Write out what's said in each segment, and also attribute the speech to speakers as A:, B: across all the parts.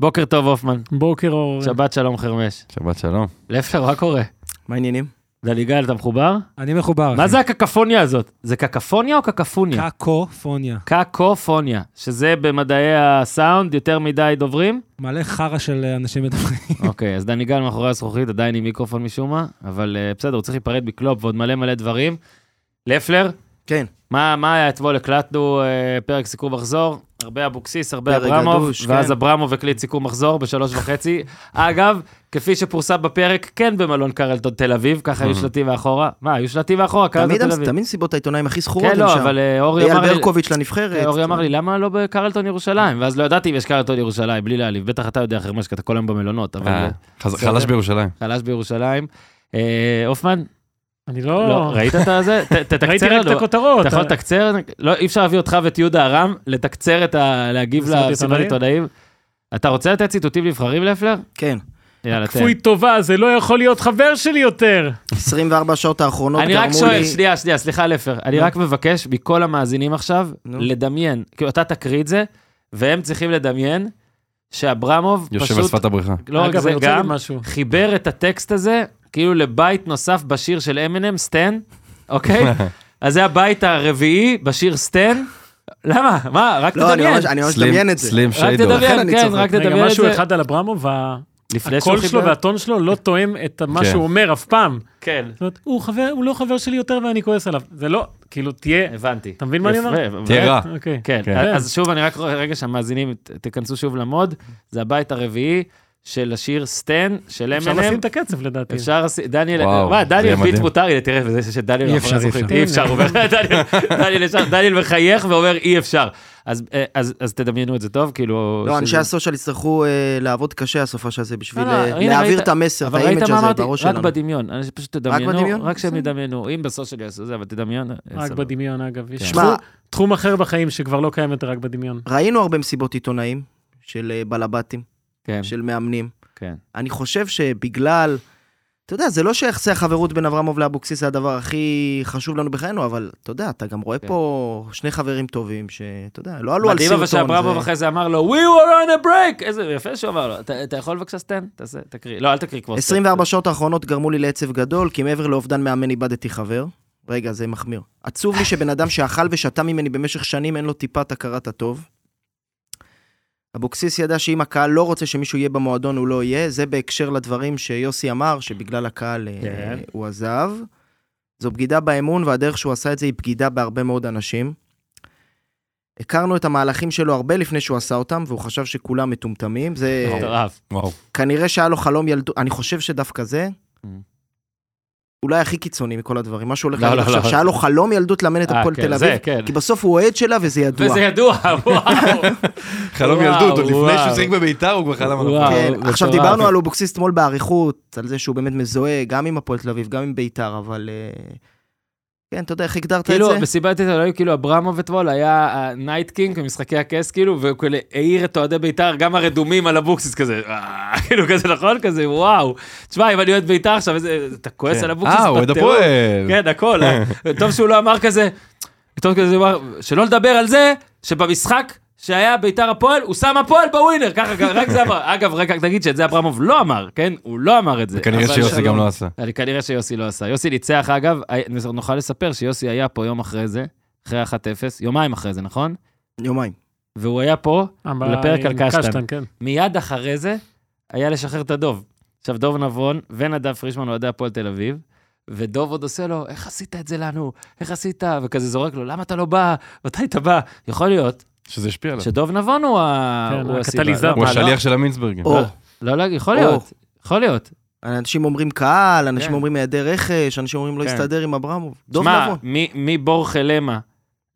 A: בוקר טוב, הופמן.
B: בוקר אור.
A: שבת שלום, חרמש.
C: שבת שלום.
A: לפטר, מה קורה?
D: מה העניינים?
A: דליגל, אתה מחובר?
B: אני מחובר.
A: מה זה הקקפוניה הזאת? זה קקפוניה או קקפוניה?
B: קקופוניה.
A: קקופוניה, שזה במדעי הסאונד יותר מדי דוברים.
B: מלא חרא של אנשים מדברים.
A: אוקיי, אז דני גל מאחורי הזכוכית, עדיין עם מיקרופון משום מה, אבל אה, בסדר, הוא צריך להיפרד בקלופ ועוד מלא מלא דברים. לפלר,
D: כן,
A: מה מה היה אתמול? הקלטנו אה, פרק סיקור מחזור, הרבה אבוקסיס, הרבה
D: פרק
A: אברמוב,
D: גדוש,
A: ואז
D: כן.
A: אברמוב הקליט סיקור מחזור בשלוש וחצי. אגב, כפי שפורסם בפרק, כן במלון קרלטון תל אביב, ככה היו שלטים מאחורה. מה, היו שלטים מאחורה, קרלטון
D: Mm-hmm. תמיד
A: תל אביב.
D: תמיד סיבות העיתונאים הכי זכורות
A: כן,
D: הם
A: לא,
D: שם.
A: אבל אה, אורי
D: אייל
A: אמר לי...
D: ברקוביץ' לנבחרת.
A: כן, אורי אמר
D: כן.
A: לי, למה לא בקרלטון ירושלים? ואז לא ידעתי אם יש קרלטון ירושלים, בלי להעליב. בטח אתה יודע, חרמש, כי אתה כל היום במלונות, אבל
C: אה,
A: אה,
C: חז-
A: בסדר.
C: חלש בירושלים.
A: חלש בירושלים. אה, הופמן,
B: אני
A: לא,
B: לא...
A: ראית את זה? ת- תתקצר
B: ראיתי רק
A: לנו.
B: את הכותרות.
A: לא-
B: אה.
A: אתה יכול לתקצר? לא, אי אפשר להביא אותך ואת יהודה ארם, לתקצר את ה... להגיב
B: מסיבת
A: למסיבת עיתונאים. אתה רוצה לתת ציטוטים נבחרים לפלר?
D: כן,
A: יאללה, תן.
B: כפוי טובה, זה לא יכול להיות חבר שלי יותר.
D: 24 שעות האחרונות
A: אני רק
D: גרמו
A: שואל,
D: לי-
A: שנייה, שנייה, סליחה לפלר. אני
D: נו.
A: רק מבקש מכל המאזינים עכשיו,
D: נו.
A: לדמיין, כאילו אתה תקריא את זה, והם צריכים לדמיין שאברמוב
C: יושב על
A: פשוט,
C: שפת הבריכה.
A: לא רק
B: אגב,
A: זה,
B: אני רוצה
A: גם
B: להגיד משהו.
A: חיבר את הטקסט הזה, כאילו לבית נוסף בשיר של אמינם, סטן, אוקיי? אז זה הבית הרביעי בשיר סטן. למה? מה? רק
D: לא, אני
A: תדמיין.
D: ממש- אני ממש
C: סלים-
D: מדמיין את זה.
C: סלים
A: רק
C: שיידור.
D: לכן
A: תדמיין,
D: אני
A: כן,
D: צוחק.
A: רק
B: רגע,
A: תדמיין את
B: משהו
A: זה.
B: אחד על אברמוב, ה-
A: לפני שהוא
B: הקול שלו
A: חיבר.
B: והטון שלו לא תואם את מה
C: כן.
B: שהוא אומר אף פעם.
A: כן,
B: זאת אומרת, הוא חבר, הוא לא חבר שלי יותר ואני כועס עליו. זה לא, כאילו, תהיה...
A: הבנתי.
B: אתה מבין מה אני אומר?
A: יפה,
C: תהיה רע.
B: אוקיי.
A: כן,
C: כן.
A: אז שוב, אני רק רואה, רגע שהמאזינים, ת- תיכנסו שוב למוד, זה הבית הרביעי של השיר סטן, של
B: אפשר
A: M&M.
B: לשים את הקצב לדעתי.
A: אפשר לשים, דניאל,
C: וואו,
A: מה, דניאל
C: זה מדהים.
A: ביט מותר, הנה, תראה, וזה שדניאל
B: אי
A: מאחורי
B: אפשר, אי
A: הזכוכית,
B: אפשר.
A: אי אפשר, הוא אומר, דניאל- דניאל ישר- דניאל מחייך ואומר אי אפשר. אז- אה, אז אז תדמיינו את זה טוב, כאילו...
D: לא, אנשי
A: שזה-
D: הסושיאל יצטרכו אה, לעבוד קשה הסופש הזה בשביל
A: לא, לא,
D: אה,
A: הנה,
D: להעביר
A: ראית-
D: את המסר, את
A: אבל ראית
D: האימג'
A: מה
D: הזה
A: אמרתי?
D: בראש
A: רק
D: שלנו.
A: בדמיון, אנשים פשוט תדמיינו,
D: בדמיון?
A: רק שהם
D: בסדר.
A: ידמיינו, אם בסוף שלי יעשו זה, אבל תדמיין.
B: רק
A: סבבה.
B: בדמיון, אגב. יש
D: שמע,
B: תחום- תחום אחר בחיים שכבר לא קיים יותר רק בדמיון.
D: ראינו הרבה מסיבות עיתונאים של אה, בלבטים,
A: כן,
D: של מאמנים.
A: כן.
D: אני חושב שבגלל, אתה יודע, זה לא שיחסי החברות בין אברמוב לאבוקסיס זה הדבר הכי חשוב לנו בחיינו, אבל אתה יודע, אתה גם רואה
A: כן.
D: פה שני חברים טובים שאתה יודע, לא עלו על
A: מדהים
D: סרטון.
A: אבל שאברמוב
D: זה-
A: אחרי זה אמר לו, We were on a break! איזה יפה שהוא אמר לו. "אתה- אתה יכול בבקשה סטן? תעשה, תקריא. לא, אל תקריא כבר. סטן.
D: 24 שעות האחרונות גרמו לי לעצב גדול, כי מעבר לאובדן מאמן איבדתי חבר. רגע, זה מחמיר. עצוב לי שבן אדם שאכל ושתה ממני במשך שנים, אין לו טיפת הכרת הטוב. אבוקסיס ידע שאם הקהל לא רוצה שמישהו יהיה במועדון, הוא לא יהיה. זה בהקשר לדברים שיוסי אמר, שבגלל הקהל אה,
A: כן.
D: הוא עזב. זו בגידה באמון, והדרך שהוא עשה את זה היא בגידה בהרבה מאוד אנשים. הכרנו את המהלכים שלו הרבה לפני שהוא עשה אותם, והוא חשב שכולם מטומטמים. זה...
A: מטורף.
D: אה,
C: וואו.
D: כנראה שהיה לו חלום ילדות, אני חושב שדווקא זה,
A: Mm.
D: אולי הכי קיצוני מכל הדברים, מה שהולך
A: לא,
D: לעלות
A: לא,
D: עכשיו,
A: לא.
D: שהיה לו חלום ילדות לאמן את
A: אה,
D: הפועל
A: כן,
D: תל
A: זה,
D: אביב,
A: כן.
D: כי בסוף הוא אוהד שלה וזה ידוע.
A: וזה ידוע, וואו.
C: חלום
A: וואו,
C: ילדות, עוד לפני
A: וואו.
C: שהוא שיחק בביתר הוא כבר חלם על
A: וואו.
C: הפועל.
D: כן,
A: וואו,
D: עכשיו
A: מטורף.
D: דיברנו על אובוקסיס אתמול באריכות, על זה שהוא באמת מזוהה גם עם הפועל תל אביב, גם עם ביתר, אבל... אה, כן, אתה יודע איך הגדרת את
A: כאילו,
D: זה?
A: מסיבת עיתונאים, כאילו, אברמוב אתמול היה הנייט קינג במשחקי הכס, כאילו, והוא כאילו העיר את אוהדי בית"ר, גם הרדומים על אבוקסיס כזה, "אה", כאילו, כזה נכון? כזה, וואו. תשמע, אם אני אוהד בית"ר עכשיו, איזה- אתה כועס
C: כן.
A: על אבוקסיס,
C: אה,
A: אתה
C: הוא אוהד
A: טירוף.
C: הפועל.
A: כן, הכל. אה. טוב שהוא לא אמר כזה, טוב כזה, הוא אמר, שלא לדבר על זה שבמשחק שהיה ביתר הפועל, הוא שם הפועל בווינר, ככה, רק זה אמר. אגב, רק נגיד שאת זה אברמוב לא אמר, כן? הוא לא אמר את זה.
C: כנראה
A: אבל
C: שיוסי
A: שלום.
C: גם לא עשה.
A: אני כנראה שיוסי לא עשה. יוסי ניצח, אגב, אה, נוכל לספר שיוסי היה פה יום אחרי זה, אחרי 1-0, יומיים אחרי זה, נכון?
D: יומיים.
A: והוא היה פה, לפרק על קשטן.
B: כן.
A: מיד אחרי זה, היה לשחרר את הדוב. עכשיו, דוב נבון ונדב פרישמן אוהדי הפועל תל אביב, ודוב עוד עושה לו, איך עשית את זה לנו? איך עשית? וכזה זורק לו, למה אתה לא בא? מתי אתה בא? יכול להיות
C: שזה השפיע עליו.
A: שדוב נבון הוא ה-
B: כן,
A: לא. הוא הסיבה.
B: הקטליזטור.
A: לא,
C: הוא
A: מה, לא?
C: השליח של המינסבורגים.
D: או,
A: לא, לא, יכול
D: או.
A: להיות, יכול להיות.
D: אנשים אומרים קהל, אנשים
A: כן.
D: אומרים היעדר רכש, אנשים אומרים לא
A: כן.
D: הסתדר עם אברמוב. דוב
A: שמע,
D: נבון.
A: מ- מברכה למה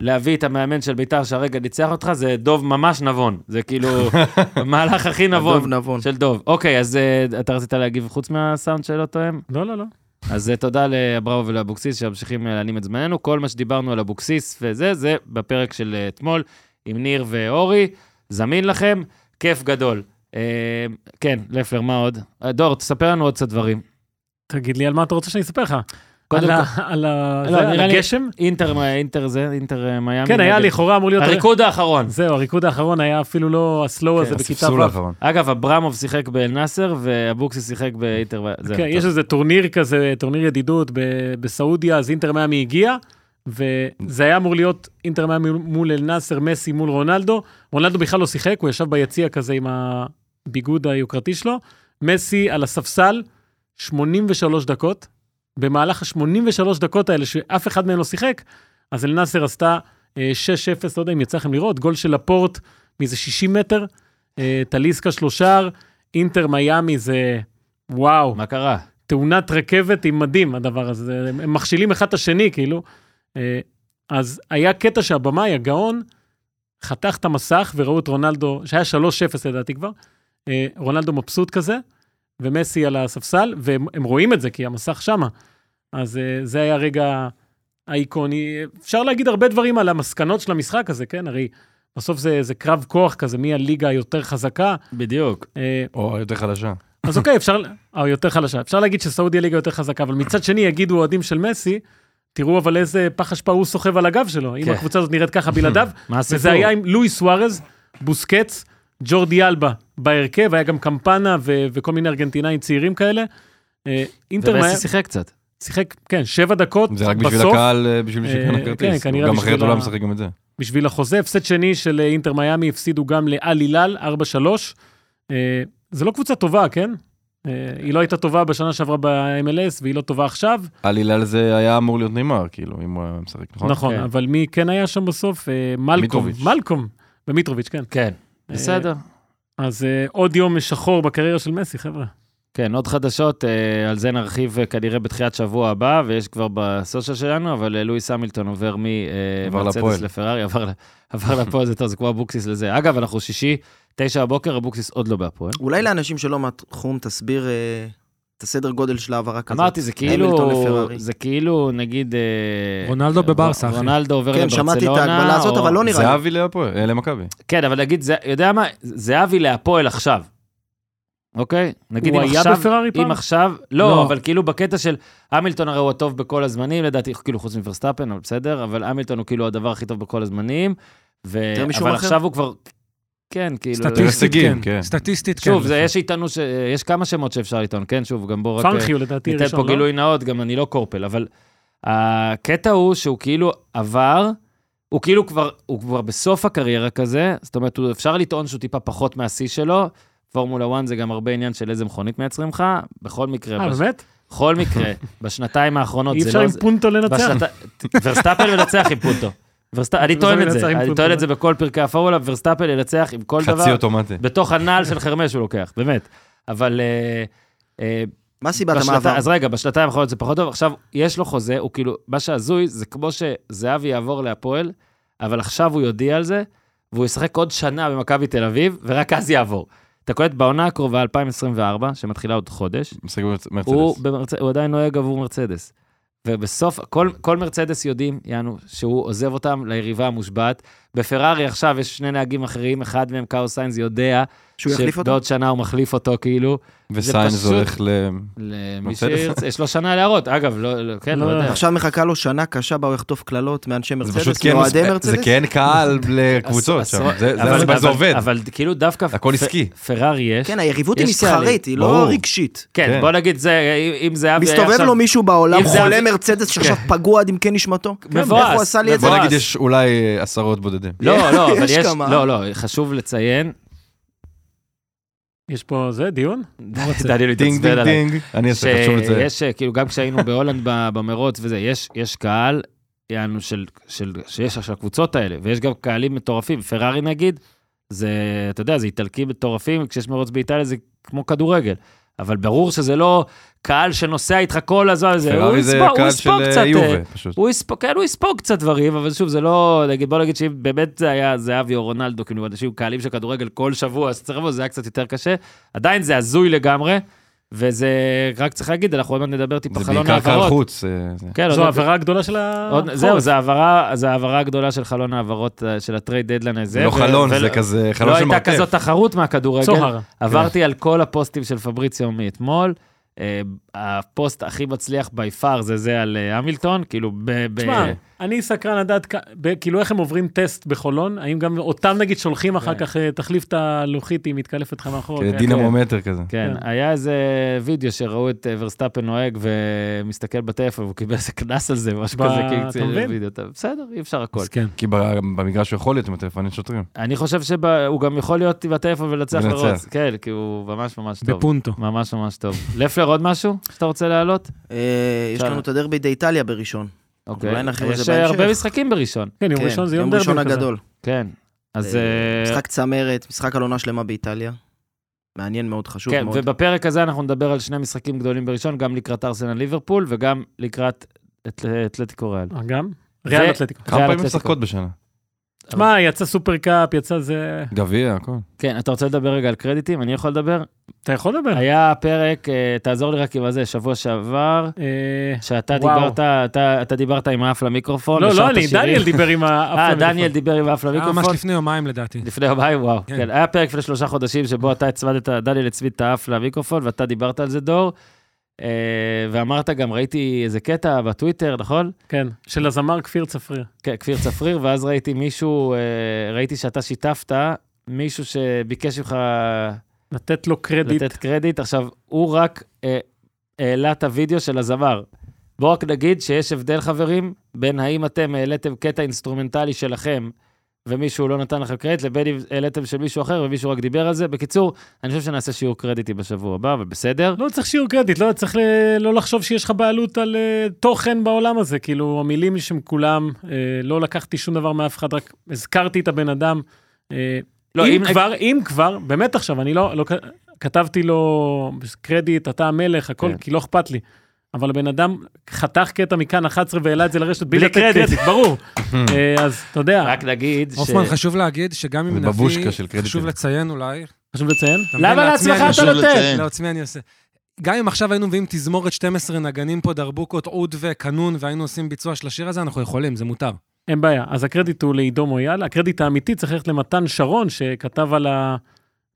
A: להביא את המאמן של ביתר שהרגע ניצח אותך, זה דוב ממש נבון. זה כאילו המהלך הכי
D: דוב
A: נבון
D: נבון.
A: של דוב. אוקיי, אז אה, אתה רצית להגיב חוץ מהסאונד שלא תואם?
B: לא, לא, לא.
A: אז אה, תודה לאבראו ולאבוקסיס שממשיכים אה, להעלים את זמננו. כל מה שדיברנו על אבוקסיס וזה, זה בפרק של אה, אתמול עם ניר ואורי. זמין לכם, כיף גדול. אה, כן, לפלר, מה עוד? אה, דור, תספר לנו עוד קצת דברים.
B: תגיד לי על מה אתה רוצה שאני אספר לך.
A: קודם
B: על
A: כל,
B: ה- על ה-
A: לא,
B: זה, על
A: נראה לי-
B: הגשם?
A: אינטר, מה- אינטר זה, אינטר אה, מיאמי.
B: כן, היה
A: נגד-
B: לכאורה אמור להיות...
A: הריקוד כן, האחרון.
B: זהו, הריקוד האחרון היה אפילו לא הסלואו הזה בכיתה
C: הספסול
B: ו'.
C: האחרון.
A: אגב, אברמוב שיחק באל-נאסר, ואבוקסיס שיחק באינטר. זהו,
B: כן,
A: טוב.
B: יש איזה טורניר כזה, טורניר ידידות ב- בסעודיה, אז אינטר מיאמי הגיע, וזה היה אמור להיות אינטר מיאמי מול אל-נאסר, מסי מול רונלדו. רונלדו בכלל לא שיחק, הוא ישב ביציע כזה עם הביגוד היוקרתי שלו. מסי על הספסל, 83 דקות. במהלך ה-83 דקות האלה, שאף אחד מהם לא שיחק, אז אל-נאסר עשתה אה, 6-0, לא יודע אם יצא לכם לראות, גול של לפורט מאיזה 60 מטר, אה, טליסקה שלושר, אינטר מיאמי זה... וואו,
A: מה קרה?
B: תאונת רכבת עם מדים, הדבר הזה. הם הם מכשילים אחד את השני, כאילו. אה, אז היה קטע שהבמאי, הגאון, חתך את המסך וראו את רונלדו, שהיה 3-0 לדעתי כבר, אה, רונלדו מבסוט כזה, ומסי על הספסל, והם הם רואים את זה, כי המסך שמה. אז אה, זה היה רגע האיקוני. אפשר להגיד הרבה דברים על המסקנות של המשחק הזה, כן? הרי בסוף זה, זה קרב כוח כזה, מי הליגה היותר חזקה.
A: בדיוק.
B: אה,
C: או יותר חלשה.
B: אז אוקיי, אפשר, או יותר חלשה, אפשר להגיד שסעודיה ליגה יותר חזקה, אבל מצד שני יגידו אוהדים של מסי, תראו אבל איזה פח אשפה הוא סוחב על הגב שלו, אם
A: כן.
B: הקבוצה הזאת נראית ככה בלעדיו,
A: מה הסיפור?
B: וזה היה עם לואי סוארז, בוסקץ, ג'ורדי אלבה בהרכב, היה גם קמפנה ו- וכל מיני ארגנטינאים צעירים כאלה. אה, אינטר מהר,
A: ומסי שיחק קצת.
B: שיחק, כן, שבע דקות,
C: זה רק בשביל
B: בסוף,
C: הקהל, אה, בשביל
B: אה,
C: שיקנה
B: כן,
C: כרטיס.
B: כנראה
C: גם
B: בשביל
C: אחרת הוא לא
B: ה-
C: משחק גם את זה.
B: בשביל החוזה. הפסד שני של אה, אינטר מיאמי, הפסידו גם לאל-הילל, 4-3. אה, זה לא קבוצה טובה, כן? אה, היא לא הייתה טובה בשנה שעברה ב-MLS, והיא לא טובה עכשיו.
C: עלילה לזה היה אמור להיות נאמר, כאילו, אם הוא היה משחק, נכון?
B: נכון,
A: כן.
B: אבל מי כן היה שם בסוף? אה, מלקום.
C: מיטרוביץ'.
B: מלקום. ומיטרוביץ', כן.
A: כן. בסדר.
B: אז אה, עוד יום שחור בקריירה של מסי, חבר'ה.
A: כן, עוד חדשות, אה, על זה נרחיב אה, כנראה בתחילת שבוע הבא, ויש כבר בסושיאל שלנו, אבל אה, לואיס המילטון עובר
C: עבר
A: ממרצדס
C: לפועל.
A: לפרארי, עבר, ל- עבר לפועל, זה טוב, זה כמו אבוקסיס לזה. אגב, אנחנו שישי, תשע הבוקר, אבוקסיס עוד לא בהפועל.
D: אולי לאנשים שלא מהתחום תסביר אה, את הסדר גודל של העברה כזאת.
A: אמרתי, זה כאילו,
D: המילטון לפרארי.
A: זה כאילו, נגיד... אה,
E: רונלדו בברסה, אחי.
A: רונלדו עובר
D: כן,
A: לברצלונה.
D: שמעתי את ההגבלה הזאת,
A: או-
D: אבל לא נראה לי.
C: זהבי להפועל, אה, למכבי.
A: כן, אבל נגיד, זה- יודע מה, זהבי להפועל עכשיו, אוקיי? נגיד אם
B: הוא
A: עכשיו...
B: היה בפרארי פעם?
A: אם עכשיו... לא,
E: לא.
A: אבל כאילו בקטע של... המילטון הרי הוא הטוב בכל הזמנים, לדעתי, כאילו חוץ מברסטאפן, אבל בסדר, אבל המילטון הוא כאילו הדבר הכי טוב בכל הזמנים, ו...
D: יותר משום
A: אבל
D: אחר?
A: עכשיו הוא כבר... כן, כאילו... לא-
E: סטטיסטית,
C: הישגים, כן.
E: כן. סטטיסטית, כן.
A: שוב, זה,
B: נכון.
A: יש איתנו, ש... יש כמה שמות שאפשר לטעון, כן, שוב, גם בוא רק... אה,
B: פרנקי הוא לדעתי
A: ניתן פה
B: ראשון, לא?
A: גילוי נאות, גם אני לא קורפל, אבל הקטע הוא שהוא כאילו עבר, הוא כאילו כבר, הוא כבר בסוף הקריירה כזה, זאת אומרת, הוא- אפשר לטעון שהוא טיפה פחות מהשיא שלו. פורמולה 1 זה גם הרבה עניין של איזה מכונית מייצרים לך, בכל מקרה,
B: אה,
A: בש-
B: באמת?
A: בכל מקרה, בשנתיים האחרונות
B: אי
A: זה
B: אפשר
A: לא...
B: עם פונטו לנצח?
A: בשנת- ורסטאפל מנצח עם פוטו. ורסט- אני טוען את זה,
B: מנצח עם
A: אני
B: פוטו,
A: טוען את
B: אה?
A: זה בכל פרקי הפורמולה, ורסטאפל ינצח עם כל דבר,
C: חצי אוטומטי.
A: בתוך הנעל של חרמש הוא לוקח, באמת. אבל אה, אה,
D: מה סיבת
A: בשנתי-
D: המעבר?
A: אז רגע, בשנתיים האחרונות זה פחות טוב. עכשיו, יש לו חוזה, הוא כאילו, מה שהזוי, זה כמו שזהבי יעבור להפועל, אבל עכשיו הוא יודיע על זה, והוא ישחק עוד שנה במכבי תל אביב, ורק אז יעבור. אתה קולט בעונה הקרובה, 2024, שמתחילה עוד חודש,
C: משחק במרצדס.
A: הוא, במרצ... הוא עדיין נוהג עבור מרצדס. ובסוף, כל, כל מרצדס יודעים, יענו, שהוא עוזב אותם ליריבה המושבעת. בפרארי עכשיו יש שני נהגים אחרים, אחד מהם קאו סיינס יודע,
D: שהוא יחליף אותו?
A: שבעוד שנה הוא מחליף אותו, כאילו.
C: וסיינס
A: פשוט-
C: הולך ל...
A: למי
C: מרצדס.
A: שירצה, יש לו שנה להראות. אגב, לא, לא- כן, לא
B: לא,
A: יודע.
D: עכשיו מחכה לו שנה קשה בה הוא יחטוף קללות מאנשי
C: זה פשוט
D: מרצדס,
C: כן...
D: מאוהדי
C: זה-
D: מרצדס.
C: זה כן קהל לקבוצות שם.
A: עשרות-
C: זה- זה
A: אבל-
C: הסיבה, זה
A: אבל-
C: עובד.
A: אבל כאילו דווקא...
C: הכל
A: פ-
C: עסקי.
A: פרארי יש.
D: כן, היריבות היא
A: יש קהלים,
D: מסחרית, היא לא
C: ברור.
D: רגשית.
A: כן,
C: כן.
A: בוא נגיד זה, אם זה היה...
D: מסתובב
A: עכשיו-
D: לו מישהו בעולם,
A: אם זה
D: חולה
A: אבי-
D: מרצדס שעכשיו פגוע עד עמקי נשמתו?
A: מבואס,
D: איך הוא עשה לי את זה?
C: בוא
A: מבואס.
C: נגיד יש אולי אה, עשרות בודדים.
A: לא, לא, אבל
D: יש
A: יש...
D: כמה.
A: לא, לא, חשוב לציין.
B: יש פה זה, דיון?
A: לא, דניאל
C: דינג
A: התעצבן
C: דינג
A: עליי.
C: דינג. אני אעשה חשוב את זה.
A: שיש, אה, כאילו, גם כשהיינו בהולנד ב- במרוץ וזה, יש יש קהל, יענו, של- של- שיש של הקבוצות האלה, ויש גם קהלים מטורפים. פרארי נגיד, זה, אתה יודע, זה איטלקים מטורפים, כשיש מרוץ באיטליה זה כמו כדורגל. אבל ברור שזה לא קהל שנוסע איתך כל הזמן, זה- הוא
C: פרארי זה
A: יספוג הוא
C: קהל של
A: יספוג קצת.
C: אה,
A: אה,
C: יובה, פשוט.
A: הוא יספוג, כן, הוא יספוג קצת דברים, אבל שוב, זה לא, נגיד, בוא נגיד שאם באמת זה היה זהבי או רונלדו, כאילו, אנשים, קהלים של כדורגל כל שבוע, אז צריך לבוא, זה היה קצת יותר קשה. עדיין זה הזוי לגמרי, וזה, רק צריך להגיד, אנחנו עוד מעט נדבר טיפה
C: זה
A: חלון
C: בעיקר קהל
A: העברות.
C: חוץ. אה, זה.
A: כן,
B: זו
A: עוד-
B: העבירה הגדולה של
A: עוד-
B: החורף.
A: זהו, זה העברה, זה העברה הגדולה של חלון העברות, אה, של הטרייד דדליין הזה.
C: זה לא
A: ו-
C: חלון,
A: ולא-
C: זה כזה חלון
A: לא
C: של
A: הייתה
C: מרתף.
A: כן. כזאת תחרות מהכדורגל.
B: צוהר.
A: עברתי על כל הפוסטים של פבריציו מאתמול, אה, הפוסט הכי מצליח by far זה זה על אה, המילטון, כאילו ב... ב-
B: תשמע, אני סקרן לדעת, כ- ב- כאילו איך הם עוברים טסט בחולון, האם גם אותם נגיד שולחים אחר
A: כן.
B: כך, אה, תחליף את הלוחית, היא מתקלפת לך מאחור.
C: כן,
B: כן.
C: דינמומטר כזה.
A: כן,
B: כן.
A: היה איזה וידאו שראו את אה, verstappen נוהג ומסתכל בטלפון, והוא קיבל איזה קנס על זה, משהו
B: ב-
A: כזה, כי
B: אתה
A: צילם
B: מבין?
A: וידאו. אתה- בסדר, אי אפשר הכל.
B: אז כן.
C: כי ב- במגרש הוא יכול להיות עם הטלפון, אין שוטרים.
A: אני חושב שהוא גם יכול להיות עם הטלפון ולנצח
C: ולנצח.
A: לרוץ. כן, כי הוא ממש ממש טוב.
B: בפונטו.
A: ממש ממש טוב. לפלר, עוד משהו שאתה רוצה להעלות?
D: אה, יש
A: בסדר.
D: לנו את הדרבי דה איטליה בראשון.
A: אוקיי.
D: אולי נרחיב על זה
A: יש
D: בהמשך.
A: הרבה משחקים בראשון.
B: כן, יום
D: כן,
B: ראשון זה יום
D: יום
B: דרבי.
D: ראשון
B: כזה.
D: הגדול.
A: כן. אז...
D: אה,
A: אה,
D: משחק צמרת, משחק על עונה שלמה באיטליה. מעניין מאוד, חשוב
A: כן,
D: מאוד.
A: ובפרק הזה אנחנו נדבר על שני משחקים גדולים בראשון, גם לקראת ארסנל ליברפול וגם לקראת את- אתלטיקו ריאל.
B: אה, גם? ריאל
A: ו-
B: אתלטיקו.
A: ריאל
C: כמה פעמים
A: אתלטיקו.
C: משחקות בשנה?
B: שמע, יצא סופר קאפ, יצא זה...
C: גביע, הכל.
A: כן, אתה רוצה לדבר רגע על קרדיטים? אני יכול לדבר?
B: אתה יכול לדבר.
A: היה פרק, אה, תעזור לי רק עם הזה, שבוע שעבר,
B: אה,
A: שאתה
B: וואו.
A: דיברת, אתה- אתה דיברת עם האף למיקרופון.
B: לא,
A: ושרת
B: לא אני,
A: שירים.
B: דניאל דיבר עם האף
A: אה,
B: למיקרופון.
A: דניאל דיבר עם האף
E: היה אה,
B: אה,
E: ממש
A: למיקרופון.
E: לפני יומיים לדעתי.
A: לפני יומיים, וואו.
E: כן.
A: כן, היה פרק לפני שלושה חודשים שבו אתה הצמדת, דניאל הצמיד את האף למיקרופון, ואתה דיברת על זה, דור. אה, ואמרת גם, ראיתי איזה קטע בטוויטר, נכון?
B: כן, של הזמר כפיר צפריר.
A: כן, כפיר צפריר, ואז ראיתי מישהו, אה, ראיתי שאתה שיתפת מישהו שביקש ממך
B: לתת לו קרדיט.
A: לתת קרדיט. עכשיו, הוא רק אה, העלה את הוידאו של הזמר. בואו רק נגיד שיש הבדל, חברים, בין האם אתם העליתם קטע אינסטרומנטלי שלכם ומישהו לא נתן לכם קרדיט, לבין אם העליתם של מישהו אחר ומישהו רק דיבר על זה. בקיצור, אני חושב שנעשה שיעור קרדיטי בשבוע הבא, אבל בסדר.
B: לא צריך שיעור קרדיט, לא צריך ל- לא לחשוב שיש לך בעלות על אה, תוכן בעולם הזה. כאילו, המילים שם כולם, אה, לא לקחתי שום דבר מאף אחד, רק הזכרתי את הבן אדם. אה,
A: לא,
B: אם
A: אם-
B: כבר, אם כבר, באמת עכשיו, אני לא, לא כ- כתבתי לו קרדיט, אתה המלך, הכל,
A: כן.
B: כי לא אכפת לי. אבל הבן אדם חתך קטע מכאן 11 והעלה את זה לרשת בלי
A: בלי
B: לתת
A: קרדיט.
B: קרדיט, ברור. אה, אז אתה יודע,
A: רק נגיד ש...
E: הופמן, חשוב להגיד שגם אם
C: זה
E: נביא,
C: בבושקה של קרדיטים.
E: חשוב לציין אולי,
B: חשוב לציין.
E: אתה מבין?
A: למה
E: לעצמי
A: לעצמך
E: אני
A: אתה
B: לא
A: לא
E: חושב
A: נותן?
E: לעצמי אני עושה. גם אם עכשיו היינו מביאים תזמורת 12 נגנים פה, דרבוקות, עוד וקנון, והיינו עושים ביצוע של השיר הזה, אנחנו יכולים, זה מותר.
B: אין בעיה. אז הקרדיט הוא לעידו מויאל, הקרדיט האמיתי צריך ללכת למתן שרון, שכתב על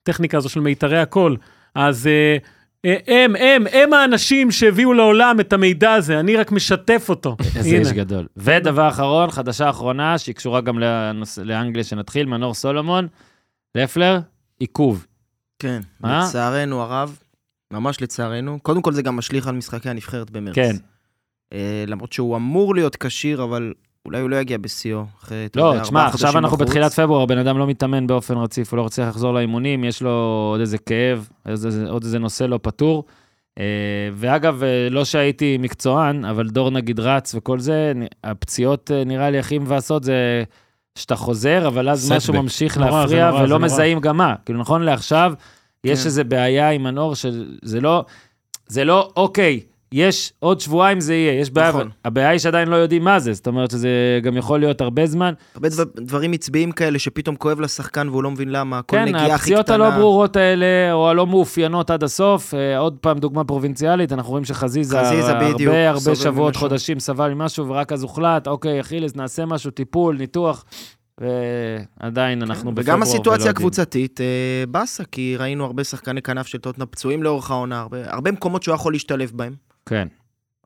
B: הטכניקה הזו של מיתרי הקול. אז אה, אה, הם, הם, הם האנשים שהביאו לעולם את המידע הזה, אני רק משתף אותו.
A: איזה איש
B: הנה,
A: גדול. ודבר אחרון, חדשה אחרונה, שהיא קשורה גם לנוס... לאנגליה שנתחיל, מנור סולומון, לפלר, עיכוב.
D: כן,
A: מה?
D: לצערנו הרב, ממש לצערנו. קודם כל זה גם משליך על משחקי הנבחרת במרץ.
A: כן.
D: אה, למרות שהוא אמור להיות כשיר, אבל אולי הוא לא יגיע בשיאו. אחרי, אתה
A: לא,
D: יודע,
A: תשמע,
D: ארבעה
A: עכשיו
D: חודשים
A: אנחנו
D: בחוץ.
A: בתחילת פברואר, הבן אדם לא מתאמן באופן רציף, הוא לא רוצה לחזור לאימונים, יש לו עוד איזה כאב, עוד איזה, עוד איזה נושא לא פתור. אה, ואגב, אה, לא שהייתי מקצוען, אבל דור נגיד רץ וכל זה, נ- הפציעות אה, נראה לי הכי מבאסות זה שאתה חוזר, אבל אז
C: Setback.
A: משהו ממשיך
B: נורא, זה
A: להפריע
B: נורא, זה
A: ולא
B: נורא.
A: מזהים גם מה. כאילו, נכון לעכשיו, יש
D: כן.
A: איזו בעיה עם הנור, שזה לא, זה לא, אוקיי, יש עוד שבועיים זה יהיה, יש בעיה,
D: נכון.
A: אבל הבעיה היא שעדיין לא יודעים מה זה, זאת אומרת שזה גם יכול להיות הרבה זמן.
D: הרבה דבר- דברים עצביים כאלה שפתאום כואב לשחקן והוא לא מבין למה, כל
A: כן,
D: נגיעה הכי קטנה.
A: הפציעות הלא ברורות האלה, או הלא מאופיינות עד הסוף, אה, עוד פעם דוגמה פרובינציאלית, אנחנו רואים שחזיזה
D: חזיזה, בדיוק,
A: הרבה הרבה
D: סובל
A: שבועות,
D: ממשהו.
A: חודשים סבל ממשהו, ורק אז הוחלט, אוקיי, אכילס, נעשה משהו, טיפול, ניתוח, ועדיין אנחנו בפברואר
D: וגם הסיטואציה
A: ולא יודעים.
D: הקבוצתית, אה, באסה, כי ראינו הרבה שחקני כנף של טוטנה פצועים לאורך העונה, הרבה הרבה מקומות שהוא היה יכול להשתלב בהם,
A: כן,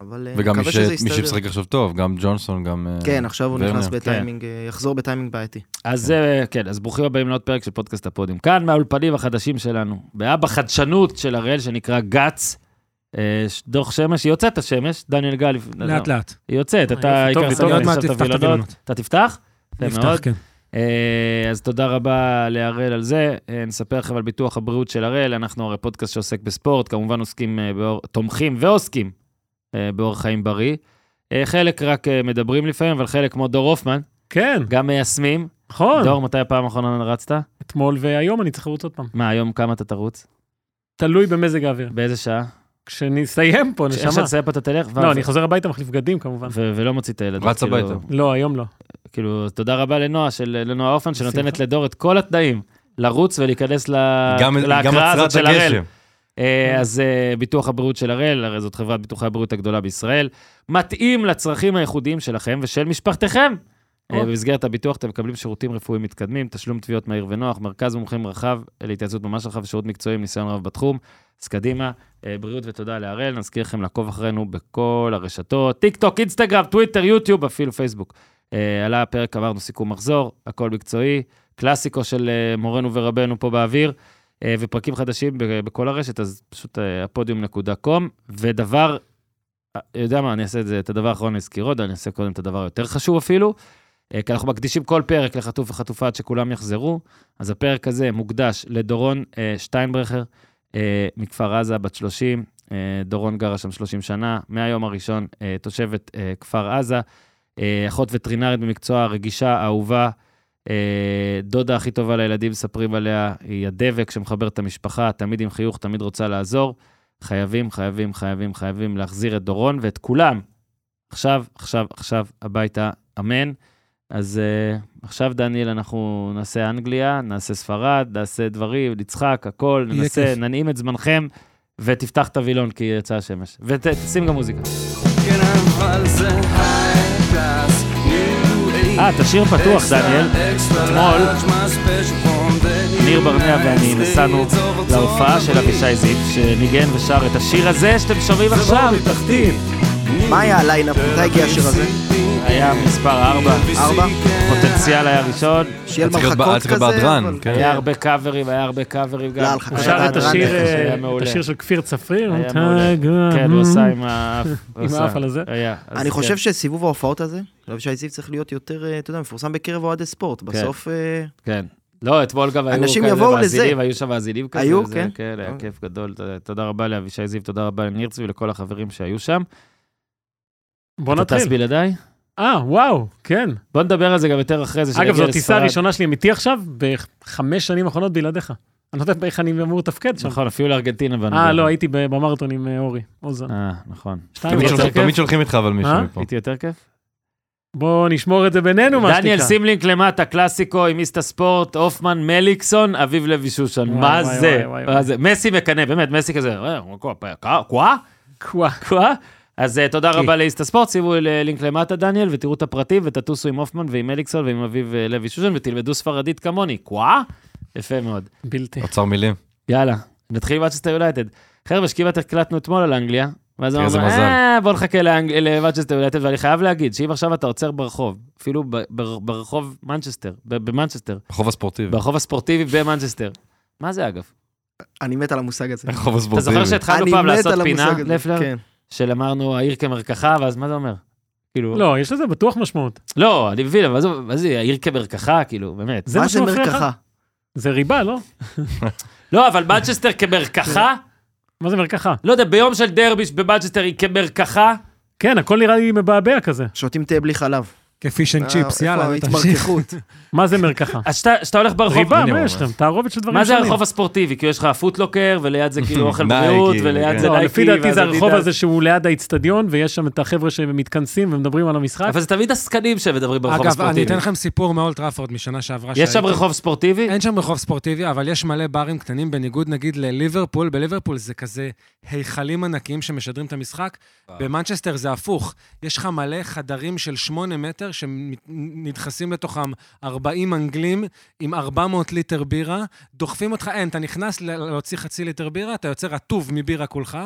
D: אבל אה,
C: וגם מי
D: מקווה
C: ש-
D: שזה
C: מי
D: יסתדר.
C: שמשחק עכשיו טוב, גם ג'ונסון, גם... אה,
D: כן, עכשיו הוא
C: ורנר.
D: נכנס בטיימינג, אה, יחזור בטיימינג בעייתי.
A: אז זה, כן, אז ברוכים הבאים לעוד פרק של פודקאסט הפודיום. כאן מהאולפנים החדשים שלנו, באב החדשנות של הראל, שנקרא גץ. אה, ש- דוח שמש, היא יוצאת השמש, דניאל גל,
E: לאט לאט.
A: היא יוצאת,
B: אה,
A: אתה
B: יופי,
A: עיקר
B: טוב,
A: סבבה,
B: אני עוד
E: מעט
A: עכשיו
E: אפתח את
A: הווילונות.
E: הווילונות.
A: אתה תפתח? יפה מאוד.
E: נפתח, כן.
A: אה, אז תודה רבה להראל על זה. אה, נספר לכם על ביטוח הבריאות של הראל. אנחנו הרי פודקאסט שעוסק בספורט, כמובן עוסקים, אה, באור, תומכים ועוסקים אה, באורח חיים בריא. אה, חלק רק אה, מדברים לפעמים, אבל חלק כמו דור הופמן,
B: כן,
A: גם מיישמים.
B: נכון.
A: דור, מתי הפעם האחרונה רצת?
B: אתמול והיום אני צריך לרוץ עוד פעם.
A: מה, היום כמה אתה תרוץ?
B: תלוי במזג האוויר.
A: באיזה שעה?
B: כשנסיים פה,
A: איך
B: נשמה.
A: שאתה תסיים פה אתה תלך? ו-
B: לא, אני חוזר הביתה, מחליף בגדים כמובן.
A: ו- ולא מוציא את הילד.
C: רץ
A: כאילו-
C: הביתה.
B: לא, היום לא.
A: כאילו, תודה רבה לנועה, של, לנועה אופן, שנותנת
B: בשמחה.
A: לדור את כל התנאים לרוץ ולהיכנס ל-
C: גם- גם
A: להקראה
C: הצרת
A: הזאת של הראל.
C: הגשם.
A: אה, אז אה, ביטוח הבריאות של הראל, הרי זאת חברת ביטוחי הבריאות הגדולה בישראל, מתאים לצרכים הייחודיים שלכם ושל משפחתכם. אה,
B: או.
A: במסגרת הביטוח אתם מקבלים שירותים רפואיים מתקדמים, תשלום תביעות מהיר ונוח, מרכז מומחים רחב להתייעצות ממש רחב, שירות מקצועי עם ניסיון רב בתחום, אז קדימה, אה, בריאות ותודה להראל. נזכיר לכם לעקוב אחרינו בכל הרשתות, טיק טוק, אינסטגרם, טוויטר, יוטיוב, אפילו פייסבוק. אה, עלה הפרק, אמרנו סיכום מחזור, הכל מקצועי, קלאסיקו של אה, מורנו ורבנו פה באוויר, אה, ופרקים חדשים ב- בכל הרשת, אז פשוט אה, הפודיום.com. ודבר, אה, יודע מה, אני אעשה את זה, את הדבר האחרון נזכיר עוד, אני אעשה קודם את הדבר היותר חשוב אפילו. אה, כי אנחנו מקדישים כל פרק לחטוף וחטופה עד שכולם יחזרו. אז הפרק הזה מוקדש לדורון אה, שטיינברכר אה, מכפר עזה, בת 30. אה, דורון גרה שם 30 שנה, מהיום הראשון אה, תושבת אה, כפר עזה, אה, אחות וטרינרית במקצוע רגישה, אהובה, אה, דודה הכי טובה לילדים, מספרים עליה, היא הדבק שמחבר את המשפחה, תמיד עם חיוך, תמיד רוצה לעזור. חייבים, חייבים, חייבים, חייבים להחזיר את דורון ואת כולם. עכשיו, עכשיו, עכשיו, הביתה, אמן. אז uh, עכשיו, דניאל, אנחנו נעשה אנגליה, נעשה ספרד, נעשה דברים, נצחק, הכל,
E: יהיה
A: ננסה,
E: כיף.
A: ננעים את זמנכם, ותפתח את הווילון כי יצאה השמש. ותשים גם מוזיקה. אה, תשאיר פתוח, דניאל. אתמול, ניר ברנע ואני נסענו להופעה של אבישי זיף, שניגן ושר את השיר הזה שאתם שומעים עכשיו.
D: מה היה הלילה? מתי הגיע השיר הזה?
A: היה מספר 4,
D: ארבע?
A: פוטנציאל היה ראשון,
D: שיהיה
C: היה צריך להיות- היה
D: מרחקות
C: צריך להיות
D: כזה?
C: בהדרן,
D: אבל-
C: כן.
A: כן. היה הרבה קאברים, היה הרבה קאברים גם.
D: לא, לך,
B: הוא שר את
D: הדרן
B: השיר,
D: הזה,
B: אה,
A: היה
B: את
A: מעולה.
B: השיר של כפיר צפריר.
A: היה מעולה. כן, הוא עשה עם האף. הוא
B: עם
A: עשה.
B: האף על הזה.
A: היה, אז
D: אני
A: כן.
D: חושב שסיבוב ההופעות הזה, של אבישי זיו צריך להיות יותר, אה, אתה יודע, מפורסם בקרב אוהדי ספורט. בסוף, אה,
A: כן. לא, אתמול גם היו
D: אנשים
A: כאלה
D: יבואו לזה.
A: מאזינים, היו שם מאזינים כזה.
D: היו,
A: זה,
D: כן.
A: כן, היה
D: אה.
A: כיף גדול. תודה- תודה רבה לאבישי זיו, תודה רבה לניר צבי ולכל החברים שהיו שם.
B: בוא
A: אתה טס
B: נתחיל.
A: בלעדיי?
B: אה, וואו, כן.
A: בוא נדבר על זה גם יותר אחרי זה.
B: אגב,
A: שנגיע
B: זו הטיסה
A: לספרד.
B: הראשונה שלי אמיתי עכשיו, בחמש שנים האחרונות בלעדיך. אני לא יודע איך אני אמור לתפקד שם.
A: נכון, אפילו לארגנטינה. באנו
B: אה,
A: ביחד.
B: לא, הייתי ב- במרתון עם אה, אורי, אוזן.
A: אה, נכון.
B: שתיים
A: תמיד
B: וחצי.
C: תמיד
A: יותר
C: שולחים-
A: כיף?
C: תמיד שולחים איתך אבל מישהו
B: אה?
C: מפה.
A: הייתי יותר כיף?
B: בוא נשמור את זה בינינו, מה שנקרא.
A: דניאל, שים לינק למטה, קלאסיקו עם איסטה ספורט, הופמן מליקסון, אביב לוי שושן.
B: וואי,
A: מה
B: וואי,
A: זה?
B: וואי, וואי,
A: מה
B: וואי.
A: זה? מסי מקנא, באמת, מסי כזה, אה, קוואה?
B: קווה.
A: קוואה? אז אה, תודה רבה לאיסטה ספורט, שימו ל- לינק למטה, דניאל, ותראו את הפרטים, ותטוסו עם הופמן ועם מליקסון ועם אביב אה, לוי שושן, ותלמדו ספרדית כמוני. קוואה? יפה מאוד.
B: בלתי.
C: אוצר מילים.
A: יאללה, נתחיל עם מצ'סטר יולייטד. חבר'ה, שכמעט הקלטנו אתמול על אנגליה, ואז
C: איזה
A: אמרנו,
C: מזל.
A: אה, בוא נחכה לאנג- למצ'סטר יולייטד, ואני חייב להגיד שאם עכשיו אתה עוצר ברחוב, אפילו ב- בר- ברחוב מנצ'סטר, ב- במנצ'סטר,
C: בחוב הספורטיבי.
A: ברחוב הספורטיבי במנצ'סטר, מה זה אגב?
D: אני מת על המושג הזה.
C: בחוב
A: אתה
C: הספורטיבי.
A: זוכר שהתחלנו
D: אני
A: פעם
D: מת
A: לעשות
D: על
A: פינה,
D: המושג הזה.
A: לפלר,
D: כן.
A: של אמרנו העיר כמרקחה, ואז מה זה אומר? כאילו,
B: לא, יש לזה בטוח משמעות.
A: לא, אני מבין, אבל עזוב, מה זה העיר כמרקחה, כאילו, באמת.
B: זה
D: מה
B: מה
D: זה
B: שמפריע לך?
D: מרקחה?
B: זה ריבה, לא?
A: לא, אבל מנצ'סטר כמרקחה,
B: מה זה מרקחה?
A: לא יודע, ביום של דרביש במנצ'סטר היא כמרקחה,
B: כן, הכל נראה לי מבעבע כזה.
D: שותים תה בלי חלב.
E: כפיש אנד צ'יפס,
D: אה,
E: יאללה,
D: איפה
E: תמשיך.
D: ההתמרקחות?
B: מה זה מרקחה?
A: אז שאתה- שאתה הולך ברחוב,
B: ריבה,
C: הנה,
B: מה
C: הוא
B: יש
C: אומר.
B: לכם? תערובת של דברים
A: מה זה
B: שונים.
A: הרחוב הספורטיבי? כאילו יש לך פוטלוקר, וליד זה כאילו אוכל
C: נייקי,
A: בריאות, וליד
C: כן.
A: זה
B: לא,
A: נייקי.
B: לפי דעתי
A: ואז
B: זה הרחוב
A: אדידס.
B: הזה שהוא ליד האיצטדיון, ויש שם את החבר'ה שמתכנסים ומדברים על המשחק.
A: אבל זה תמיד עסקנים שמדברים ברחוב
E: אגב, אני
A: הספורטיבי.
E: אתן לכם סיפור מאולט טראפורד משנה שעברה.
A: יש שם
E: שהייתי.
A: רחוב ספורטיבי?
E: אין שם רחוב ספורטיבי, אבל יש מלא ברים קטנים, בניגוד נגיד לליברפול, בליברפול זה כזה היכלים ענקיים שמשדרים את המשחק, במנצ'סטר זה הפוך. יש לך מלא חדרים של 8 מטר שנדחסים לתוכם 40 אנגלים עם 400 ליטר בירה, דוחפים אותך, אין, אתה נכנס ל- להוציא חצי ליטר בירה, אתה יוצר רטוב מבירה כולך.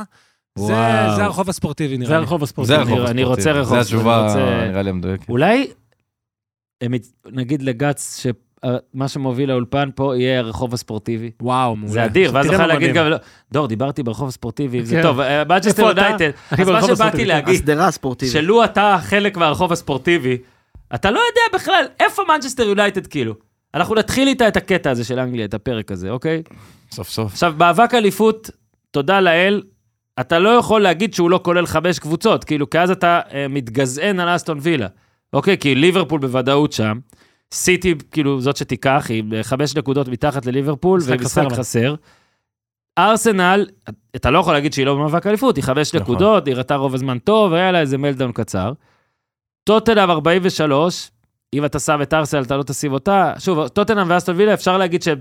E: זה,
C: וואו.
E: זה הרחוב הספורטיבי נראה
B: זה
E: לי.
B: הרחוב
C: זה
B: הספורטיבי.
C: הרחוב
A: אני- אני
C: הספורטיבי.
A: רוצה רחוב,
C: זה
A: אני
C: התשובה,
A: רוצה-
C: נראה לי המדויקת.
A: אולי, הם ית- נגיד לגץ, שמה שמוביל לאולפן פה יהיה הרחוב הספורטיבי.
E: וואו, מעולה.
A: זה אדיר, ואז
B: תראה
A: נוכל
B: מה
A: להגיד
B: מדהים.
A: גם, לא, דור, דיברתי ברחוב הספורטיבי, זה
B: כן.
A: טוב, אה, מנצ'סטר
B: איפה אתה?
A: יונייטד.
B: אני
A: אז מה
B: ברחוב
A: שבאתי
B: הספורטיבי.
A: להגיד,
D: השדרה הספורטיבית.
A: שלו אתה חלק מהרחוב הספורטיבי, אתה לא יודע בכלל איפה מנצ'סטר יונייטד כאילו. אנחנו נתחיל איתה את הקטע הזה של אנגליה, את הפרק הזה, אוקיי?
C: סוף סוף.
A: עכשיו, מאבק אליפות, תודה לאל, אתה לא יכול להגיד שהוא לא כולל חמש קבוצות, כאילו, כי אז אתה אה, מתגזען על אסטון וילה. אוקיי, כי ליברפול בוודאות שם, סיטי, כאילו, זאת שתיקח, היא אה, חמש נקודות מתחת לליברפול,
B: משחק
A: ומשחק
B: חסר.
A: חסר. ארסנל, אתה לא יכול להגיד שהיא לא במאבק אליפות, היא חמש
C: נכון.
A: נקודות, היא ראתה רוב הזמן טוב, היה לה איזה מלדאון קצר. טוטנאם 43, אם אתה שם את ארסנל, אתה לא תשים אותה. שוב, טוטנאם ואסטון וילה, אפשר להגיד שהם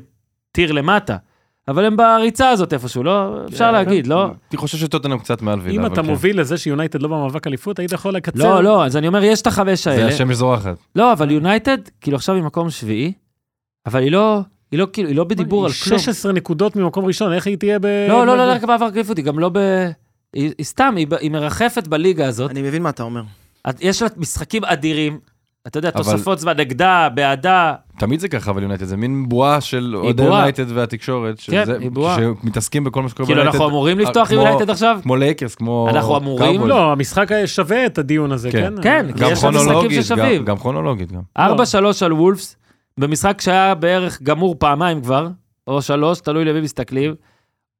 A: טיר למטה, אבל הם בריצה הזאת איפשהו, לא? אפשר להגיד, לא?
C: אני חושב שטוטנאם קצת מעל וילה.
B: אם
C: אבל
B: אתה
C: כן.
B: מוביל לזה שיונייטד לא במאבק אליפות, היית יכול לקצר.
A: לא, לא, אז אני אומר, יש את החמש
C: זה
A: האלה.
C: השמש זורחת.
A: לא, אבל יונייטד, כאילו עכשיו היא מקום שביעי, אבל היא לא, היא לא כאילו, היא לא בדיבור על כלום.
B: 16 נקודות ממקום ראשון, איך היא תהיה ב...
A: לא, לא, לא, רק בעבר גריפוט, היא גם לא ב... היא היא סתם, היא ב- היא מרחפת בליגה הזאת.
D: אני מבין מה אתה אומר.
A: את- יש לה משחקים אדירים. אתה יודע,
C: אבל-
A: תוספות זמן נגדה, בעדה.
C: תמיד זה ככה, אבל יונייטד, זה מין בועה של אוהדי
A: בועה.
C: יונייטד והתקשורת.
A: כן,
C: שזה-
A: היא בועה.
C: שמתעסקים בכל מה שקורה
A: כאילו, אנחנו אמורים לפתוח עם
C: אה, כמו-
A: יונייטד עכשיו?
C: כמו לייקרס, כמו...
A: אנחנו אמורים?
C: קאובויז.
B: לא, המשחק היה שווה את הדיון הזה, כן?
C: כן.
A: כן, כי
C: גם
A: יש לה משחקים
C: כרונולוגית,
A: ששווים.
C: גם- גם כרונולוגית גם.
A: 4-3 על וולפס, במשחק שהיה בערך גמור פעמיים כבר, או שלוש, תלוי למי מסתכלים.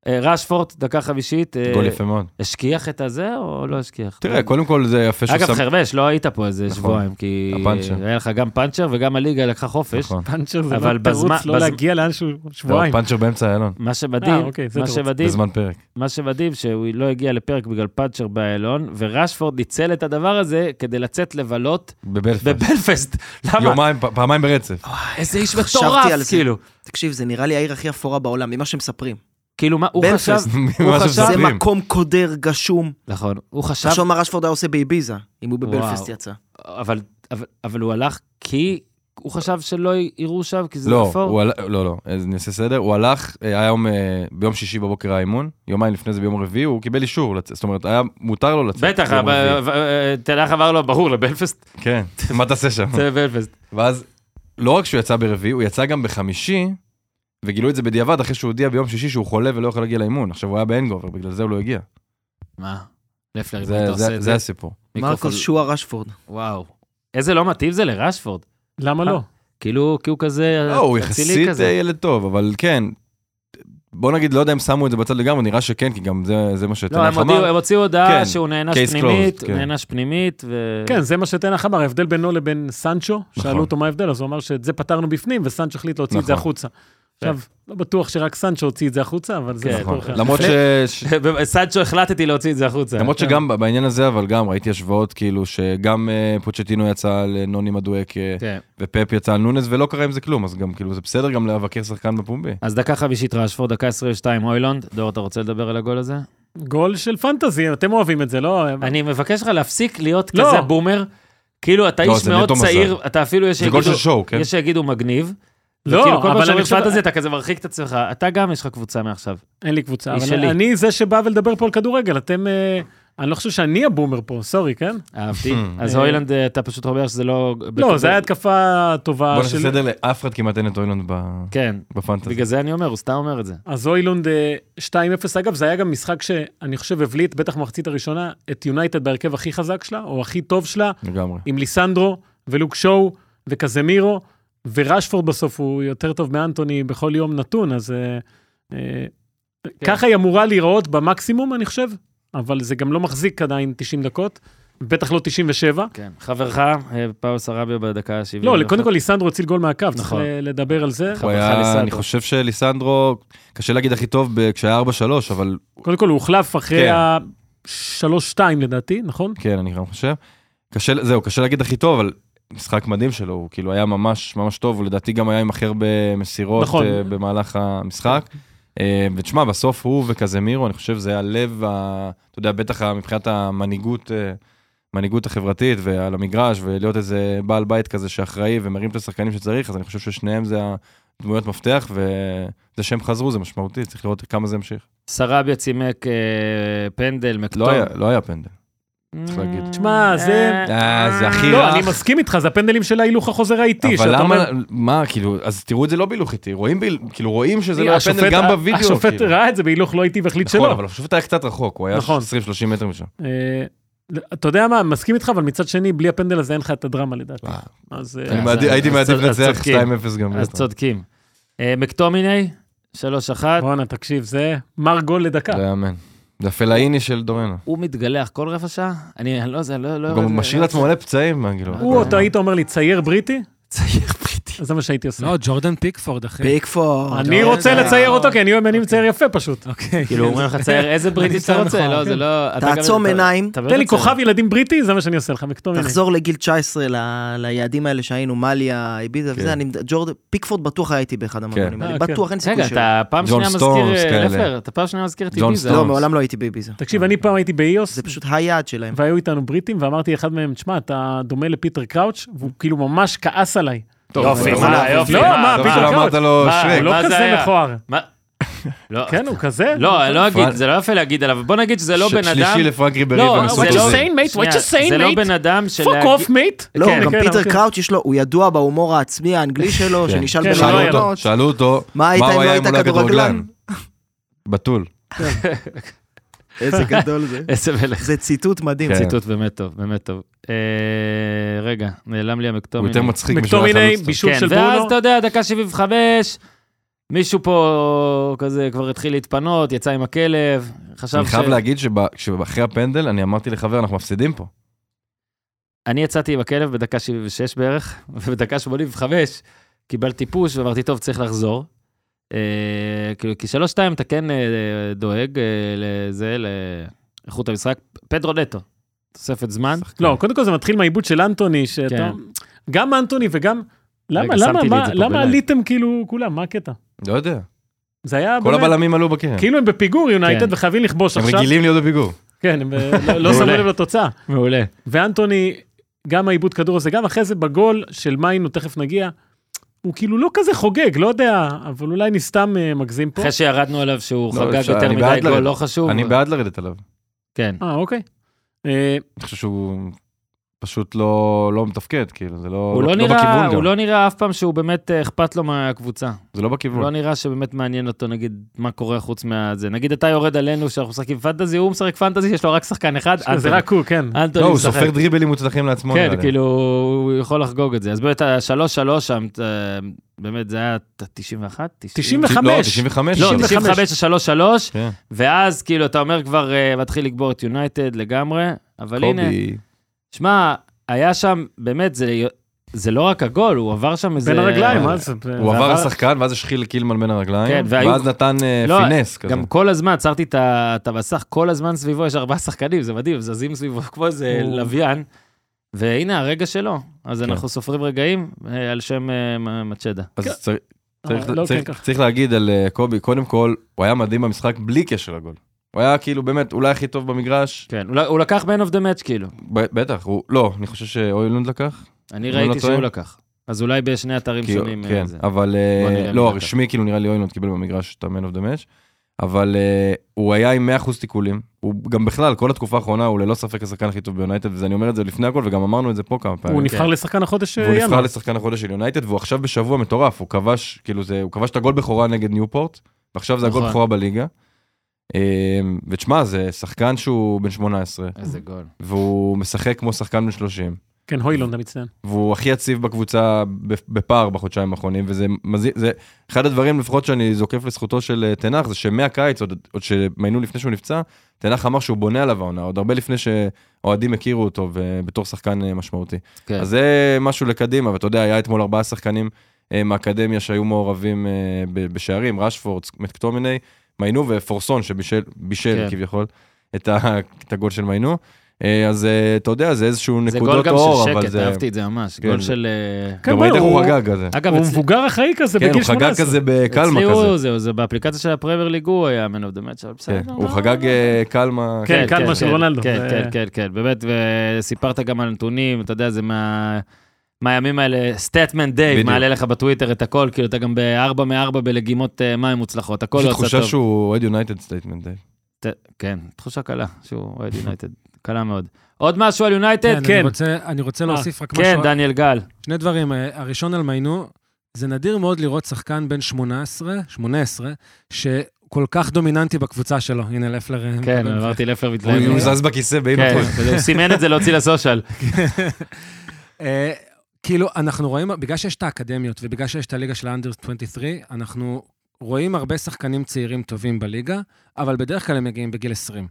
A: אה, רשפורט, דקה חמישית, אה,
C: גול יפה מאוד.
A: השכיח את הזה או לא השכיח?
C: תראה, קודם כל זה יפה שהוא
A: אגב,
C: שם...
A: חרבש, לא היית פה איזה
C: נכון.
A: שבועיים, כי
C: הפאנצ'ר.
A: היה לך גם פאנצ'ר וגם הליגה לקחה חופש.
C: נכון.
B: פאנצ'ר זה
A: כן. אבל
B: לא תירוץ
A: בזמן-
B: לא
A: בז- לא,
B: להגיע לאנשהו
C: טוב,
B: שבועיים.
C: פאנצ'ר באמצע איילון,
A: מה שמדהים,
B: אה, אוקיי, זה
A: מה
B: תירוץ.
A: שמדהים,
C: בזמן פרק.
A: מה שמדהים שהוא לא הגיע לפרק בגלל פאנצ'ר באיילון, ורשפורד ניצל את הדבר הזה כדי לצאת לבלות
C: בבלפאסט.
A: בבלפסט. למה?
C: יומיים, פ- פעמיים ברצף.
A: איזה איש
D: חשבתי על
A: מטורף,
D: זה.
A: כאילו.
D: תקשיב, זה נראה לי העיר הכי אפורה בעולם, ממה שמספרים.
A: כאילו, מה, הוא
D: בלפסט.
A: חשב... הוא
C: ממה
A: חשב-
D: זה
C: שמספרים.
D: מקום קודר, גשום.
A: נכון, הוא חשב...
D: תחשוב מה רשפורד היה עושה באביזה, אם הוא בבלפסט
A: וואו.
D: יצא.
A: אבל, אבל, אבל הוא הלך כי הוא חשב שלא יראו שם, כי זה
C: לא,
A: אפור.
C: הוא הלך- לא, לא, אז אני אעשה סדר. הוא הלך, אה, היה יום, אה, ביום שישי בבוקר היה אימון, יומיים לפני זה ביום רביעי, הוא קיבל אישור לצאת, זאת אומרת, היה מותר לו לצאת.
A: בטח,
C: ביום
A: אבל-
C: רביעי.
A: אה, תלך אמר לו, ברור, לבלפסט,
C: כן, מה תעשה שם?
A: זה בלפסט.
C: ואז לא רק שהוא יצא ברביעי, הוא יצא גם בחמישי, וגילו את זה בדיעבד אחרי שהוא הודיע ביום שישי שהוא חולה ולא יכול להגיע לאימון. עכשיו הוא היה באנגובר, בגלל זה הוא לא הגיע.
A: מה? לפלר, אם
C: זה-
A: אתה עושה
C: זה
A: את
C: זה
A: זה,
C: הסיפור.
A: מיקרופון- כן.
D: מרקוס שואה רשפורד.
A: וואו. איזה לא מתאים זה לרשפורד.
B: למה לא?
A: כאילו, כי הוא כזה
C: לא, הוא
A: אצילי
C: יחסית אה,
A: כזה.
C: ילד טוב, אבל כן. בוא נגיד, לא יודע אם שמו את זה בצד לגמרי, נראה שכן, כי גם זה- זה מה
A: לא,
C: שתנח
A: הם הודיעו-
C: אמר.
A: הם הוציאו הודעה
C: כן,
A: שהוא נענש
C: case
A: פנימית,
C: closed,
A: הוא
C: כן.
A: נענש פנימית, ו...
B: כן, זה מה שתנח אמר, ההבדל בינו לבין סנצ'ו,
C: נכון.
B: שאלו אותו מה ההבדל, אז הוא אמר שאת זה פתרנו בפנים, וסנצ'ו החליט להוציא את זה
C: נכון.
B: החוצה. עכשיו, לא בטוח שרק סנצ'ו הוציא את זה החוצה, אבל זה
A: כן.
B: סיפור
C: נכון.
B: אחר.
C: למרות ש...
A: סנצ'ו החלטתי להוציא את זה החוצה.
C: למרות שגם ב- בעניין הזה, אבל גם ראיתי השוואות כאילו שגם אה, פוצ'טינו יצא על נוני מדואק אה,
A: כן.
C: ופפ יצא על נונס ולא קרה עם זה כלום, אז גם כאילו זה בסדר גם לבקר שחקן בפומבי.
A: אז דקה חמישית רשפורד, דקה 22 הוילונד. דור, אתה רוצה לדבר על הגול הזה?
B: גול של פנטזי, אתם אוהבים את זה, לא?
A: אני מבקש ממך להפסיק להיות
B: לא.
A: כזה בומר. כאילו, אתה
C: לא,
A: איש
C: זה
A: מאוד
C: נטו מזל.
A: צעיר, אתה אפילו, יש
C: זה גול
A: שיגידו-
C: של שואו, כן?
A: יש שיגידו מגניב. וכאילו,
B: לא,
A: כאילו כל פעם
B: אבל אני
A: שאומרים
B: חושב-
A: פנטזי, אתה כזה מרחיק את עצמך. אתה גם, יש לך קבוצה מעכשיו.
B: אין לי קבוצה,
A: היא
B: אבל
A: שלי.
B: אני זה שבא ולדבר פה על כדורגל, אתם... אה, אני לא חושב שאני הבומר פה, סורי, כן?
A: אהבתי. אז
B: אה.
A: הוילנד, אה, אתה פשוט אומר שזה לא...
B: לא,
A: בכדור-
B: זו הייתה התקפה
C: בוא
B: טובה
C: נעשה
B: של...
C: סדר לאף אחד כמעט אין את אוילנד ב-
A: כן,
C: בפנטזי.
A: בגלל זה אני אומר, הוא סתם אומר את זה.
B: אז הוילונד אה, 2-0, אגב, זה היה גם משחק שאני חושב הבליט, בטח במחצית הראשונה, את יונייטד בהרכב הכי חזק שלה, או הכי טוב שלה,
C: לגמרי.
A: אה,
B: עם ליסנדרו ולוק שואו וקזמירו, ורשפורד בסוף הוא יותר טוב מאנטוני בכל יום נתון, אז אה, אה,
C: כן.
B: ככה היא אמורה להיראות במקסימום, אני חושב, אבל זה גם לא מחזיק עדיין 90 דקות, בטח לא 97.
A: כן. חברך, אה, פאו סרביו בדקה ה-70.
B: לא, קודם כל ליסנדרו הציל גול מהקו, צריך
A: נכון.
B: ל- לדבר על זה.
A: נכון.
C: הוא
A: חברך
C: היה, אני
A: ליסנדרו.
C: חושב שליסנדרו, קשה להגיד הכי טוב ב- כשהיה 4-3, אבל
B: קודם כל הוא הוחלף אחרי
C: כן.
B: ה-3-2 לדעתי, נכון?
C: כן, אני גם חושב. קשה, זהו, קשה להגיד הכי טוב, אבל משחק מדהים שלו, הוא כאילו היה ממש ממש טוב, הוא לדעתי גם היה עם הכי הרבה מסירות
B: נכון.
C: נכון. במהלך המשחק. אה, ותשמע, בסוף הוא וקזמירו, אני חושב זה הלב, ה, אתה יודע, בטח ה- מבחינת המנהיגות, אה, המנהיגות החברתית ועל המגרש, ולהיות איזה בעל בית כזה שאחראי ומרים את השחקנים שצריך, אז אני חושב ששניהם זה הדמויות מפתח, וזה שהם חזרו זה משמעותי, צריך לראות כמה זה ימשיך.
A: סרביו צימק אה, פנדל, אה, מקטום.
C: לא היה, לא היה פנדל. צריך להגיד.
B: תשמע, זה-
C: אה, זה הכי
B: לא,
C: רך.
B: אני מסכים איתך, זה הפנדלים של ההילוך החוזר האיטי.
C: אבל
B: שאתה
C: למה,
B: אומר,
C: מה, כאילו, אז תראו את זה לא בהילוך איטי, רואים, ב- כאילו, רואים שזה לא היה
B: אה, השופט-
C: פנדל גם בווידאו.
B: השופט
C: כאילו.
B: ראה את זה בהילוך לא איטי והחליט
C: נכון,
B: שלא.
C: אבל השופט היה קצת רחוק, הוא היה
B: נכון.
C: 20-30 מטר משם.
B: אה, אתה יודע מה, מסכים איתך, אבל מצד שני, בלי הפנדל הזה אין לך את הדרמה לדעתי.
C: וואו.
B: אז אה,
A: כן.
C: אני
A: אז-
C: מעדיף-
A: אז-
C: הייתי
A: אז
C: מעדיף
A: צודקים.
C: לנצח 2-0 גם.
A: אז
C: בטח.
A: צודקים. אה, מקטומיני, 3-1.
B: בואנה, תקשיב, זה מר גול לדקה.
C: לא יאמן. זה הפלאיני של דורנו.
B: אה,
A: הוא מתגלח כל רבע שעה? אני אני לא יודע, לא... לא-
C: הוא גם משאיר לעצמו מלא פצעים, מה, כאילו.
B: הוא, אותו היית אומר לי, צייר בריטי?
A: צייר בריטי.
B: אז זה מה שהייתי עושה.
E: לא, ג'ורדן פיקפורד, אחי.
D: פיקפורד.
C: לא,
B: אני רוצה לצייר אותו, כי אני אני מצייר יפה פשוט.
E: אוקיי.
A: כאילו אומרים לך, צייר איזה בריטי
E: יותר
A: שאתה רוצה,
E: נכון,
A: לא, זה
B: כן.
A: לא... אתה גם-
D: תעצום
A: אתה-
D: עיניים,
A: אתה
B: תן לי
C: לא,
A: באמת צייר.
B: כוכב ילדים בריטי, זה מה שאני עושה לך, מקטומני.
D: תחזור לגיל 19, ל- ליעדים האלה שהיינו, מליה, איביזה
C: כן.
D: וזה, אני, ג'ורד, פיקפורד בטוח הייתי באחד המועדונים
B: כן.
D: האלה,
B: אה, כן.
D: בטוח, אין סיכוי
A: רגע,
D: שלא.
A: אתה פעם
C: ג'ון
A: שנייה
C: סטונס
A: מזכיר... אה,
C: כאלה.
A: לפר, אתה פעם שנייה מזכיר את
C: ג'ון
A: איביזה.
C: סטונס.
D: לא, מעולם לא הייתי באביזה.
B: תקשיב, אני פעם הייתי באיוס,
D: זה פשוט היעד שלהם.
B: והיו איתנו בריטים, ואמרתי לאחד מהם, תשמע, אתה דומה לפיטר קראוץ', והוא כאילו ממש כעס עליי.
C: טוב,
A: יופי,
C: אבל-
A: מה,
C: אבל-
A: אה, יופי.
B: לא, מה,
C: טוב
A: מה,
C: שלא
B: פתאום
C: אמרת לו
A: מה,
B: הוא
C: שרק.
B: לא
A: אה, מה זה
B: כזה
A: היה?
B: מכוער.
A: לא,
B: כן, הוא כזה.
A: לא, אני לא אגיד,
C: פרנק-
A: זה לא יפה להגיד עליו, בוא נגיד שזה לא
C: ש-
A: בן אדם...
C: שלישי לפרנק ריברי
A: לא,
C: במסלול
A: זה
B: What you
A: לא-
C: הזה.
B: saying, mate? What
A: שנייה,
B: you saying, mate?
A: זה לא בן אדם של...
B: פוק אוף, מייט.
D: לא,
A: כן,
D: גם
B: כן,
D: פיטר
B: אבל-
D: קראוץ' יש לו, הוא ידוע בהומור העצמי האנגלי שלו,
C: כן.
D: שנשאל
B: כן,
D: בן
B: לא היה
C: שאלו
B: לו.
C: אותו,
D: העונות.
C: שאלו אותו,
D: מה היית
C: מה
D: אם
C: הוא
D: לא
C: היה אם
D: היית
C: הוא לא היה
D: כדורגלן?
C: כדורגלן? בתול.
D: איזה גדול זה.
A: איזה מלך.
D: זה ציטוט מדהים.
C: כן.
A: ציטוט באמת טוב, באמת טוב. אה, רגע, נעלם לי
C: הוא
A: המקטומי.
C: יותר מצחיק לא בשביל
B: מקטומיני,
C: החלוץ.
B: בישול של
A: כן, ואז
B: ברונו.
A: אתה יודע, דקה 75, מישהו פה כזה כבר התחיל להתפנות, יצא עם הכלב, חשב
C: אני
A: ש...
C: חייב להגיד שאחרי הפנדל, אני אמרתי לחבר, אנחנו מפסידים פה.
A: אני יצאתי עם הכלב בדקה 76 בערך, ובדקה 85 קיבלתי פוש ואמרתי, טוב, צריך לחזור. אה, כאילו, כי שלוש שתיים אתה כן אה, דואג אה, לזה, לאיכות המשחק. פדרו נטו, תוספת זמן.
B: לא, קודם כל זה מתחיל מהעיבוד של אנטוני, שאתה...
A: כן.
B: גם אנטוני וגם... למה,
A: רגע,
B: למה,
A: שמתי לי
B: מה-
A: את זה פה
B: למה
A: בלייב.
B: עליתם כאילו כולם? מה הקטע?
C: לא יודע.
B: זה היה
C: כל
B: באמת...
C: הבלמים עלו בקרן.
B: כאילו הם בפיגור
A: כן.
B: יונייטד וחייבים לכבוש
C: הם
B: עכשיו.
C: רגילים להיות בפיגור.
B: כן, הם אה, לא- לא שמו
A: מעולה.
B: לב לתוצאה.
A: מעולה.
B: ואנטוני, גם העיבוד כדור הזה, גם אחרי זה בגול של מיינו, תכף נגיע, הוא כאילו לא כזה חוגג, לא יודע, אבל אולי אני סתם אה, מגזים פה.
A: אחרי שירדנו עליו שהוא
C: לא,
A: חגג
C: אפשר,
A: יותר
C: אני
A: מדי
C: בעד
A: גול,
C: לרדת.
A: לא חשוב.
C: אני בעד לרדת עליו.
A: כן.
B: אה, אוקיי. אה,
C: אני חושב שהוא פשוט לא לא מתפקד, כאילו, זה לא
A: הוא לא
C: לא בכיוון
A: נראה,
C: גם.
A: הוא לא נראה אף פעם שהוא באמת אה, אכפת לו מהקבוצה.
C: זה לא
A: הוא לא
C: בכיוון.
A: נראה שבאמת מעניין אותו, נגיד, מה קורה חוץ מהזה. נגיד אתה יורד עלינו שאנחנו משחקים פנטזי, הוא משחק פנטזי, יש לו רק שחקן אחד,
B: זה
A: אנטוני.
B: רק הוא, כן.
C: לא,
A: אנטוני
C: הוא
A: משחק.
C: סופר דריבלים מוצלחים לעצמו. נראה
A: כן,
C: לי.
A: כאילו, הוא יכול לחגוג את זה. אז באמת, השלוש-שלוש שם, אה, באמת, זה היה ת- 91? 90?
B: 95.
C: לא, 95.
A: לא,
B: 95.
A: 95, השלוש-שלוש,
C: כן.
A: ואז כאילו, אתה אומר כבר, אה, מתחיל לגבור את יונייטד לגמרי, אבל הנה,
C: קובי.
A: שמע, היה שם, באמת, זה... זה לא רק הגול, הוא עבר שם איזה...
B: בין הרגליים,
A: אה,
B: מה זה?
C: הוא
A: ועבר-
C: עבר לשחקן, ואז השחיל קילמן בין
A: כן,
C: הרגליים,
A: והיו-
C: ואז נתן אה,
A: לא,
C: פינס כזה.
A: גם כל הזמן, עצרתי את ה- את המסך, כל הזמן סביבו יש ארבעה שחקנים, זה מדהים, זזים סביבו כמו איזה
B: הוא-
A: לוויין. והנה הרגע שלו, אז
C: כן.
A: אנחנו סופרים רגעים אה, על שם אה, מ- מצ'דה.
C: אז
B: כן.
C: צריך- צריך-
B: אבל לא,
C: צריך-
B: כן, ככה.
C: צריך להגיד על אה, קובי, קודם כל, הוא היה מדהים במשחק בלי קשר לגול. הוא היה כאילו באמת אולי הכי טוב במגרש,
A: כן, הוא, הוא לקח man of the match כאילו.
C: ב- בטח, הוא, לא, אני חושב שאוילונד לקח,
A: אני
C: לא
A: ראיתי שהוא
C: טועה?
A: לקח. אז אולי בשני אתרים
C: כי-
A: שונים. אה,
C: כן,
A: זה.
C: אבל
A: בוא
C: אה,
A: נראה מי
C: לא,
A: לקח.
C: הרשמי כאילו נראה לי אוילונד קיבל במגרש את ה-Man of the Match, אבל אה, הוא היה עם 100% תיקולים, הוא גם בכלל, כל התקופה האחרונה הוא ללא ספק השחקן הכי טוב ביונייטד, ואני אומר את זה לפני הכל, וגם אמרנו את זה פה כמה פעמים.
B: הוא נבחר לשחקן החודש
C: אה, כן.
B: אה,
C: והוא נבחר
B: ינואר.
C: לשחקן החודש של יונייטד, והוא עכשיו בשבוע מטורף, הוא כבש, כאילו זה, הוא כבש את הגול בכורה נגד ניופורט, ועכשיו זה הגול
A: נכון.
C: בכורה בליגה. אה, ותשמע, זה שחקן שהוא בן 18,
A: איזה גול.
C: והוא משחק כמו שחקן בן 30,
B: כן, הוילונד המצטיין.
C: והוא הכי יציב בקבוצה ב- בפער בחודשיים האחרונים, וזה מזיע, זה אחד הדברים לפחות שאני זוקף לזכותו של אה, תנח, זה שמהקיץ, עוד, עוד שמיינו לפני שהוא נפצע, תנח אמר שהוא בונה עליו העונה, עוד הרבה לפני שאוהדים הכירו אותו ו- בתור שחקן אה, משמעותי.
A: כן.
C: אז זה משהו לקדימה, ואתה יודע, היה אתמול ארבעה שחקנים אה, מהאקדמיה שהיו מעורבים אה, ב- בשערים, רשפורד, מקטומיני, מיינו ופורסון, שבישל בישל,
A: כן.
C: כביכול את, ה, את הגול של מיינו. אה, אז אה, אתה יודע, זה איזשהו
A: זה גול
C: נקודות
A: גם
C: אור,
A: של
C: אבל
A: שקט,
C: זה...
A: אהבתי את זה ממש.
C: כן,
A: גול
C: זה-
A: של... אה,
B: כן,
C: גם ראית איך
B: הוא-
C: הוא חגג כזה.
A: אגב,
B: הוא
A: אצלי-
B: מבוגר אחראי כזה
C: כן,
B: בגיל
C: הוא חגג
B: 18.
C: כזה בקלמה
A: אצלי הוא,
C: כזה.
A: זהו, זה באפליקציה של הפרמייר ליג, הוא היה man of the match, אבל בסדר.
C: כן, הוא
A: לא-
C: חגג אה, קלמה.
B: כן, קלמה של רונלדו. אה.
A: כן,
B: זה-
A: כן, כן, כן, באמת, וסיפרת גם על נתונים, אתה יודע, זה מה... מהימים האלה, סטטמן דיי,
C: בדיוק.
A: מעלה לך בטוויטר את הכל, כאילו אתה גם בארבע מארבע בלגימות אה, מים מוצלחות, הכל
C: יש
A: לא
C: לי
A: עשה טוב.
C: תחושה שהוא אוהד אה. יונייטד סטייטמנט.
A: ת- כן, תחושה קלה, שהוא אוהד יונייטד, קלה מאוד. עוד משהו על יונייטד?
B: כן.
E: אני רוצה- אני רוצה
B: מה?
E: להוסיף רק
A: כן,
E: משהו.
A: דניאל גל.
E: שני דברים. אה, הראשון על מיינו, זה נדיר מאוד לראות שחקן בן 18, 18, שכל כך דומיננטי בקבוצה שלו. הנה, לפלר... אה,
A: כן,
E: מדבר.
A: אמרתי לפר
C: הוא נכון.
A: מתלהב.
C: הוא זז בכיסא באימא.
A: כן, הוא סימן את זה להוציא לסושיאל.
E: אה, כאילו, אנחנו רואים, בגלל שיש את האקדמיות ובגלל שיש את הליגה של האנדר 23, אנחנו רואים הרבה שחקנים צעירים טובים בליגה, אבל בדרך כלל הם מגיעים בגיל 20.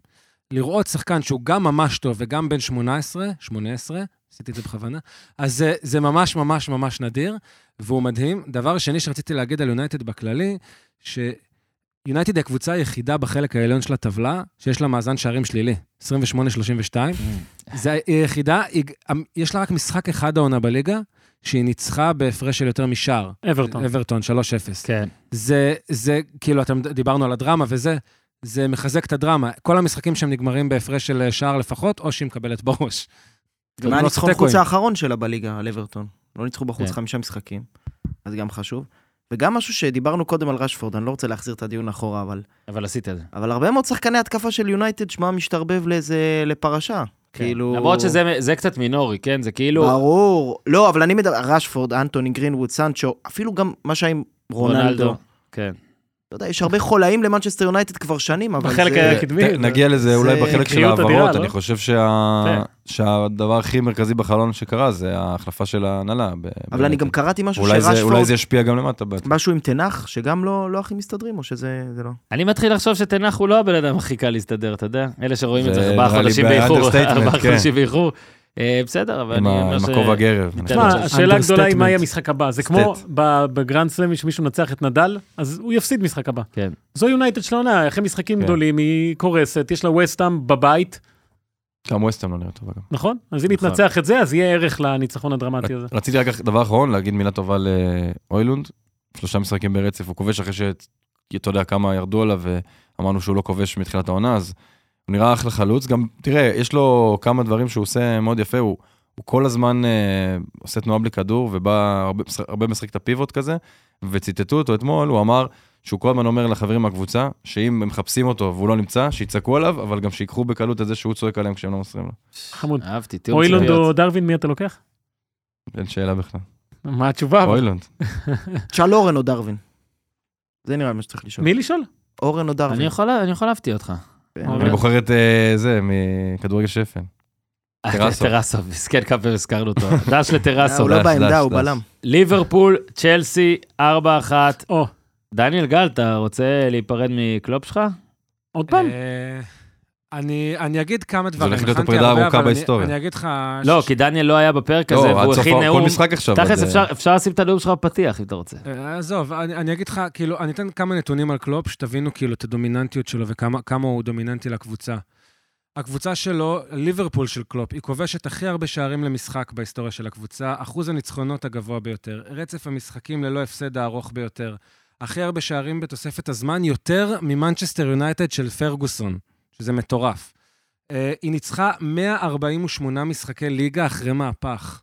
E: לראות שחקן שהוא גם ממש טוב וגם בן 18, 18, עשיתי את זה בכוונה, אז זה, זה ממש ממש ממש נדיר, והוא מדהים. דבר שני שרציתי להגיד על יונייטד בכללי, ש... יונייטד היא הקבוצה היחידה בחלק העליון של הטבלה, שיש לה מאזן שערים שלילי, 28-32. זה היא היחידה, היא, המ- יש לה רק משחק אחד העונה בליגה, שהיא ניצחה בהפרש של יותר משער.
C: אה,
B: אברטון.
E: אברטון, 3-0.
A: כן.
E: זה, זה, כאילו, אתם דיברנו על הדרמה וזה, זה מחזק את הדרמה. כל המשחקים שהם נגמרים בהפרש של שער לפחות, או שהיא מקבלת בראש.
D: מה
E: לא
D: הניצחון
E: צוחק,
D: חוץ
E: כהן.
D: האחרון שלה בליגה, על אברטון? לא ניצחו בחוץ
A: כן.
D: חמישה משחקים, אז גם חשוב. וגם משהו שדיברנו קודם על רשפורד, אני לא רוצה להחזיר את הדיון אחורה, אבל
A: אבל עשית את זה.
D: אבל הרבה מאוד שחקני התקפה של יונייטד, שמם משתרבב לאיזה, לפרשה.
A: כן.
D: כאילו...
A: למרות שזה זה קצת מינורי, כן? זה כאילו...
D: ברור. לא, אבל אני מדבר, רשפורד, אנטוני, גרינווד, סנצ'ו, אפילו גם מה שהיה עם רונלדו.
A: כן.
D: לא יודע, יש הרבה חולאים למנצ'סטר יונייטד כבר שנים, אבל
B: בחלק
D: זה...
B: הקדמי.
C: ת- נגיע לזה אולי
D: זה
C: בחלק של
B: קריאות אדירה,
C: ההעברות,
B: לא?
C: אני חושב שה-
B: כן.
C: שהדבר הכי מרכזי בחלון שקרה זה ההחלפה של ההנהלה. ב-
D: אבל אני
C: באמת.
D: גם קראתי משהו
C: אולי זה- אולי
D: שרשפורד,
C: זה ישפיע גם למטה. בעתיד.
D: משהו עם תנח, שגם לא לא הכי מסתדרים, או שזה זה לא.
A: אני מתחיל לחשוב שתנח הוא לא הבן אדם הכי קל להסתדר, אתה יודע? אלה שרואים את
C: זה
A: זה ארבעה
C: נראה לי
A: חודשים
C: ב-
A: באיחור,
C: understatement,
A: ארבעה
C: כן.
A: חודשים באיחור. אה, בסדר, אבל
C: עם
A: אני...
C: ה-
A: מה
C: עם
A: ש-
C: הכובע גרב. אני
A: ניתן
C: חושב.
A: לו
B: תשמע, השאלה הגדולה היא מה
E: Understatement.
B: יהיה המשחק הבא. זה כמו ב- בגרנד סלאם, שמישהו מנצח את נדל, אז הוא יפסיד משחק הבא.
A: כן.
B: זו יונייטד של העונה, אחרי משחקים
C: כן.
B: גדולים, היא קורסת, יש לה וסטאם בבית,
C: גם ווסטהאם לא נראה טובה. גם.
B: נכון? אז אם
A: נכון.
B: נתנצח את זה, אז יהיה ערך לניצחון הדרמטי הזה.
C: רציתי רק דבר אחרון, להגיד מילה טובה לאוילונד. שלושה משחקים ברצף, הוא כובש אחרי ש... אתה יודע כמה ירדו עליו, ואמרנו שהוא לא כובש מתחילת העונה, אז הוא נראה אחלה חלוץ. גם, תראה, יש לו כמה דברים שהוא עושה מאוד יפה, הוא, הוא כל הזמן אה, עושה תנועה בלי כדור, ובא הרבה, משחק- הרבה משחק את הפיבוט כזה, וציטטו אותו אתמול, הוא אמר שהוא כל הזמן אומר לחברים מהקבוצה, שאם הם מחפשים אותו והוא לא נמצא, שיצעקו עליו, אבל גם שיקחו בקלות את זה שהוא צועק עליהם כשהם לא מוסרים לו.
B: חמוד.
A: אהבתי, תיאור
E: לא,
B: אוילונד או
A: ציפיות.
B: דרווין, מי אתה לוקח?
C: אין שאלה בכלל.
B: מה התשובה? אבל?
C: אוילנד.
D: תשאל אורן או דרווין. זה נראה לי מה שצריך לשאול.
B: מי לשאול?
D: אורן או
A: אני
D: דרווין.
A: יכול- אני יכול להפתיע אותך.
D: כן.
B: אורן.
C: אני בוחר את אה, זה, מכדורגל שפל. טרסו.
A: טרסו, מסכן כמה פעמים הזכרנו אותו. דש לטרסו.
D: הוא לא
C: דש,
D: בעמדה,
C: דש,
D: הוא
C: דש.
D: בלם.
A: ליברפול, צ'לסי, 4-1.
B: או,
A: דניאל גל, אתה רוצה להיפרד מקלופ שלך?
B: עוד פעם?
E: אה, אני, אני אגיד כמה דברים.
C: הולך להיות
E: הכנתי
C: הפרידה
E: הרבה,
C: הארוכה
E: אבל אני-
C: בהיסטוריה.
E: אני אגיד לך...
A: לא, כי דניאל לא היה בפרק הזה,
C: לא, עד
A: והוא
C: סוף
A: הכין
C: ה- כל
A: נאום.
C: משחק עכשיו.
A: תכלס,
C: אז, אה,
A: אפשר- אפשר לשים את הנאום שלך בפתיח, אם אתה רוצה.
E: אה, עזוב, אני, אני אגיד לך, כאילו, אני אתן כמה נתונים על קלופ, שתבינו כאילו את הדומיננטיות שלו וכמה כמה הוא דומיננטי לקבוצה. הקבוצה שלו, ליברפול של קלופ, היא כובשת הכי הרבה שערים למשחק בהיסטוריה של הקבוצה, אחוז הניצחונות הגבוה ביותר, רצף המשחקים ללא הפסד הארוך ביותר, הכי הרבה שערים בתוספת הזמן, יותר ממנצ'סטר יונייטד של פרגוסון, שזה מטורף. אה, היא ניצחה 148 משחקי ליגה אחרי מהפך.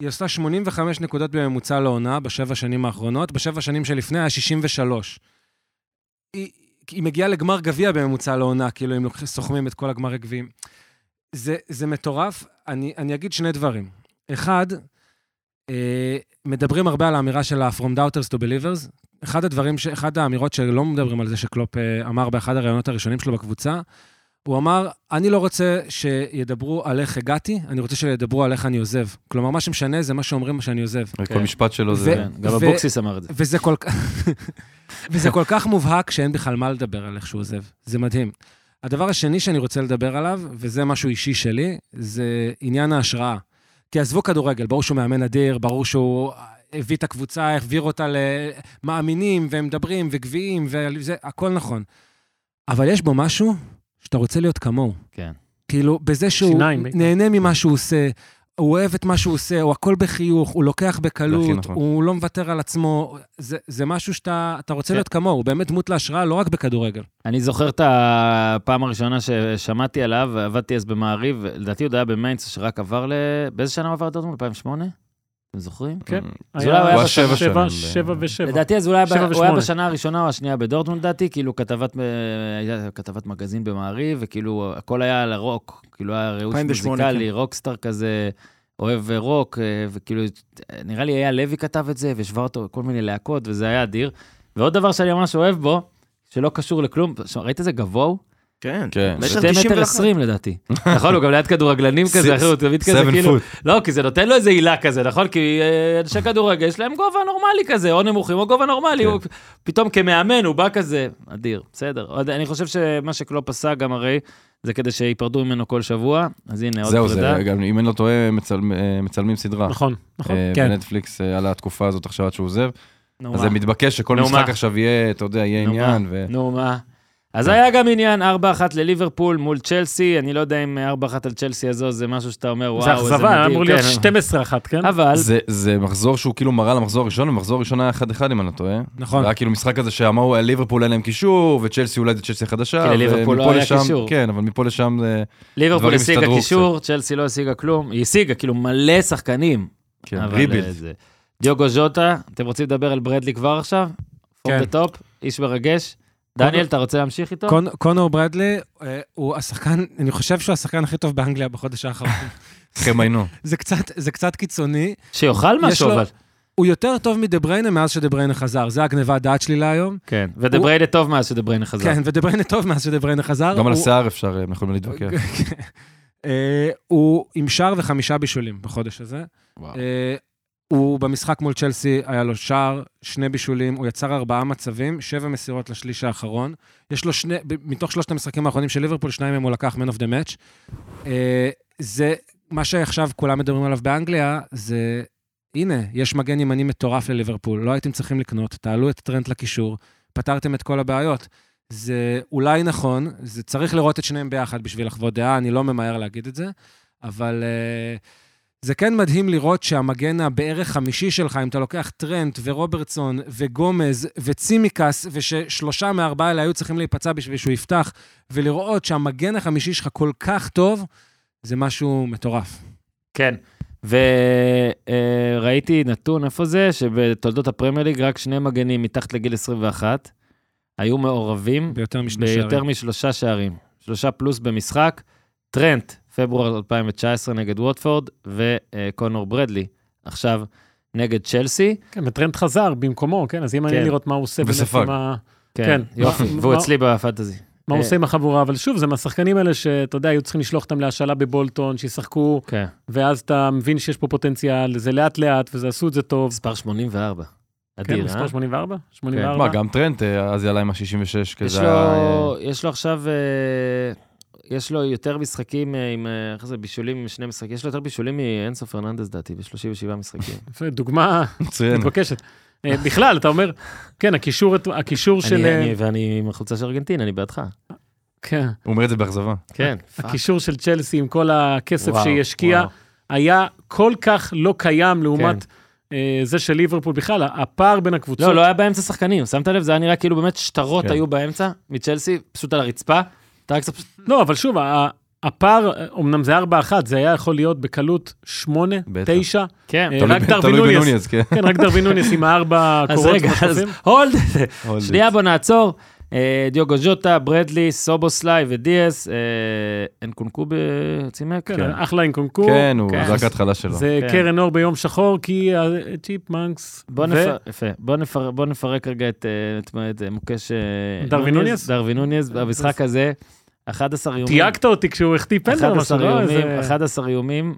E: היא עושה 85 נקודות בממוצע לעונה בשבע שנים האחרונות, בשבע שנים שלפני היה 63. היא, היא מגיעה לגמר גביע בממוצע לעונה, כאילו אם לוקח- סוכמים את כל הגמר הגביעים. זה, זה מטורף. אני, אני אגיד שני דברים. אחד, אה, מדברים הרבה על האמירה של ה-From Doubters to Believers. אחד הדברים, ש, אחד האמירות שלא מדברים על זה שקלופ אה, אמר באחד הראיונות הראשונים שלו בקבוצה, הוא אמר, אני לא רוצה שידברו על איך הגעתי, אני רוצה שידברו על איך אני עוזב. כלומר, מה שמשנה זה מה שאומרים שאני עוזב.
C: כל משפט שלו
E: ו-
C: זה...
A: כן, גם אבוקסיס אמר את זה.
E: וזה כל, כך- וזה כל כך מובהק שאין בכלל מה לדבר על איך שהוא עוזב. זה מדהים. הדבר השני שאני רוצה לדבר עליו, וזה משהו אישי שלי, זה עניין ההשראה. כי עזבו כדורגל, ברור שהוא מאמן אדיר, ברור שהוא הביא את הקבוצה, העביר אותה למאמינים, והם מדברים, וגביעים, וזה, הכל נכון. אבל יש בו משהו שאתה רוצה להיות כמוהו.
A: כן.
E: כאילו, בזה שהוא
B: שיניים, בעיקר.
E: נהנה ממה שהוא עושה, הוא אוהב את מה שהוא עושה, הוא הכל בחיוך, הוא לוקח
C: זה
E: בקלות,
C: הכי נכון.
E: הוא לא מוותר על עצמו. זה, זה משהו שאתה אתה רוצה
A: כן.
E: להיות כמוהו, הוא באמת דמות להשראה, לא רק בכדורגל.
A: אני זוכר את הפעם הראשונה ששמעתי עליו, עבדתי אז במעריב, לדעתי עוד היה במיינדס שרק עבר ל... באיזה שנה הוא עבר לדורטמונד? 2008? אתם זוכרים?
B: כן.
C: אה,
A: אז אולי הוא היה
B: היה
A: בשבע
B: בשבע-
C: שנים.
B: שבע ושבע.
A: לדעתי אז הוא היה ב-
B: שבע
A: הוא היה
B: ושמונה.
A: בשנה הראשונה או השנייה בדורטמונד, לדעתי, כאילו כתבת, אה, הייתה כתבת מגזין במעריב, וכאילו הכל היה על הרוק, כאילו היה ראות
D: 2008,
B: כן.
A: מוזיקלי, רוקסטאר כזה, אוהב אה, רוק, אה, וכאילו, אה, נראה לי אייל לוי כתב את זה, והשווה אותו לכל מיני להקות, וזה היה אדיר. ועוד דבר שאני ממש אוהב בו, שלא קשור לכלום, ש- ראית איזה גבוה הוא?
D: כן.
C: כן.
D: בטח.
A: 2 מטר
D: 91.
A: 20 לדעתי. נכון, הוא גם ליד כדורגלנים כזה, אחי, הוא תמיד כזה,
C: Seven
A: כאילו...
C: foot.
A: לא, כי זה נותן לו איזה עילה כזה, נכון? כי אה, אנשי כדורגל יש להם גובה נורמלי כזה, או נמוכים או גובה נורמלי.
C: כן.
A: הוא פתאום כמאמן הוא בא כזה, אדיר, בסדר. עוד- אני חושב שמה שקלופ עשה גם הרי, זה כדי שיפרדו ממנו כל שבוע, אז הנה עוד
C: זהו, זה,
A: פרידה.
C: גם אם אני לא טועה, הם מצלמ- אה, מצלמים סדרה.
B: נכון, נכון.
C: אה,
E: כן.
C: בנטפליקס אה, על התקופה הזאת עכשיו עד שהוא עוזב.
A: נו,
C: אז
A: מה?
C: זה מתבקש שכל
A: נו,
C: משחק
A: מה?
C: עכשיו יהיה, אתה יודע, יהיה
A: נו, מה?
C: עניין. ו-
A: נו מה. אז היה גם עניין 4-1 לליברפול מול צ'לסי, אני לא יודע אם 4-1 על צ'לסי הזו זה משהו שאתה אומר, וואו,
B: זה
A: איזה
B: אכזבה, היה
A: מדהים",
B: אמור להיות
A: כן.
B: 12-1, כן?
A: אבל,
C: זה- זה מחזור שהוא כאילו מראה למחזור הראשון, ומחזור ראשון היה 1-1 אם אני לא טועה.
E: נכון.
C: היה כאילו משחק כזה שאמרו, "אה, ליברפול אין להם קישור, וצ'לסי אולי זה צ'לסי חדשה.
A: כי לליברפול לא
C: ומפה
A: היה
C: לשם-
A: קישור.
C: כן, אבל מפה לשם זה...
A: ליברפול
C: דברים
A: השיגה
C: הסתדרו
A: קישור, צ'לסי לא השיגה כלום. היא השיגה, כאילו, מלא שחקנים.
C: כן,
A: אבל,
C: ריבילד.
A: אה, זה. דיוגו ז'וטה, אתם רוצים לדבר על ברדלי כבר עכשיו? פור
E: כן.
A: דה טופ, איש מרגש. דניאל, אתה רוצה להמשיך איתו?
E: קונ- קונור ברדלי אה, הוא השחקן, אני חושב שהוא השחקן הכי טוב באנגליה בחודש האחרון.
C: חם היינו.
E: זה קצת- זה קצת קיצוני.
A: שיאכל משהו,
E: לו-
A: אבל.
E: הוא יותר טוב מדה בריינה מאז שדה בריינה חזר, זה הגניבה הדעת שלי להיום.
A: כן, ודה בריינה טוב מאז שדה בריינה חזר.
E: כן, ודה בריינה טוב מאז שדה בריינה חזר.
C: גם על
E: הוא- כן.
C: השיער אפשר, אה, אנחנו יכולים להתווכח.
E: אה, הוא עם שער וחמישה בישולים בחודש הזה.
A: וואו.
E: אה, הוא במשחק מול צ'לסי, היה לו שער, שני בישולים, הוא יצר ארבעה מצבים, שבע מסירות לשליש האחרון. יש לו שני, ב- מתוך שלושת המשחקים האחרונים של ליברפול, שניים מהם הוא לקח Man of the Match. אה, זה, מה שעכשיו כולם מדברים עליו באנגליה, זה, הנה, יש מגן ימני מטורף לליברפול, לא הייתם צריכים לקנות, תעלו את טרנט לקישור, פתרתם את כל הבעיות. זה אולי נכון, זה צריך לראות את שניהם ביחד בשביל לחוות דעה, אני לא ממהר להגיד את זה, אבל... אה, זה כן מדהים לראות שהמגן הבערך חמישי שלך, אם אתה לוקח טרנט ורוברטסון וגומז וצימקס, וששלושה מארבעה האלה היו צריכים להיפצע בשביל שהוא יפתח, ולראות שהמגן החמישי שלך כל כך טוב, זה משהו מטורף.
A: כן. וראיתי נתון, איפה זה? שבתולדות הפרמייר ליג רק שני מגנים מתחת לגיל 21 היו מעורבים
E: ביותר משני
A: ביותר
E: שערים.
A: משלושה שערים. שלושה פלוס במשחק. טרנט, פברואר 2019 נגד ווטפורד, וקונור ברדלי, עכשיו נגד צ'לסי.
B: כן, וטרנד חזר במקומו, כן, אז יהיה מעניין
A: כן.
B: לראות מה הוא עושה. באמת
C: וספג.
B: עם ה-
A: כן,
B: כן.
A: יופי,
B: מה-
A: והוא
B: מה-
A: אצלי בפנטזי.
B: מה הוא
A: אה.
B: עושה עם החבורה, אבל שוב, זה מהשחקנים האלה שאתה יודע, היו צריכים לשלוח אותם להשאלה בבולטון, שישחקו,
A: כן,
B: ואז אתה מבין שיש פה פוטנציאל, זה לאט-לאט, וזה עשו את זה טוב.
A: מספר 84.
B: כן,
A: אדיר, אה?
B: מספר 84? 84.
C: מה, גם טרנט, אה, אז יעלה עם ה-66,
A: יש
C: כזה
A: לו,
C: היה... אה,
A: יש לו עכשיו, אה, יש לו יותר משחקים אה, עם, אה, איך זה, בישולים, שני משחקים, יש לו יותר בישולים מאנסו פרננדס, דעתי, ב-37 משחקים.
B: יפה, דוגמה
A: כן.
C: מצוין.
B: מתבקשת. אה, בכלל, אתה אומר, כן, הקישור, הקישור של...
A: אני- אני-
B: אה,
A: ואני עם החולצה של ארגנטין, אני בעדך.
B: כן, אוקיי.
C: הוא אומר את זה באכזבה.
A: כן, פאק.
B: הקישור של צ'לסי עם כל הכסף
A: וואו,
B: שהיא השקיעה,
A: וואו. כן.
B: היה כל כך לא קיים לעומת אה, זה של ליברפול בכלל, הפער בין הקבוצות.
A: לא, לא היה באמצע שחקנים, שמת לב? זה היה נראה כאילו באמת שטרות
C: כן.
A: היו באמצע מצ'לסי, פשוט על הרצפה. אתה רק פשוט...
B: לא, אבל שוב, ה- הפער, אמנם זה 4-1, זה היה יכול להיות בקלות 8,
C: בטח.
B: 9.
A: כן.
B: אה,
C: תלוי
B: רק
C: ב-
B: דרווין
C: תלוי
B: נוניס.
C: בנוניז, כן.
B: כן, רק דרווין נוניס עם הארבע
A: אז
B: קורות.
A: רגע, אז
B: מצבים.
A: הולד,
C: הולד.
A: שנייה בוא נעצור. אה, דיוגו ז'וטה, ברדלי, סובוסליי ודיאס, אה, אנקונקו בצימק?
B: כן, אחלה עם קונקור.
C: כן, הוא,
A: כן.
C: זה רק ההתחלה שלו.
B: זה
A: כן.
B: קרן אור ביום שחור, כי הצ'יפמנקס...
A: בוא,
B: ו-
A: נפר... יפה. בוא, נפר... בוא נפרק רגע את, אה, את, מה- את אה, מוקש... אה,
B: דרווין
A: נוניז.
B: נוניז?
A: דרווין נוניז, במשחק הזה, 11 איומים.
B: תייגת אותי כשהוא החטיא פנדל או
A: 11
B: משהו, לא?
A: איומים,
B: איזה-
A: 11 איומים,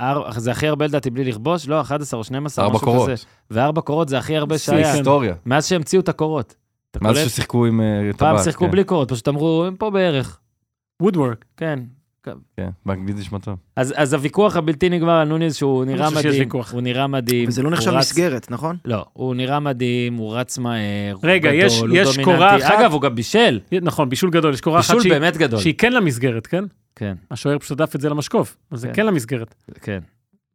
A: אה, אר- זה הכי הרבה לדעתי בלי לכבוש, לא 11 או 12,
C: ארבע
A: משהו
C: קורות.
A: כזה. וארבע קורות זה הכי הרבה
B: שיא,
A: שהיה,
B: כן.
C: היסטוריה.
A: מאז שהמציאו את הקורות. אתה
C: מאז
A: קולט?
C: ששיחקו עם אה, טבעת.
A: פעם שיחקו
C: כן.
A: בלי קורות, פשוט אמרו, הם פה בערך.
B: וודוורק.
A: כן.
C: כן, באנגלית זה נשמע טוב.
A: אז, אז הוויכוח הבלתי נגמר על נוניז, שהוא נראה
B: חושב שיש
A: מדהים,
B: ויכוח.
A: הוא נראה מדהים.
D: וזה לא נחשב
A: הוא רץ-
D: מסגרת, נכון?
A: לא, הוא נראה מדהים, הוא רץ מהר,
B: רגע,
A: הוא
B: יש-
A: גדול, הוא
B: יש
A: דומיננטי.
B: קורה אחת-
A: אגב, הוא גם בישל,
B: נכון, בישול גדול, יש קורה אחת
A: בישול
B: שהיא-
A: באמת גדול.
B: שהיא כן למסגרת, כן?
A: כן,
B: השוער פשוט הדף את זה למשקוף, אז זה
A: כן.
B: כן למסגרת.
A: כן.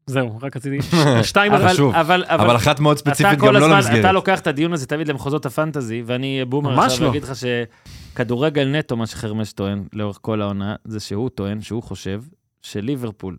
B: זהו, רק רציתי... שתיים
A: אבל,
B: אחת.
C: חשוב.
A: אבל,
C: אבל אחת מאוד
A: אתה
C: ספציפית גם
A: כל
C: לא
A: הזמן, אתה
C: למסגרת.
A: לוקח את הדיון הזה תמיד למחוזות הפנטזי, ואני בומר
B: ממש
A: עכשיו
B: לא.
A: אגיד לך שכדורגל נטו, מה שחרמש טוען לאורך כל העונה, זה שהוא טוען, שהוא חושב, שליברפול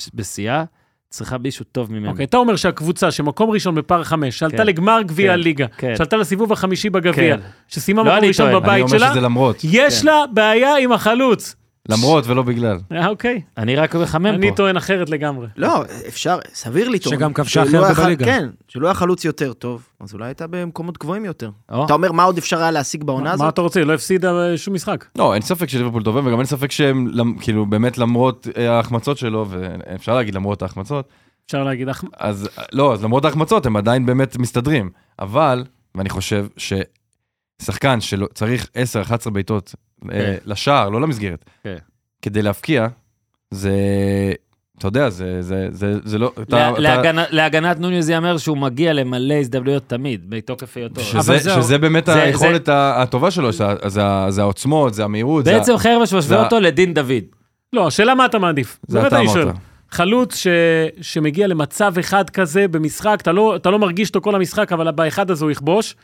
A: ש- בשיאה צריכה מישהו טוב ממנו.
B: אוקיי, אתה אומר שהקבוצה שמקום ראשון בפער חמש, שעלתה
A: כן.
B: לגמר גביע
A: כן.
B: הליגה,
A: כן.
B: שעלתה לסיבוב החמישי בגביע,
A: כן.
B: שסיימה
A: לא,
B: מקום
A: אני
B: ראשון
A: טוען,
C: אני
B: בבית
C: אומר
B: שלה,
C: שזה לא- למרות.
B: יש
A: כן.
B: לה בעיה עם החלוץ.
C: למרות ולא בגלל.
B: אה, אוקיי,
A: אני רק מחמם
B: אני
A: פה.
B: טוען אחרת לגמרי.
D: לא, אפשר, סביר לטעון.
E: שגם כבשה
D: שלא
E: הכי הרבה
D: היה ח-
E: בליגה.
D: כן, שלא היה חלוץ יותר טוב, אז אולי הייתה במקומות גבוהים יותר.
A: או,
D: אתה אומר, מה עוד אפשר היה להשיג בעונה
B: מה- מה
D: הזאת?
B: אתה רוצה? היא לא הפסידה אה, שום משחק.
C: לא, אין ספק שליברפול טובה, וגם אין ספק שהם, למ- כאילו, באמת למרות אה, ההחמצות שלו, ואפשר להגיד למרות ההחמצות,
B: אפשר להגיד, אח-
C: אז אה, לא, אז למרות ההחמצות הם עדיין באמת מסתדרים. אבל, ואני חושב ששחקן שצריך 10-11 בעיטות
B: כן.
C: אה, לשער, לא למסגרת,
A: כן.
C: כדי להפקיע, זה, אתה יודע, זה- זה זה- זה לא... אתה-
A: לה-
C: אתה-
A: להגנה- להגנת נוניז ייאמר שהוא מגיע למלא הזדמנויות תמיד, בתוקף היותו.
C: שזה,
E: זהו.
C: שזה באמת
A: זה-
C: היכולת ה- הטובה שלו, זה, ה- זה, ה- זה העוצמות, זה המהירות, זה,
A: בעצם חרמש משווה
C: זה-
A: אותו לדין דוד.
B: לא, השאלה מה אתה מעדיף.
C: זה
B: באמת
C: אתה
B: אני
C: אמרת.
B: שואל. חלוץ ש... שמגיע למצב אחד כזה במשחק, אתה לא, אתה לא מרגיש אותו כל המשחק, אבל באחד הזה הוא יכבוש,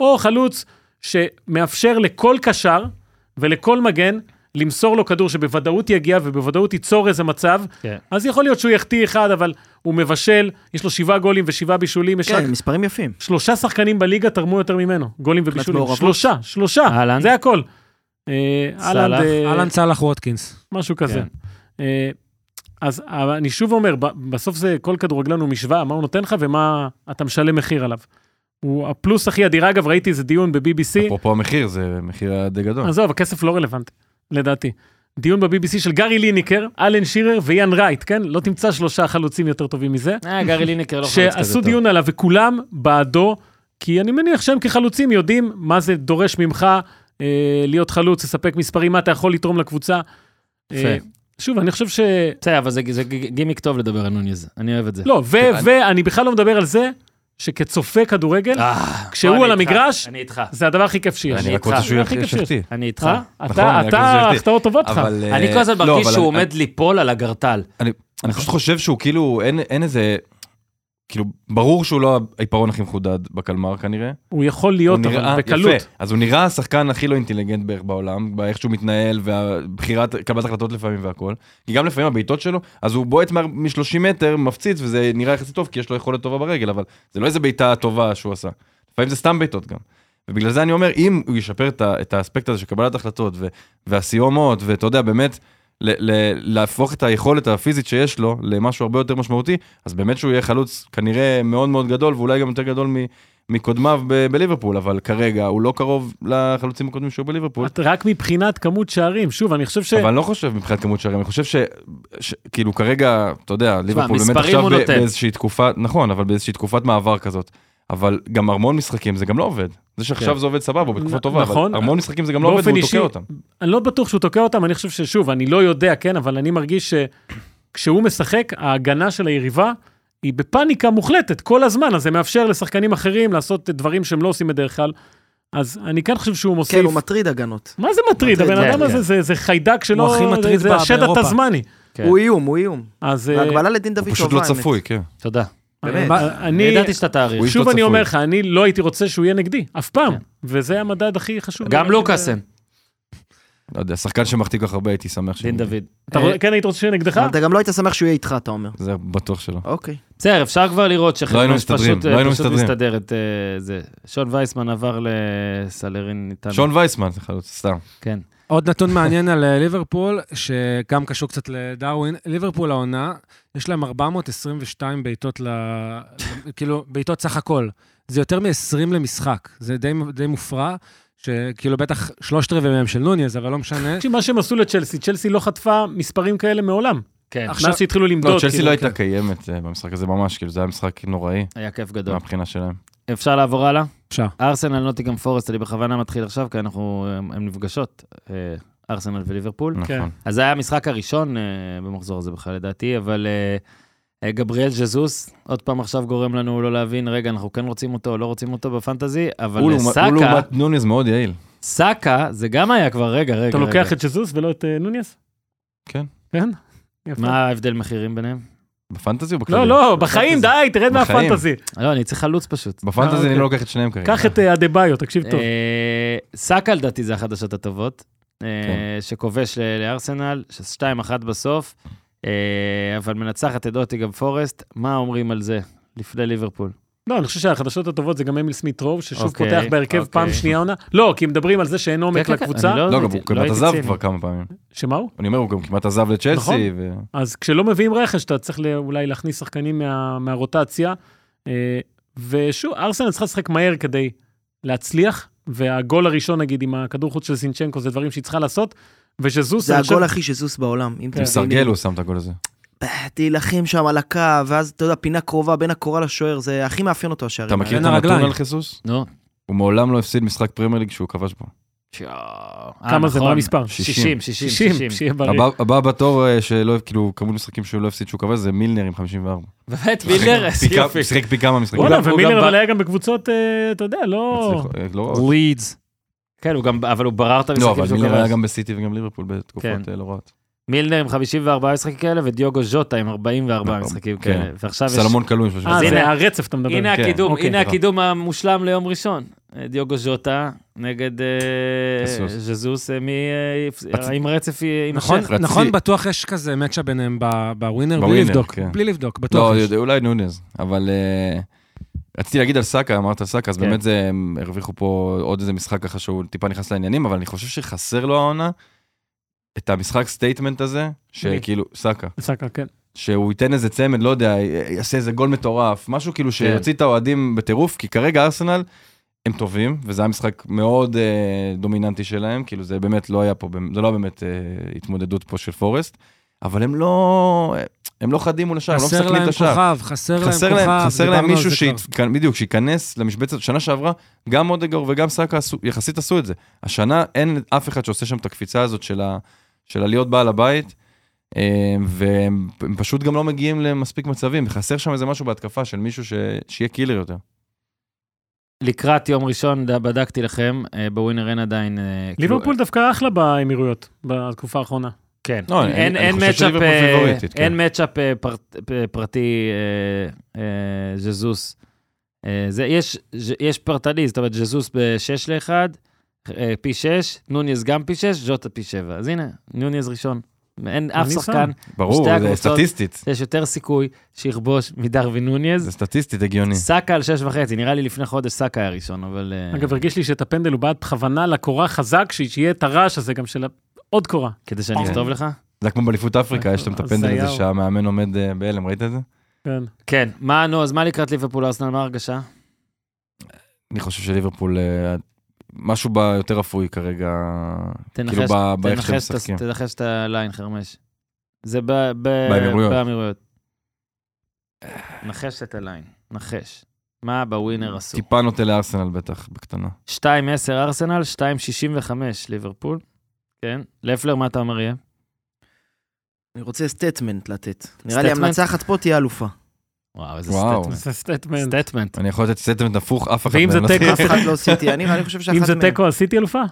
B: או חלוץ שמאפשר לכל קשר ולכל מגן למסור לו כדור שבוודאות יגיע ובוודאות ייצור איזה מצב,
A: כן.
B: אז יכול להיות שהוא יחטיא אחד, אבל הוא מבשל, יש לו שבעה גולים ושבעה בישולים, יש רק
D: כן, מספרים יפים.
B: שלושה שחקנים בליגה תרמו יותר ממנו, גולים ובישולים.
D: מעורבות.
B: שלושה, שלושה,
A: אהלן.
B: זה הכל. אה,
A: סלאח.
B: אהלן, אה,
E: אהלן סאלח ווטקינס.
B: משהו כזה.
A: כן.
B: אה, אז אבל אני שוב אומר, ב- בסוף זה כל כדורגלן הוא משוואה, מה הוא נותן לך ומה אתה משלם מחיר עליו. הוא הפלוס הכי אדיר, אגב, ראיתי איזה דיון ב-BBC,
C: אפרופו המחיר, זה מחיר היה די גדול.
B: עזוב, הכסף לא רלוונטי, לדעתי. דיון ב-BBC של גארי ליניקר, אלן שירר ויאן רייט, כן? לא תמצא שלושה חלוצים יותר טובים מזה.
A: אה, גארי לינקר לא חלוץ כזה
B: שעשו
A: טוב.
B: דיון עליו וכולם בעדו, כי אני מניח שהם כחלוצים יודעים מה זה דורש ממך אה, להיות חלוץ, לספק מספרים, מה אתה יכול לתרום לקבוצה.
A: יפה.
B: אה, שוב, אני חושב ש...
A: בסדר, אבל זה- זה ג- גימיק טוב לדבר על נוניז, אני אוהב את זה.
B: לא, ו- ואני בכלל לא מדבר על זה שכצופה כדורגל,
A: אה,
B: כשהוא
A: בוא,
B: על
A: אני איתך,
B: המגרש-
A: אני איתך,
B: זה הדבר הכי כיף שיש.
A: אני
C: אני
A: איתך.
C: רק רוצה שהוא
B: הכי כיף שיש.
C: יחטיא.
A: אני איתך.
B: אה?
C: נכון,
B: אתה,
C: אני רק רוצה
B: אתה,
C: להחטיא.
B: ההחטאות טובות לך.
C: אבל, אה,
A: אני כל הזמן
C: לא,
A: מרגיש
C: אבל
A: שהוא
C: אני-
A: עומד ליפול על הגרטל.
C: אני פשוט חושב שהוא כאילו, אין- אין איזה... כאילו, ברור שהוא לא העיפרון הכי מחודד בקלמר כנראה.
B: הוא יכול להיות,
C: הוא נראה-
B: אבל בקלות.
C: יפה. אז הוא נראה השחקן הכי לא אינטליגנט בערך בעולם, באיך שהוא מתנהל, והבחירת, קבלת החלטות לפעמים והכל. כי גם לפעמים הבעיטות שלו, אז הוא בועט מה- מ-30 מטר, מפציץ, וזה נראה יחסית טוב, כי יש לו יכולת טובה ברגל, אבל זה לא איזה בעיטה טובה שהוא עשה. לפעמים זה סתם בעיטות גם. ובגלל זה אני אומר, אם הוא ישפר את, ה- את האספקט הזה של קבלת החלטות, ו- והסיומות, ואתה יודע, באמת, ל- ל- להפוך את היכולת הפיזית שיש לו למשהו הרבה יותר משמעותי, אז באמת שהוא יהיה חלוץ כנראה מאוד מאוד גדול, ואולי גם יותר גדול מ- מקודמיו ב- בליברפול, אבל כרגע הוא לא קרוב לחלוצים הקודמים שהיו בליברפול.
B: את- רק מבחינת כמות שערים, שוב, אני חושב ש...
C: אבל אני לא חושב מבחינת כמות שערים, אני חושב ש... ש... כאילו כרגע, אתה יודע, ליברפול באמת
A: מספרים
C: עכשיו
A: הוא
C: ב-
A: נותן.
C: באיזושהי תקופה, נכון, אבל באיזושהי תקופת מעבר כזאת. אבל גם ארמון משחקים זה גם לא עובד. זה שעכשיו
A: כן.
C: זה עובד סבבה, הוא בתקופה
B: נ-
C: טובה,
B: נכון.
C: אבל ארמון משחקים זה גם לא עובד
B: באופן
C: והוא
B: אישי-
C: תוקע אותם.
B: אני לא בטוח שהוא תוקע אותם, אני חושב ששוב, אני לא יודע, כן, אבל אני מרגיש שכשהוא משחק, ההגנה של היריבה היא בפאניקה מוחלטת כל הזמן, אז זה מאפשר לשחקנים אחרים לעשות דברים שהם לא עושים בדרך כלל. אז אני כן חושב שהוא
D: כן,
B: מוסיף...
D: הוא מטריד הגנות.
B: מה זה מטריד?
D: מטריד,
B: הבן
A: כן,
B: אדם הזה
A: כן.
B: זה- זה חיידק שלא...
E: הוא הכי מטריד
B: זה
E: ב-
B: השד
E: באירופה.
B: התזמני.
A: כן.
D: הוא איום, הוא איום.
B: אז... אה,
D: ההגבלה לדין דוד טובה.
C: הוא פשוט לא
D: האמת.
C: צפוי, כן.
A: תודה.
D: באמת.
B: אה,
A: אני
B: אני...
A: ידעתי שאתה תאריך.
C: הוא איש לא
B: שוב אני
C: צפוי.
B: אומר לך, אני לא הייתי רוצה שהוא יהיה נגדי, אף פעם.
A: כן.
B: וזה המדד הכי חשוב. אה,
A: גם
B: לדעתי.
A: לוקאסן,
C: לא יודע, שחקן שמחטיא כך הרבה, הייתי שמח ש...
A: דין דוד.
B: אתה
A: אה,
B: רואה- כן היית רוצה שהוא יהיה נגדך?
D: אבל אתה גם לא היית שמח שהוא יהיה איתך, אתה אומר.
C: זה בטוח שלא.
D: אוקיי.
A: בסדר, אפשר כבר לראות
C: לא היינו
A: שחלק
C: מסתדרים,
A: פשוט אה,
C: לא היינו
A: פשוט
C: מסתדרים.
A: מסתדר את אה, זה. שון וייסמן עבר לסלרין איתנו.
C: שון וייסמן זה חלוץ, סתם.
A: כן.
E: עוד נתון מעניין על אה, ליברפול, שגם קשור קצת לדרווין. ליברפול העונה, יש להם 422 בעיטות, ל... כאילו, בעיטות סך הכל. זה יותר מ-20 למשחק. זה די, די מופרע, שכאילו בטח שלושת רבעי מהם של נוניז, אבל לא משנה.
B: תקשיב, מה שהם עשו לצ'לסי, צ'לסי לא חטפה מספרים כאלה מעולם.
A: כן,
E: עכשיו-
B: מאז שהתחילו למדוד.
C: לא, צ'לסי
B: כאילו,
C: לא הייתה קיימת אה, במשחק הזה ממש, כאילו זה היה משחק נוראי
A: היה כיף גדול.
C: מהבחינה שלהם.
A: אפשר לעבור הלאה?
E: אפשר.
A: ארסנל נוטיגם פורסט, אני בכוונה מתחיל עכשיו, כי אנחנו, הם- הם נפגשות, אה, ארסנל וליברפול.
B: כן.
C: נכון.
A: אז זה היה המשחק הראשון אה, במחזור הזה בכלל, לדעתי, אבל אה, אה, גבריאל ז'זוס, עוד פעם עכשיו גורם לנו לא להבין, רגע, אנחנו כן רוצים אותו או לא רוצים אותו בפנטזי, אבל
C: הוא
A: אה,
C: לעומת-
A: סאקה,
C: הוא לעומת נוניז מאוד יעיל.
A: סאקה, זה גם היה כבר, רגע, רגע.
B: אתה
A: רגע.
B: לוקח את שזוס ולא את אה, נוניס?
C: כן.
B: כן? יפה.
A: מה ההבדל מחירים ביניהם?
C: בפנטזי או בכללי?
B: לא, לא, בחיים, די, תרד
C: בחיים. כן.
B: מהפנטזי.
A: לא, אני צריך חלוץ פשוט.
B: אה,
C: בפנטזי
B: אוקיי.
C: אני לא לוקח את שניהם כרגע.
B: קח את אה, אדה-ביו, תקשיב טוב.
A: אה, סאקה לדעתי זה החדשות הטובות, אה,
C: כן.
A: שכובש ל- לארסנל, ש- 2-1 בסוף, אה, אבל מנצחת את אוטיגם פורסט, מה אומרים על זה לפני ליברפול?
B: לא, אני חושב שהחדשות הטובות זה גם אמיל סמית רוב, ששוב
A: אוקיי,
B: פותח בהרכב
A: אוקיי.
B: פעם שנייה עונה. לא, כי מדברים על זה שאין עומק
A: כן, כן, כן,
B: לקבוצה.
A: אני
C: לא, גם
A: הייתי-
C: הוא כמעט
A: הייתי
C: עזב
A: ציני.
C: כבר כמה פעמים.
B: שמה הוא?
C: אני אומר, הוא גם כמעט עזב
B: נכון.
C: לצ'לסי.
A: כן,
C: ו-
B: אז כשלא מביאים רכש, אתה צריך לא- אולי להכניס שחקנים מה- מהרוטציה. אה, ושוב, ארסנל צריכה לשחק מהר כדי להצליח, והגול הראשון, נגיד, עם הכדור חוץ של סינצ'נקו, זה דברים שהיא צריכה לעשות, ושזוס...
D: זה
B: אני חושב- כן.
D: הגול הכי שזוס בעולם. אם
B: עם
C: עם
D: תביני.
C: סרגל הוא שם את הגול הזה.
D: תילחם שם על הקו, ואז, אתה יודע, פינה קרובה בין הקורה לשוער, זה הכי מאפיין אותו השערים.
C: אתה מכיר את
E: בין
C: הנתון
E: הרגליים.
C: על חיסוס?
A: נו.
C: הוא מעולם לא הפסיד משחק פרמייר ליג שהוא כבש בו.
B: כמה זה? מה המספר?
A: 60, 60,
B: 60,
A: 60.
B: שיהיה בריא.
C: הבא- הבא בתור אה, שלא, כאילו, כמות משחקים שהוא לא הפסיד שהוא כבש זה מילנר עם 54.
A: באמת, מילר, איזה
C: פי כמה-
A: יופי.
C: שיחק פי כמה משחקים.
B: וואלה,
A: הוא גם- הוא
B: ומילר
A: גם
B: אבל
A: בא-
B: היה גם בקבוצות, אה, אתה יודע, לא...
C: הצליחו, אה, לא רע.
E: לידס.
A: כן, הוא גם, אבל הוא ברר את
C: לא,
A: המשחקים
C: אבל
A: שהוא
C: מילנר היה
A: קבע.
C: גם בסיטי וגם ליברפול בתקופות
A: כן.
C: אה, לא רעות.
A: מילנר עם 54 משחקים כאלה, ודיוגו ז'וטה עם 44 משחקים
C: כן.
A: כאלה. ועכשיו יש...
C: סלומון כלוא עם
B: אה,
A: אז
C: 30.
A: הנה-
B: זה הרצף אתה מדבר.
A: הנה
C: כן,
A: הקידום,
B: אוקיי.
A: הנה הקידום המושלם ליום ראשון. אה, דיוגו ז'וטה נגד אה,
C: ז'סוס.
A: ז'זוס, אה, מי, אה, יפס-
C: רצ-
A: עם רצף י- יימשך.
E: נכון,
C: רציתי-
E: נכון, בטוח יש כזה מצ'ה ביניהם ב- בווינר, בלי
C: בווינר,
E: לבדוק,
C: כן.
E: בלי לבדוק, בטוח
C: לא,
E: יש.
C: יודע, אולי נונז, אבל אה, רציתי להגיד על סאקה, אמרת על סאקה, אז
A: כן.
C: באמת זה, הם הרוויחו פה עוד איזה משחק ככה שהוא טיפה נכנס לעניינים, אבל אני חושב שחסר לו העונה את המשחק סטייטמנט הזה, שכאילו, סאקה,
B: סאקה, כן.
C: שהוא ייתן איזה צמד, לא יודע, י- יעשה איזה גול מטורף, משהו כאילו
E: כן.
C: שיוציא את האוהדים בטירוף, כי כרגע ארסנל הם טובים, וזה היה משחק מאוד אה, דומיננטי שלהם, כאילו זה באמת לא היה פה, במ- זה לא היה באמת אה, התמודדות פה של פורסט, אבל הם לא, הם לא חדים מול השער, הם לא
E: חסר
C: מסכנים את
E: להם
C: השער.
E: כוכב, חסר להם
C: חסר
E: כוכב,
C: להם, חסר
E: דיברנו
C: להם
E: על
C: מישהו
E: זה כבר.
C: שייתכן, בדיוק, שייכנס למשבצת, שנה שעברה, גם אודגור וגם סאקה עשו, יחסית עשו את זה. השנה אין אף אחד שעושה שם את הקפיצה הזאת של, ה, של הלהיות בעל הבית, אה, והם הם פשוט גם לא מגיעים למספיק מצבים, חסר שם איזה משהו בהתקפה של מישהו ש, שיהיה קילר יותר.
A: לקראת יום ראשון ד- בדקתי לכם, אה, בווינר אין עדיין... אה, כאילו-
B: ליברפול דווקא אחלה באמירויות, בתקופה האחרונה.
A: כן.
C: לא, אני-
A: אין-
C: אני
A: אין
C: חושב
A: מצ'אפ,
C: שליברפול
A: אה,
C: פיבוריטית, כן.
A: אין מצ'אפ אה, פרט- אה, פרטי אה, אה, ז'זוס. אה, זה- יש- ז'- יש פרטני, זאת אומרת, ז'זוס ב-6 ל-1, פי 6, נוניז גם פי 6, ז'וטה פי 7. אז הנה, נוניז ראשון. אין אף
B: אני
A: שחקן שתי
C: ברור, זה
A: הקבוצות-
C: סטטיסטית,
A: שיש יותר סיכוי שיכבוש מדרווין נוניז.
C: זה סטטיסטית הגיוני.
A: סאקה על 6 וחצי, נראה לי לפני חודש סאקה היה ראשון, אבל...
C: כן.
A: אה,
B: אגב, הרגיש לי שאת הפנדל הוא בעט בכוונה לקורה חזק, ש- שיהיה את הרעש הזה גם של ה- עוד קורה.
A: כדי שאני
C: כן.
A: אכתוב לך?
C: זה כמו באליפות אפריקה, יש שם את
B: אז
C: הפנדל
B: היה
C: הזה
B: הוא.
C: שהמאמן עומד אה, בהלם, ראית את זה?
B: כן.
A: כן. מה, נו, אז מה לקראת ליברפול ארסנל, מה ההרגשה?
C: אני חושב שליברפול, אה, משהו בה יותר אפוי כרגע, כאילו
A: תנחש,
C: ב- באיך שהם
A: תנחש,
C: משחקים.
A: את- תנחש את הליין, חרמש. זה ב- ב-
C: באמירויות. אה.
A: באמירויות. נחש את הליין, נחש. מה בווינר עשו?
C: טיפה נוטה לארסנל בטח, בקטנה.
A: 2-10 ארסנל, 2-65 ליברפול. כן. לפלר, מה אתה אומר יהיה?
D: אני רוצה סטטמנט לתת. נראה לי
A: סטטמנט?
D: המנצחת פה תהיה אלופה.
A: וואו, איזה
C: וואו.
A: סטטמנט.
B: זה סטטמנט.
A: סטטמנט.
C: אני יכול לתת סטטמנט הפוך, אף אחד
B: ואם זה
C: מהם לא
B: תיקו?
D: אף אחד לא עשיתי, אני אני חושב שאחת
B: אם
D: מהן.
B: זה תיקו, עשיתי אלופה?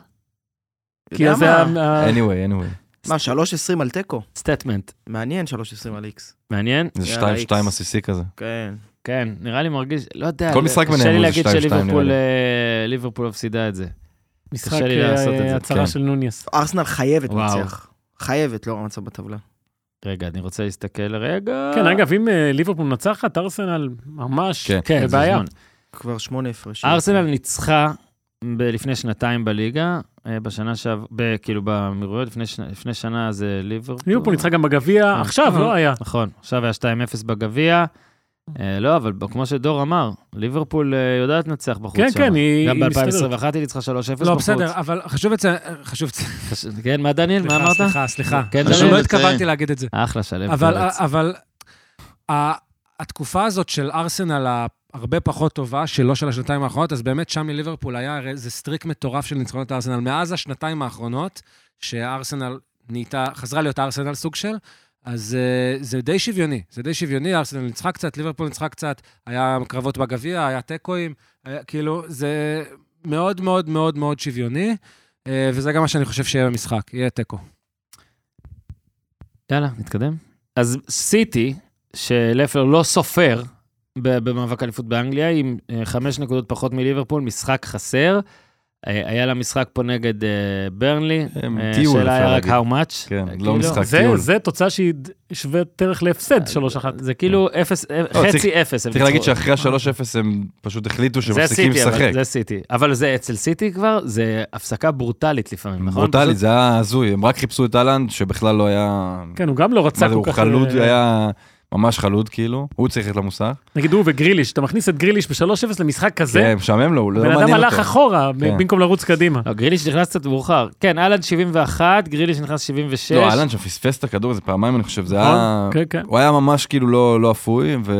B: כי
D: יודע
B: אז זה
D: מה?
B: ה- ה-
C: anyway, anyway.
D: מה, 3.20 על תיקו?
A: סטטמנט.
D: מעניין 3.20 על איקס.
A: מעניין?
C: זה
D: יאללה,
C: 2-2
D: איקס.
C: עסיסי כזה.
D: כן.
A: כן, נראה לי מרגיש, לא יודע.
C: כל משחק
A: קשה
C: ביניהם
A: לי
C: הוא
A: להגיד
C: 2-2 נראה
A: שליברפול
C: לי.
A: אה, ליברפול הפסידה את זה.
B: משחק
A: קשה לי
B: אה,
A: לעשות את זה,
B: הצהרה
C: כן.
B: של נוניאס.
D: ארסנל חייבת
A: וואו.
D: לנצח. חייבת, לא המצב בטבלה.
A: רגע, אני רוצה להסתכל רגע.
B: כן, אגב, אם אה, ליברפול מנצחת, ארסנל ממש אה,
C: כן.
A: כן, זה
B: בבעיה.
A: זמן.
D: כבר שמונה הפרשים.
B: כאילו.
A: ארסנל ניצחה ב- לפני שנתיים בליגה, אה, בשנה שעב... ב- כאילו באמירויות, לפני, שנ... לפני שנה זה ליברפול.
B: ליברפול ניצחה גם
C: כן.
B: בגביע, עכשיו
A: אה.
B: לא היה.
A: נכון, עכשיו היה 2-0 בגביע. אה, לא, אבל ב- כמו שדור אמר, ליברפול אה, יודעת לנצח בחוץ
B: כן,
A: שם.
B: כן, היא
A: גם
B: היא מסתדרת.
A: ב-2021 היא ניצחה 3-0 בחוץ.
E: לא, בסדר, אבל חשוב לציין, חשוב לציין,
A: חש- כן, מה דניאל? מה
E: סליחה,
A: אמרת?
E: סליחה, סליחה.
A: כן,
E: אני
A: דניאל,
E: לא
A: לציין.
E: התכוונתי להגיד את זה.
A: אחלה שלו.
E: אבל, אבל ה- התקופה הזאת של ארסנל הרבה פחות טובה, שלא של השנתיים האחרונות, אז באמת שם לליברפול היה הרי איזה סטריק מטורף של ניצחונות ארסנל. מאז השנתיים האחרונות, שארסנל נהייתה, חזרה להיות ארסנל סוג של, אז אה, זה די שוויוני, זה די שוויוני, ארסנל ניצחה קצת, ליברפול ניצחה קצת, היה קרבות בגביע, היה תיקואים, היה- כאילו, זה מאוד מאוד מאוד מאוד שוויוני, אה, וזה גם מה שאני חושב שיהיה במשחק, יהיה תיקו.
A: יאללה, נתקדם. אז סיטי, שלפלר לא סופר ב- במאבק אליפות באנגליה, עם אה, חמש נקודות פחות מליברפול, משחק חסר. אה, היה לה משחק פה נגד אה, ברנלי.
C: הם
A: אה,
C: טיול,
A: השאלה
C: אפשר
A: היה רק
C: להגיד.
A: how much.
C: כן,
A: אה,
C: לא
A: כאילו,
C: משחק.
B: זה-
C: טיול. אה,
B: זה תוצאה שהיא שווה ערך להפסד 3-1.
A: זה כאילו אפס, אה,
C: לא, צריך-
A: חצי אפס. הם
C: צריך להגיד
A: ניצחו.
C: שאחרי ה-3-0 הם פשוט החליטו
A: זה
C: שמפסיקים
A: סיטי, אבל-
C: לשחק.
A: זה סיטי. אבל זה אצל סיטי כבר, זה הפסקה ברוטלית לפעמים, נכון?
C: ברוטלי,
A: פשוט-
C: זה היה הזוי, הם רק חיפשו את אהלנד, שבכלל לא היה...
B: כן, הוא גם לא רצה
C: מה זה,
B: כל
C: הוא
B: כך...
C: חלוד,
B: אה,
C: היה ממש חלוד כאילו, הוא צריך ללכת למוסך.
B: נגיד הוא וגריליש, אתה מכניס את גריליש ב-3-0 למשחק כזה,
C: כן, משעמם לו, הוא לא
B: בן
C: מעניין אותו.
B: אדם הלך אחורה
C: כן.
B: במקום לרוץ קדימה.
A: לא, גריליש נכנס קצת מאוחר. כן, אהלן 71, גריליש נכנס 76.
C: לא, אהלנד שם פספס את הכדור הזה פעמיים, אני חושב, זה היה...
A: אה?
B: נכון? כן, כן.
C: הוא היה ממש כאילו לא לא אפוי, ו...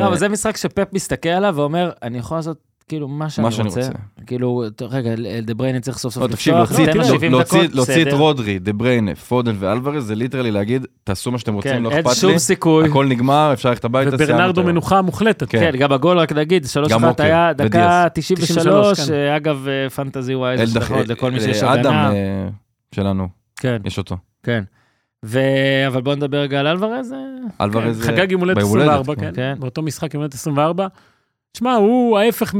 A: לא, אבל זה משחק שפפ מסתכל עליו ואומר, אני יכול לעשות כאילו מה שאני
C: מה שאני
A: רוצה.
C: רוצה.
A: כאילו, "טוב, רגע, דה בריינה צריך סוף סוף
C: לא,
A: לפתוח,
C: תקשיב, להוציא את-
A: ניתן לו
C: לא,
A: 70
C: להוציא-
A: דקות,
C: להוציא את
A: בסדר."
C: רודרי, דה בריינה, פודן ואלוורז, זה ליטרלי להגיד, תעשו מה שאתם רוצים,
A: כן,
C: לא
A: אין
C: אכפת לי,
A: שום סיכוי.
C: הכל נגמר, אפשר ללכת הביתה, סיימנו את
B: וברנרדו
C: היום.
B: מנוחה מוחלטת.
C: כן.
A: כן, גם הגול, רק נגיד, 3-1
C: גם אוקיי,
A: היה
C: ודיאס.
A: דקה
B: 93,
A: 93,
B: כן.
A: אה, אגב, פנטזי ווייז,
C: אלדח-
A: השלכות לכל מי שיש
C: אה, אדם
A: הגנה.
C: אה, שלנו,
A: כן,
C: יש אותו.
A: כן. ו... אבל בוא נדבר רגע על אלוורז. אה,
C: אלוורז... אה,
B: כן. חגג יום הולדת
C: בהולדת,
B: 24,
C: כן.
B: כן,
A: כן.
B: באותו משחק יום הולדת 24. שמע, הוא ההפך מ...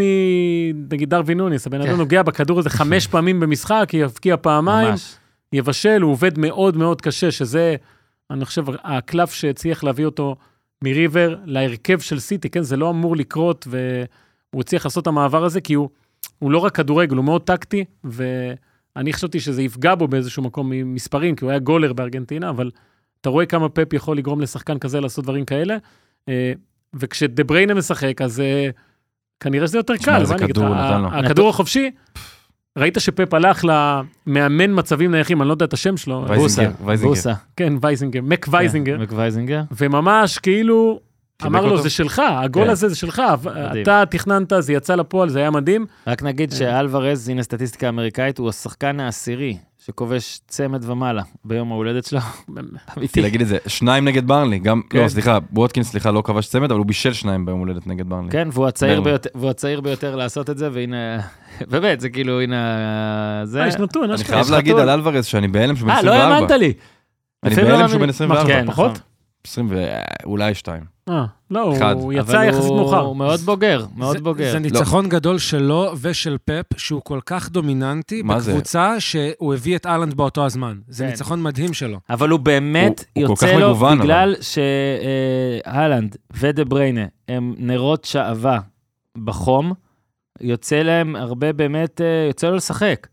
B: נגיד דרבי נוניס, הבן
A: כן.
B: אדם נוגע בכדור הזה חמש פעמים במשחק, יבקיע פעמיים,
A: ממש.
B: יבשל, הוא עובד מאוד מאוד קשה, שזה, אני חושב, הקלף שהצליח להביא אותו מריבר להרכב של סיטי, כן? זה לא אמור לקרות, והוא הצליח לעשות את המעבר הזה, כי הוא, הוא לא רק כדורגל, הוא מאוד טקטי, ואני חשבתי שזה יפגע בו באיזשהו מקום ממספרים, כי הוא היה גולר בארגנטינה, אבל אתה רואה כמה פאפ יכול לגרום לשחקן כזה לעשות דברים כאלה, אה, וכשדה בריינה משחק, אז אה, כנראה שזה יותר
C: תשמע,
B: קל,
C: איזה
B: מה אני אגיד,
C: כדור הוא
B: ה-
C: נתן לו.
B: הכדור החופשי, ראית שפאפ הלך למאמן מצבים נייחים, אני לא יודע את השם שלו,
C: וייז- וייזינגר,
A: בוסה,
C: וייזינגר.
A: בוסה.
B: כן, וייזינגר, מק וייזינגר,
A: כן, מק וייזינגר.
B: וממש כאילו,
C: חיבק
B: אמר לו,
C: אותו?
B: זה שלך, הגול
C: כן.
B: הזה זה שלך,
A: מדהים.
B: אתה תכננת, זה יצא לפועל, זה היה מדהים.
A: רק
B: אה.
A: נגיד שאלוורז, הנה סטטיסטיקה אמריקאית, הוא השחקן העשירי שכובש צמד ומעלה ביום ההולדת שלו.
C: רציתי
A: אמיתי.
C: להגיד את זה, שניים נגד ברנלי, גם,
A: כן.
C: לא, סליחה, וודקינס, סליחה, לא כבש צמד, אבל הוא בישל שניים ביום הולדת נגד ברנלי.
A: כן, והוא הצעיר,
C: ברמן.
A: ביותר, והוא הצעיר ביותר לעשות את זה, והנה, באמת, זה כאילו, הנה, ה- זה...
B: אה, יש נתון,
C: אני
B: אשכרה.
C: חייב
A: יש
C: להגיד
A: חתול.
C: על אלוורז שאני בהלם שהוא בן
A: אה, לא
C: 24.
A: האמנת לי.
C: אני
A: לפעמים לא
C: בהלם שהוא
A: מאמין
C: בן
A: לי.
C: 24.
A: כן,
B: פחות?
A: נכון.
C: 20 ואולי 2.
B: אה, לא, הוא-
C: אחד.
B: הוא
A: אבל
B: יצא יחסית
A: הוא-
B: מאוחר.
A: הוא מאוד בוגר, מאוד
E: זה-
A: בוגר.
C: לא.
E: זה ניצחון גדול שלו ושל פפ, שהוא כל כך דומיננטי
C: מה זה?
E: בקבוצה שהוא הביא את אהלנד באותו הזמן. זה
A: כן.
E: ניצחון מדהים שלו.
A: אבל הוא באמת
C: הוא- הוא כל
A: יוצא
C: כך
A: לו,
C: מגוון,
A: בגלל שהלנד ודה בריינה הם נרות שעווה בחום, יוצא להם הרבה באמת, אה, יוצא לו לשחק.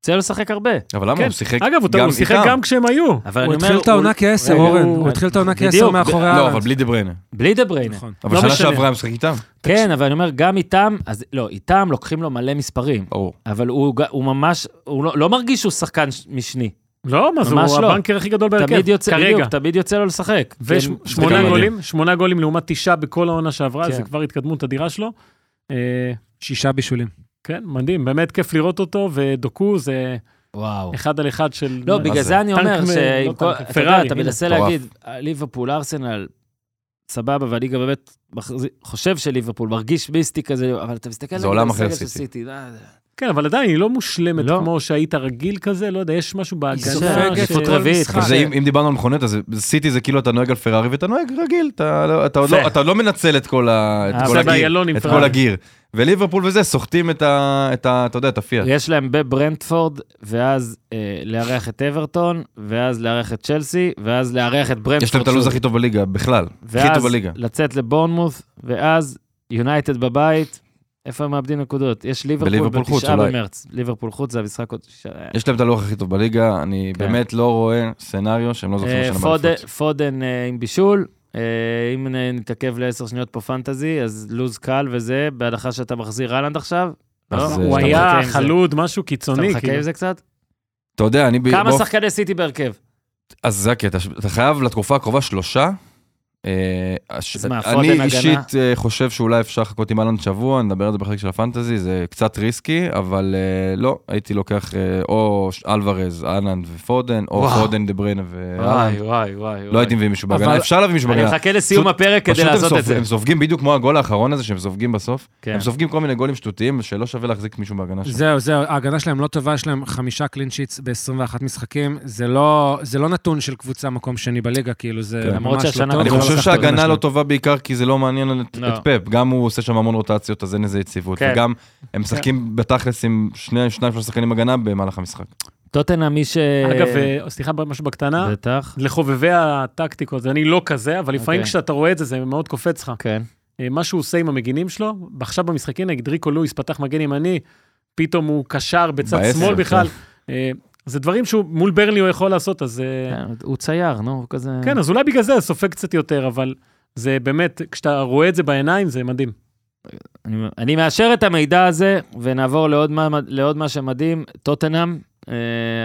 A: יוצא לו לשחק הרבה.
C: אבל למה
B: כן.
C: הוא שיחק
B: אגב, הוא- הוא שיחק
C: איתם.
B: גם כשהם היו.
A: אבל
E: הוא
A: אני אומר,
E: התחיל את העונה כעשר,
A: רגע,
E: אורן.
B: הוא-
E: הוא התחיל את העונה
A: בדיוק,
E: כעשר
A: ב-
E: מאחורי
C: לא, אבל
E: אהלנד.
C: בלי דה בריינה.
A: בלי דה בריינה.
E: נכון.
C: אבל
B: לא
C: שנה
B: משנה.
C: שעברה הם משחק איתם.
A: כן, אבל אני אומר, גם איתם, אז לא, איתם לוקחים לו מלא מספרים.
C: ברור.
A: אבל הוא, ג- הוא ממש, הוא לא, לא מרגיש שהוא שחקן ש- משני.
B: לא, מה זה,
A: ממש
B: הוא
A: לא.
B: הבנקר הכי גדול בהרכב,
A: תמיד יוצא,
B: כרגע.
A: בדיוק, תמיד יוצא לו לשחק. כן,
C: זה גם
B: ושמונה
C: מדהים.
B: גולים, שמונה גולים לעומת תשעה בכל העונה שעברה,
A: כן.
B: זה כבר התקדמות אדירה שלו. אה,
E: שישה בישולים.
B: כן, מדהים, באמת כיף לראות אותו, ודוקו זה
A: וואו.
B: אחד על אחד של...
A: לא,
B: מה
A: בגלל
C: זה?
A: זה אני
B: טנק
A: אומר,
B: מ-
A: שעם
B: לא
A: כל-
B: טנק,
A: אתה יודע,
B: פרארי,
A: אתה
B: הנה.
A: מנסה
C: מטורף.
A: להגיד, ליברפול, ארסנל, סבבה, והליגה באמת מחזיק- חושב שליברפול, מרגיש מיסטי כזה, אבל אתה מסתכל נגיד
C: זה עולם אחר,
A: הסגל של
C: סיטי.
A: סיטי, אה,
B: כן, אבל עדיין היא לא מושלמת
A: לא.
B: כמו שהיית רגיל כזה, לא יודע, יש משהו בהגנה.
E: סופגת
B: ש-
A: עדיפות
E: כל
A: רביעית,
E: משחק.
A: אבל
C: זה, אם אם דיברנו על מכוניות, אז סיטי זה כאילו אתה נוהג על פרארי ואתה נוהג רגיל, אתה לא- אתה עוד
A: יפה.
C: לא- אתה עוד לא מנצל את כל ה- את
A: אה,
C: כל
A: זה
C: הגיר,
B: באיילון עם
C: את
B: פרארי.
C: כל הגיר. וליברפול וזה, סוחטים את ה... את ה- אתה יודע, את הפיאט.
A: יש להם בברנדפורד, ואז אה, לארח את אברטון, ואז לארח את צ'לסי, ואז לארח את ברנדפורד.
C: יש להם את הלו"ז
A: שוב.
C: הכי טוב בליגה, בכלל. הכי
A: ואז
C: טוב בליגה.
A: לצאת לבורנמוס, ואז יונייטד בבית. איפה הם מאבדים נקודות? יש ליברפול
C: בליברפול חוץ,
A: בתשעה
C: אולי. לא
A: במרץ. ליברפול חוץ זה המשחק עוד... ש-
C: יש להם את הלוח הכי טוב בליגה, אני
A: כן.
C: באמת לא רואה סצנריו שהם לא זוכרים
A: אה,
C: שנה
A: פוד-
C: באליפות.
A: פודן אה, עם בישול. אה, אם נ- נתעכב לעשר שניות פה פנטזי, אז לוז קל וזה, בהנחה שאתה מחזיר אהלנד עכשיו.
C: אז,
A: לא?
C: אה,
A: שאתה
B: הוא
A: מחכה
B: היה
A: עם זה.
B: חלוד, משהו
A: אתה
B: קיצוני.
A: מחכה
B: כאילו.
A: עם זה קצת?
C: אתה יודע, אני... ב-
A: כמה
C: באופ-
A: שחקני סיטי בהרכב?
C: אז זה הקטע, ש- אתה חייב לתקופה הקרובה שלושה. אה, הש-
A: אז מה, פודן
C: אני
A: הגנה?
C: אישית אה, חושב שאולי אפשר לחכות עם אהלנד שבוע, נדבר על זה בחלק של הפנטזי, זה קצת ריסקי, אבל אה, לא, הייתי לוקח אה, או ש- אלוורז, אהלנד ופודן, או
A: וואו.
C: פודן, דה בריינה ואהלנד.
A: וואי, וואי.
C: אה, לא הייתי מביא מישהו בהגנה,
A: אבל-
C: אפשר להביא מישהו
A: אני
C: בהגנה.
A: מחכה לסיום
C: פשוט-
A: הפרק כדי
C: פשוט הם
A: לעשות
C: סופג-
A: את זה.
C: הם סופגים בדיוק כמו הגול האחרון הזה שהם סופגים בסוף.
A: כן.
C: הם סופגים כל מיני גולים שטותיים שלא שווה להחזיק מישהו בהגנה שם.
E: זהו, זהו, ההגנה שלהם לא טובה, יש להם חמישה קלין שיטס ב-21 משחקים. זה לא, זה לא נתון של קבוצה מקום שני בליגה, כאילו, זה
C: כן.
E: ממש
A: למרות
E: לא
A: שהשנה
E: טוב.
C: אני
E: זה לא
C: חושב
E: לקח את ההגנה
C: שההגנה לא
E: שלהם.
C: טובה בעיקר כי זה לא מעניין את,
A: לא.
C: את פאפ, גם הוא עושה שם המון רוטציות אז אין איזה יציבות,
A: כן.
C: וגם הם משחקים בתכלס עם שני, שניים שלושה שחקנים הגנה במהלך המשחק.
A: טוטנה, מי ש...
B: אגב, אה, סליחה, משהו בקטנה,
A: בטח.
B: לחובבי הטקטיקות, אני לא כזה, אבל לפעמים
A: אוקיי.
B: כשאתה רואה את זה, זה מאוד קופץ לך.
A: כן.
B: אה, מה שהוא עושה עם המגינים שלו, עכשיו במשחקים, נגיד ריקו לואיס פתח מגן ימני, פתאום הוא קשר בצד
C: בעשר,
B: שמאל
C: כן.
B: בכלל. אה, זה דברים שהוא מול ברלי הוא יכול לעשות, אז... אה,
A: כן, הוא צייר, נו, הוא כזה...
B: כן, אז אולי בגלל זה סופג קצת יותר, אבל זה באמת, כשאתה רואה את זה בעיניים, זה מדהים.
A: אני, אני מאשר את המידע הזה, ונעבור לעוד מה, לעוד מה שמדהים, טוטנאם, אה,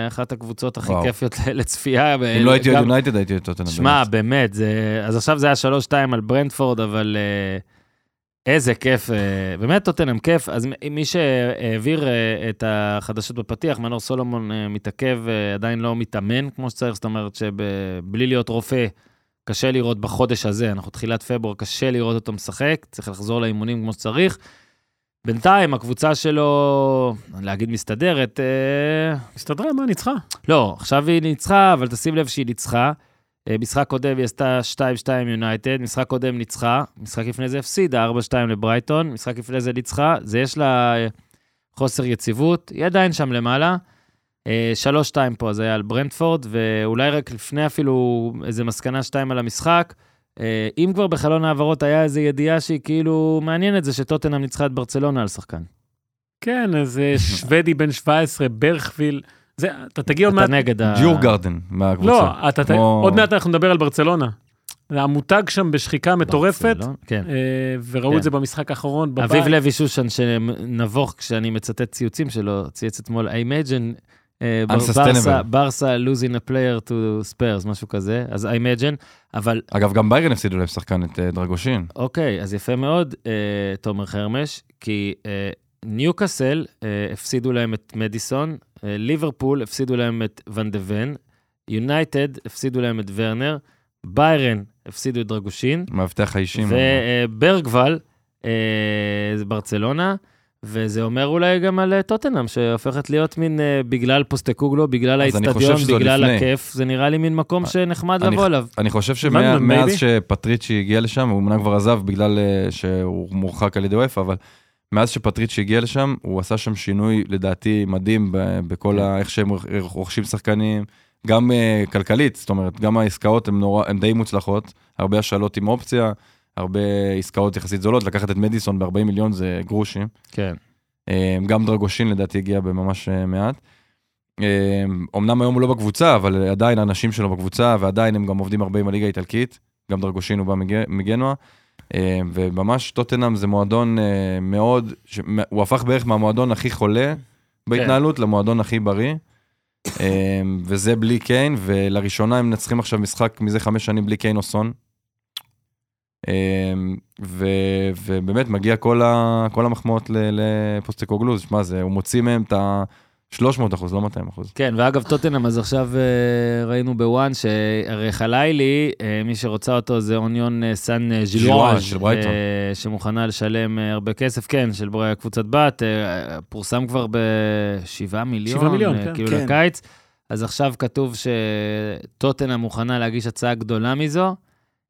A: אחת הקבוצות הכי
C: וואו.
A: כיפיות לצפייה.
C: אם לא הייתי אוהד יונייטד הייתי אוהד טוטנאם.
A: אה, שמע,
C: באמת.
A: באמת, זה... אז עכשיו זה היה 3-2 על ברנדפורד, אבל אה, איזה כיף, אה, באמת טוטנאם כיף. אז מ- מי שהעביר אה, את החדשות בפתיח, מנור סולומון אה, מתעכב, אה, עדיין לא מתאמן כמו שצריך, זאת אומרת שבלי להיות רופא, קשה לראות בחודש הזה, אנחנו תחילת פברואר, קשה לראות אותו משחק, צריך לחזור לאימונים כמו שצריך. בינתיים הקבוצה שלו, להגיד מסתדרת, אה,
B: הסתדרה, מה, ניצחה?
A: לא, עכשיו היא ניצחה, אבל תשים לב שהיא ניצחה. אה, משחק קודם היא עשתה 2-2 יונייטד, משחק קודם ניצחה, משחק לפני זה הפסידה 4-2 לברייטון, משחק לפני זה ניצחה, זה יש לה אה, חוסר יציבות, היא עדיין שם למעלה. אה, 3-2 פה, זה היה על ברנדפורד, ואולי רק לפני אפילו איזה מסקנה 2 על המשחק. אה, אם כבר בחלון ההעברות היה איזו ידיעה שהיא כאילו מעניינת, זה שטוטנאם ניצחה את ברצלונה על שחקן.
B: כן, איזה שוודי בן 17, ברכוויל. זה, אתה תגיע עוד
A: אתה
B: מעט...
A: נגד ה...
C: ג'ורגרדן מהקבוצה.
B: לא, אתה ת...
C: כמו-
B: עוד מעט אנחנו נדבר על ברצלונה. המותג שם בשחיקה מטורפת,
A: ברצלונה, כן.
B: אה, וראו
A: כן.
B: את זה במשחק האחרון בבית.
A: אביב לוי שושן, שנבוך כשאני מצטט ציוצים שלו, צייץ אתמול, I imagine, אה, בר-
C: Unsustainable.
A: ברסה- ברסה losing a player to spares, משהו כזה, אז I imagine, אבל
C: אגב, גם ביירן הפסידו להם שחקן את אה, דרגושין.
A: אוקיי, אז יפה מאוד, אה, תומר חרמש, כי אה, ניוקאסל אה, הפסידו להם את מדיסון, אה, ליברפול הפסידו להם את ואן דה ון, יונייטד הפסידו להם את ורנר, ביירן הפסידו את דרגושין,
C: מאבטח האישים.
A: וברגוול, אה, זה ברצלונה, וזה אומר אולי גם על אה, טוטנאם, שהופכת להיות מין, אה, בגלל פוסטקוגלו, בגלל
C: אז אני
A: האיצטדיון,
C: חושב שזה עוד
A: בגלל
C: לפני.
A: הכיף, זה נראה לי מין מקום
C: אה,
A: שנחמד
C: אני
A: לבוא אליו.
C: אני חושב
B: לונדון,
C: שמאז
B: baby.
C: שפטריצ'י הגיע לשם, הוא אמנם כבר עזב בגלל אה, שהוא מורחק על ידי וופא, אבל מאז שפטריצ'י הגיע לשם, הוא עשה שם שינוי לדעתי מדהים ב- בכל ה... איך שהם רוכ- רוכשים שחקנים, גם אה, כלכלית, זאת אומרת, גם העסקאות הן נורא- הן די מוצלחות, הרבה השאלות עם אופציה, הרבה עסקאות יחסית זולות, לקחת את מדיסון ב-40 מיליון זה גרושים.
A: כן.
C: אה, גם דרגושין לדעתי הגיע בממש אה, מעט. אה, אמנם היום הוא לא בקבוצה, אבל עדיין האנשים שלו בקבוצה, ועדיין הם גם עובדים הרבה עם הליגה האיטלקית. גם דרגושין הוא בא מג- מגנוע. אה, וממש טוטנאם זה מועדון אה, מאוד, ש- מ- הוא הפך בערך מהמועדון הכי חולה בהתנהלות למועדון הכי בריא. אה, וזה בלי קיין, ולראשונה הם מנצחים עכשיו משחק מזה חמש שנים בלי קיין או סון. אה, ו- ובאמת מגיע כל, ה- כל המחמאות ל- לפוסטקוגלו, שמע, זה- הוא מוציא מהם את ה-300 אחוז, לא 200 אחוז.
A: כן, ואגב, טוטנאם, אז עכשיו אה, ראינו בוואן, שהרי חלילי, אה, מי שרוצה אותו זה אוניון אה, סן אה,
C: ז'ילואז'
A: ז'ילואז',
C: של ברייטון.
A: אה, שמוכנה לשלם אה, הרבה כסף, כן, של בר- קבוצת בת, אה, פורסם כבר ב-7 מיליון,
B: שבעה מיליון,
A: אה,
B: כן.
A: כאילו
D: כן.
A: לקיץ. אז עכשיו כתוב שטוטנאם מוכנה להגיש הצעה גדולה מזו.